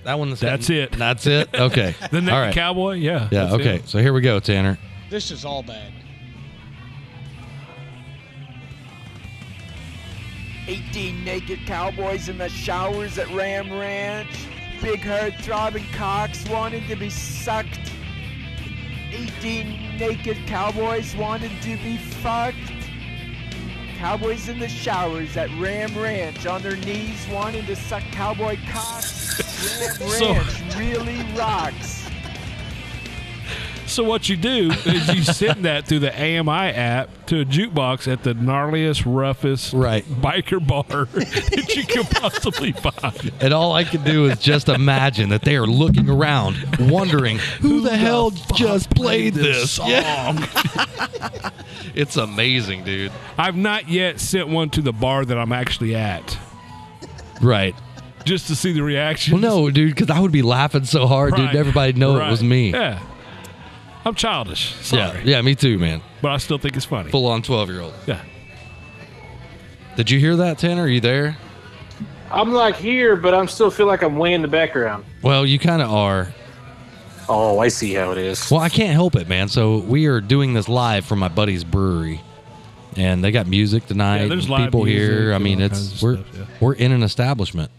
[SPEAKER 3] that one.
[SPEAKER 4] That's it.
[SPEAKER 3] That's it. Okay.
[SPEAKER 4] the naked
[SPEAKER 3] All right.
[SPEAKER 4] cowboy. Yeah.
[SPEAKER 3] Yeah.
[SPEAKER 4] that's
[SPEAKER 3] Okay.
[SPEAKER 4] it.
[SPEAKER 3] So here we go, Tanner.
[SPEAKER 2] This is all bad.
[SPEAKER 9] 18 naked cowboys in the showers at Ram Ranch. Big herd throbbing cocks wanting to be sucked. 18 naked cowboys wanted to be fucked. Cowboys in the showers at Ram Ranch on their knees wanting to suck cowboy cocks. Ram
[SPEAKER 4] So-
[SPEAKER 9] Ranch really rocks.
[SPEAKER 4] So what you do is you send that through the AMI app to a jukebox at the gnarliest, roughest
[SPEAKER 3] Right.
[SPEAKER 4] biker bar that you could possibly find.
[SPEAKER 3] And all I could do is just imagine that they are looking around, wondering who, the, hell just played this song. it's amazing, dude.
[SPEAKER 4] I've not yet sent one to the bar that I'm actually at
[SPEAKER 3] Right.
[SPEAKER 4] just to see the reaction.
[SPEAKER 3] Well, no, dude, because I would be laughing so hard, dude. and Everybody know it was me.
[SPEAKER 4] Yeah. I'm childish.
[SPEAKER 3] yeah,
[SPEAKER 4] Sorry.
[SPEAKER 3] yeah, me too, man.
[SPEAKER 4] But I still think it's funny.
[SPEAKER 3] Full on twelve year old.
[SPEAKER 4] Yeah.
[SPEAKER 3] Did you hear that, Tanner? Are you there?
[SPEAKER 8] I'm like here, but I'm still feel like I'm way in the background.
[SPEAKER 3] Well, you kind of are.
[SPEAKER 8] Oh, I see how it is.
[SPEAKER 3] Well, I can't help it, man. So we are doing this live from my buddy's brewery, and they got music tonight.
[SPEAKER 4] Yeah, there's
[SPEAKER 3] and
[SPEAKER 4] live
[SPEAKER 3] people
[SPEAKER 4] music
[SPEAKER 3] here. I
[SPEAKER 4] and
[SPEAKER 3] mean,
[SPEAKER 4] all kinds
[SPEAKER 3] it's
[SPEAKER 4] of
[SPEAKER 3] we're
[SPEAKER 4] stuff, yeah.
[SPEAKER 3] we're in an establishment,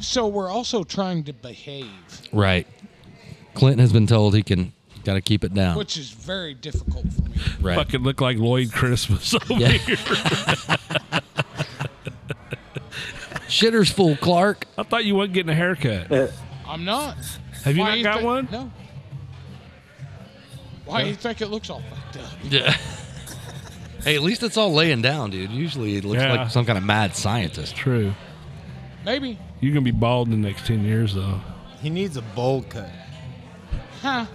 [SPEAKER 2] So we're also trying to behave,
[SPEAKER 3] right? Clinton has been told he can got to keep it down,
[SPEAKER 2] which is very difficult for me.
[SPEAKER 3] right?
[SPEAKER 4] Fucking look like Lloyd Christmas over
[SPEAKER 3] Yeah.
[SPEAKER 4] here.
[SPEAKER 3] Shitter's full, Clark.
[SPEAKER 4] I thought you wasn't getting a haircut.
[SPEAKER 2] I'm not.
[SPEAKER 4] Have you
[SPEAKER 2] Why
[SPEAKER 4] not got
[SPEAKER 2] think-
[SPEAKER 4] one?
[SPEAKER 2] No. Why do you think it looks all fucked up?
[SPEAKER 3] Yeah. hey, at least it's all laying down, dude. Usually it looks
[SPEAKER 4] Yeah.
[SPEAKER 3] like some kind of mad scientist.
[SPEAKER 4] True.
[SPEAKER 2] Maybe.
[SPEAKER 4] You're gonna be bald in the next ten years though.
[SPEAKER 5] He needs a bowl cut.
[SPEAKER 2] Huh.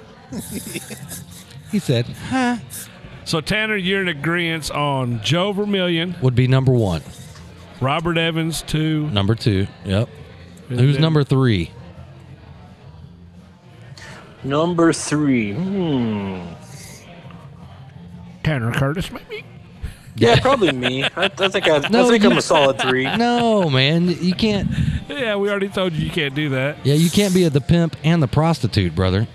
[SPEAKER 3] He said, "Huh."
[SPEAKER 4] So Tanner, you're in agreement on Joe Vermillion,
[SPEAKER 3] Would be number one,
[SPEAKER 4] Robert Evans, two,
[SPEAKER 3] number two. Yep. Who's number three?
[SPEAKER 8] Number three. Hmm.
[SPEAKER 4] Tanner Curtis, maybe?
[SPEAKER 8] Yeah, probably me. I, I think I,
[SPEAKER 3] No,
[SPEAKER 8] I think
[SPEAKER 3] you-
[SPEAKER 8] I'm a solid three.
[SPEAKER 3] No, man, you can't.
[SPEAKER 4] Yeah, we already told you you can't do that.
[SPEAKER 3] Yeah, you can't be the pimp and the prostitute, brother.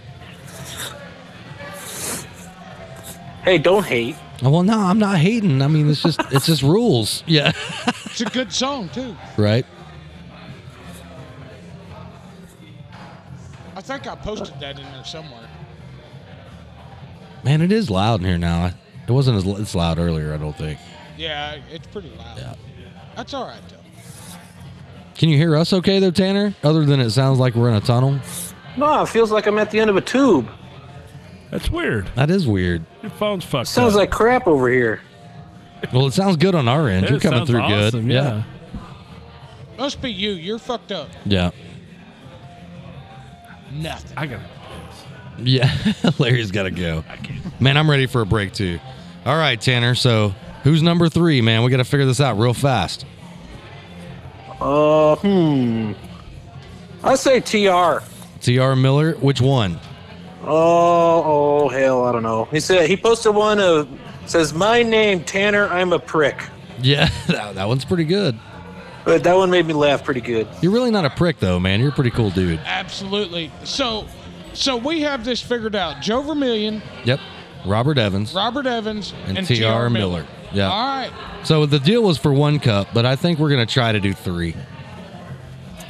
[SPEAKER 8] Hey, don't hate.
[SPEAKER 3] Well, no, I'm not hating. I mean, it's just it's just rules. Yeah,
[SPEAKER 2] It's a good song too.
[SPEAKER 3] right.
[SPEAKER 2] I think I posted that in there somewhere.
[SPEAKER 3] Man, it is loud in here now. It wasn't as l- it's loud earlier. I don't think.
[SPEAKER 2] Yeah, it's pretty loud.
[SPEAKER 3] Yeah.
[SPEAKER 2] That's all right though.
[SPEAKER 3] Can you hear us okay though, Tanner? Other than it sounds like we're in a tunnel.
[SPEAKER 8] No, it feels like I'm at the end of a tube.
[SPEAKER 4] That's weird.
[SPEAKER 3] That is weird.
[SPEAKER 4] Your phone's fucked
[SPEAKER 8] Sounds
[SPEAKER 4] up.
[SPEAKER 8] like crap over here.
[SPEAKER 3] Well, it sounds good on our end.
[SPEAKER 4] Yeah,
[SPEAKER 3] You're
[SPEAKER 4] it
[SPEAKER 3] coming
[SPEAKER 4] sounds
[SPEAKER 3] through
[SPEAKER 4] awesome,
[SPEAKER 3] good.
[SPEAKER 4] Yeah.
[SPEAKER 2] Must be you. You're fucked up.
[SPEAKER 3] Yeah.
[SPEAKER 2] Nothing.
[SPEAKER 4] I got
[SPEAKER 3] Yeah. Larry's got to go. Man, I'm ready for a break too. All right, Tanner. So who's number three, man? We got to figure this out real fast.
[SPEAKER 8] Uh, hmm. I say TR.
[SPEAKER 3] T.R. Miller, which one?
[SPEAKER 8] Oh, oh hell, I don't know. He said he posted one of says my name Tanner. I'm a prick.
[SPEAKER 3] Yeah, that, that one's pretty good.
[SPEAKER 8] But that one made me laugh pretty good.
[SPEAKER 3] You're really not a prick though, man. You're a pretty cool dude.
[SPEAKER 2] Absolutely. So, so we have this figured out. Joe Vermillion,
[SPEAKER 3] Yep. Robert Evans.
[SPEAKER 2] Robert Evans,
[SPEAKER 3] And
[SPEAKER 2] and,
[SPEAKER 3] T.R.
[SPEAKER 2] T.R.
[SPEAKER 3] Miller. Yeah.
[SPEAKER 2] All right.
[SPEAKER 3] So the deal was for one cup, but I think we're gonna try to do three.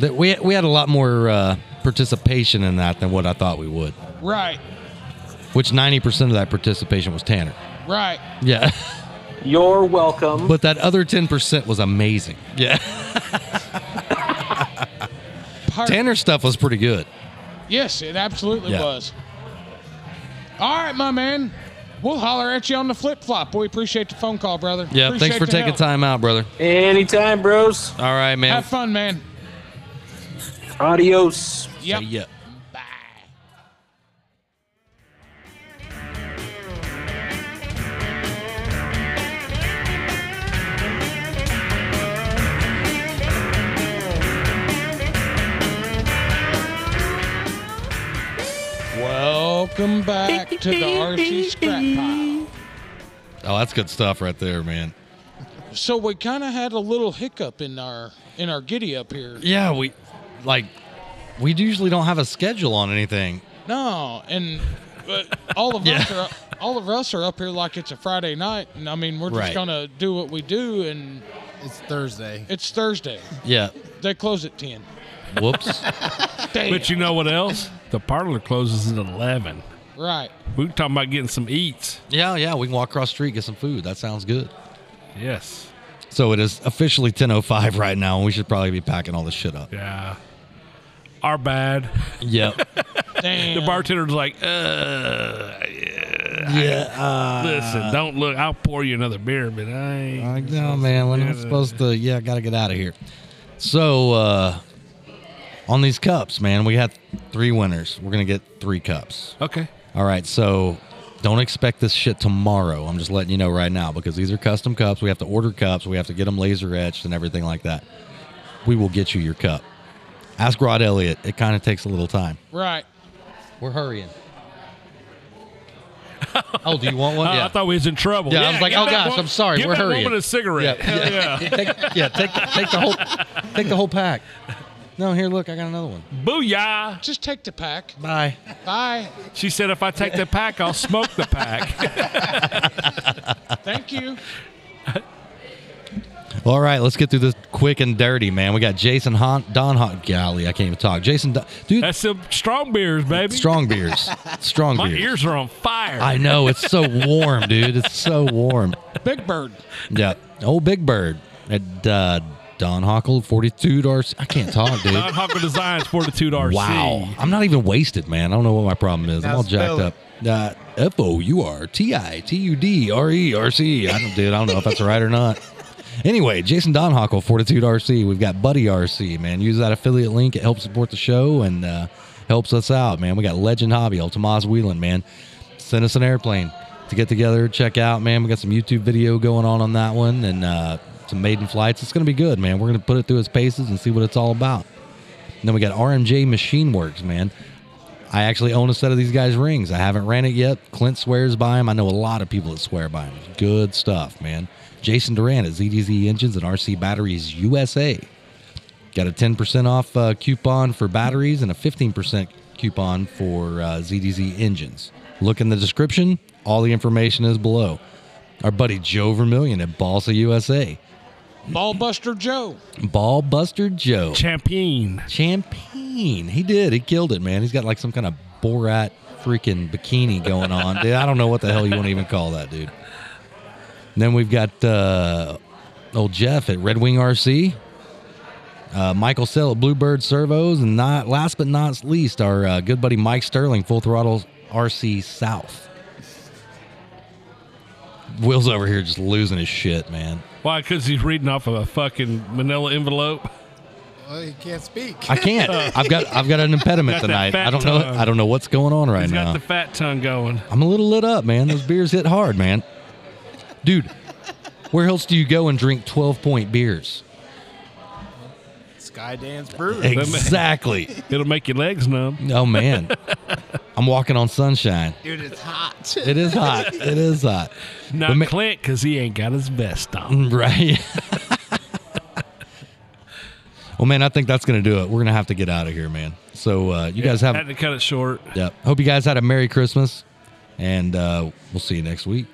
[SPEAKER 3] That we we had a lot more uh, participation in that than what I thought we would.
[SPEAKER 2] Right.
[SPEAKER 3] Which ninety percent of that participation was Tanner.
[SPEAKER 2] Right.
[SPEAKER 3] Yeah,
[SPEAKER 8] You're welcome.
[SPEAKER 3] but that other ten percent was amazing. Yeah,
[SPEAKER 2] Part-
[SPEAKER 3] Tanner stuff was pretty good.
[SPEAKER 2] Yes, it absolutely
[SPEAKER 3] Yeah.
[SPEAKER 2] was. All right, my man. We'll holler at you on the flip flop. We appreciate the phone call, brother.
[SPEAKER 3] Yeah, thanks
[SPEAKER 2] Appreciate
[SPEAKER 3] for
[SPEAKER 2] the
[SPEAKER 3] taking
[SPEAKER 2] help.
[SPEAKER 3] time out, brother.
[SPEAKER 8] Anytime, bros.
[SPEAKER 3] All right, man.
[SPEAKER 2] Have fun, man.
[SPEAKER 8] Adios.
[SPEAKER 2] Yep.
[SPEAKER 3] See ya.
[SPEAKER 2] Bye. Welcome back to the RC Scrap Pile.
[SPEAKER 3] Oh, that's good stuff right there, man.
[SPEAKER 2] So we kind of had a little hiccup in our in our giddy up here.
[SPEAKER 3] Yeah, we like we usually don't have a schedule on anything.
[SPEAKER 2] No, and uh, all of us are all of us are up here like it's a Friday night, and I mean we're just
[SPEAKER 3] Right.
[SPEAKER 2] gonna do what we do, and
[SPEAKER 5] It's Thursday.
[SPEAKER 2] it's Thursday.
[SPEAKER 3] Yeah.
[SPEAKER 2] They close at ten.
[SPEAKER 3] Whoops.
[SPEAKER 2] Damn.
[SPEAKER 4] But you know what else? The parlor closes at 11.
[SPEAKER 2] right?
[SPEAKER 4] We were talking about getting some eats.
[SPEAKER 3] yeah, yeah. We can walk across the street get some food. That sounds good.
[SPEAKER 4] Yes.
[SPEAKER 3] So it is officially 10:05 right now, and we should probably be packing all this shit up.
[SPEAKER 4] Yeah. Our bad.
[SPEAKER 3] Yep.
[SPEAKER 2] Damn.
[SPEAKER 4] The bartender's like, uh, yeah,
[SPEAKER 3] yeah.
[SPEAKER 4] listen, don't look. I'll pour you another beer, but I ain't.
[SPEAKER 3] Uh, like, no, man. When I'm supposed to, yeah, I gotta get out of here. So uh, on these cups, man, we had three winners. We're gonna get three cups.
[SPEAKER 4] Okay.
[SPEAKER 3] All right, so don't expect this shit tomorrow. I'm just letting you know right now because these are custom cups. We have to order cups. We have to get them laser etched and everything like that. We will get you your cup. Ask Rod Elliott. It kind of takes a little time.
[SPEAKER 2] right.
[SPEAKER 3] We're hurrying. oh, do you want one?
[SPEAKER 4] Uh, I thought we was in trouble.
[SPEAKER 3] Yeah, I was like,
[SPEAKER 4] give
[SPEAKER 3] oh,
[SPEAKER 4] that
[SPEAKER 3] gosh,
[SPEAKER 4] wo-
[SPEAKER 3] I'm sorry,
[SPEAKER 4] Give
[SPEAKER 3] we're
[SPEAKER 4] that
[SPEAKER 3] hurrying.
[SPEAKER 4] woman a cigarette.
[SPEAKER 3] Yeah.
[SPEAKER 4] Hell yeah.
[SPEAKER 3] take, yeah, take take the whole take the whole pack. No, here, look, I got another one.
[SPEAKER 4] Booyah.
[SPEAKER 2] Just take the pack.
[SPEAKER 3] Bye.
[SPEAKER 2] Bye.
[SPEAKER 4] She said, if I take the pack, I'll smoke the pack.
[SPEAKER 2] Thank you.
[SPEAKER 3] All right, let's get through this quick and dirty, man. We got Jason Hon- Don Hot Galley. I can't even talk. Jason, Don- dude,
[SPEAKER 4] That's some strong beers, baby.
[SPEAKER 3] strong beers, strong
[SPEAKER 4] My
[SPEAKER 3] beers.
[SPEAKER 4] ears are on fire.
[SPEAKER 3] I know it's so warm, dude. It's so warm.
[SPEAKER 2] Big Bird.
[SPEAKER 3] Yeah. Old Big Bird at uh, Don Hockle, forty-two dollars. I can't talk, dude.
[SPEAKER 4] Don Huckle Designs 42 RC.
[SPEAKER 3] Wow. I'm not even wasted, man. I don't know what my problem is. I'm
[SPEAKER 5] Now
[SPEAKER 3] all
[SPEAKER 5] spell
[SPEAKER 3] jacked up. Uh, F O U R T I T U D R E R C. I don't, dude, I don't know if that's right or not. Anyway, Jason Donhockle, Fortitude RC. We've got Buddy RC, man. Use that affiliate link. It helps support the show and uh, helps us out, man. We got Legend Hobby, old Tomas Wheeland, man. Send us an airplane to get together, check out, man. We got some YouTube video going on on that one and uh, some maiden flights. It's going to be good, man. We're going to put it through its paces and see what it's all about. Then we got RMJ Machine Works, man. I actually own a set of these guys' rings. I haven't ran it yet. Clint swears by them. I know a lot of people that swear by them. Good stuff, man. Jason Duran at ZDZ Engines and RC Batteries USA. Got a 10% off uh, coupon for batteries and a 15% coupon for uh, ZDZ engines. Look in the description. All the information is below. Our buddy Joe Vermillion at Balsa USA.
[SPEAKER 2] Ballbuster Joe.
[SPEAKER 3] Ball Buster Joe.
[SPEAKER 4] Champion.
[SPEAKER 3] Champagne. He did. He killed it, man. He's got like some kind of Borat freaking bikini going on. dude, I don't know what the hell you want to even call that, dude. And then we've got uh, old Jeff at Red Wing RC. Uh, Michael Sell at Bluebird Servos. And not last but not least, our uh, good buddy Mike Sterling, Full Throttle RC South. Will's over here just losing his shit, man.
[SPEAKER 4] Why? Because he's reading off of a fucking manila envelope.
[SPEAKER 5] Oh,
[SPEAKER 10] Well, he can't speak.
[SPEAKER 3] I can't. I've got I've got an impediment
[SPEAKER 4] Got that
[SPEAKER 3] tonight.
[SPEAKER 4] fat
[SPEAKER 3] I don't know.
[SPEAKER 4] tongue.
[SPEAKER 3] I don't know what's going on right
[SPEAKER 4] He's
[SPEAKER 3] now.
[SPEAKER 4] got the fat tongue going.
[SPEAKER 3] I'm a little lit up, man. Those beers hit hard, man. Dude, where else do you go and drink 12 point beers?
[SPEAKER 10] Skydance Brewery.
[SPEAKER 3] Exactly.
[SPEAKER 4] It'll make your legs numb.
[SPEAKER 3] Oh man, I'm walking on sunshine.
[SPEAKER 10] Dude, it's hot.
[SPEAKER 3] It is hot. It is hot.
[SPEAKER 4] Not
[SPEAKER 3] ma-
[SPEAKER 4] Clint, because he ain't got his vest on.
[SPEAKER 3] Right. well, man, I think that's gonna do it. We're gonna have to get out of here, man. So uh, you
[SPEAKER 4] Mm,
[SPEAKER 3] guys have
[SPEAKER 4] Had to cut it short.
[SPEAKER 3] Yep. Hope you guys had a Merry Christmas, and uh, we'll see you next week.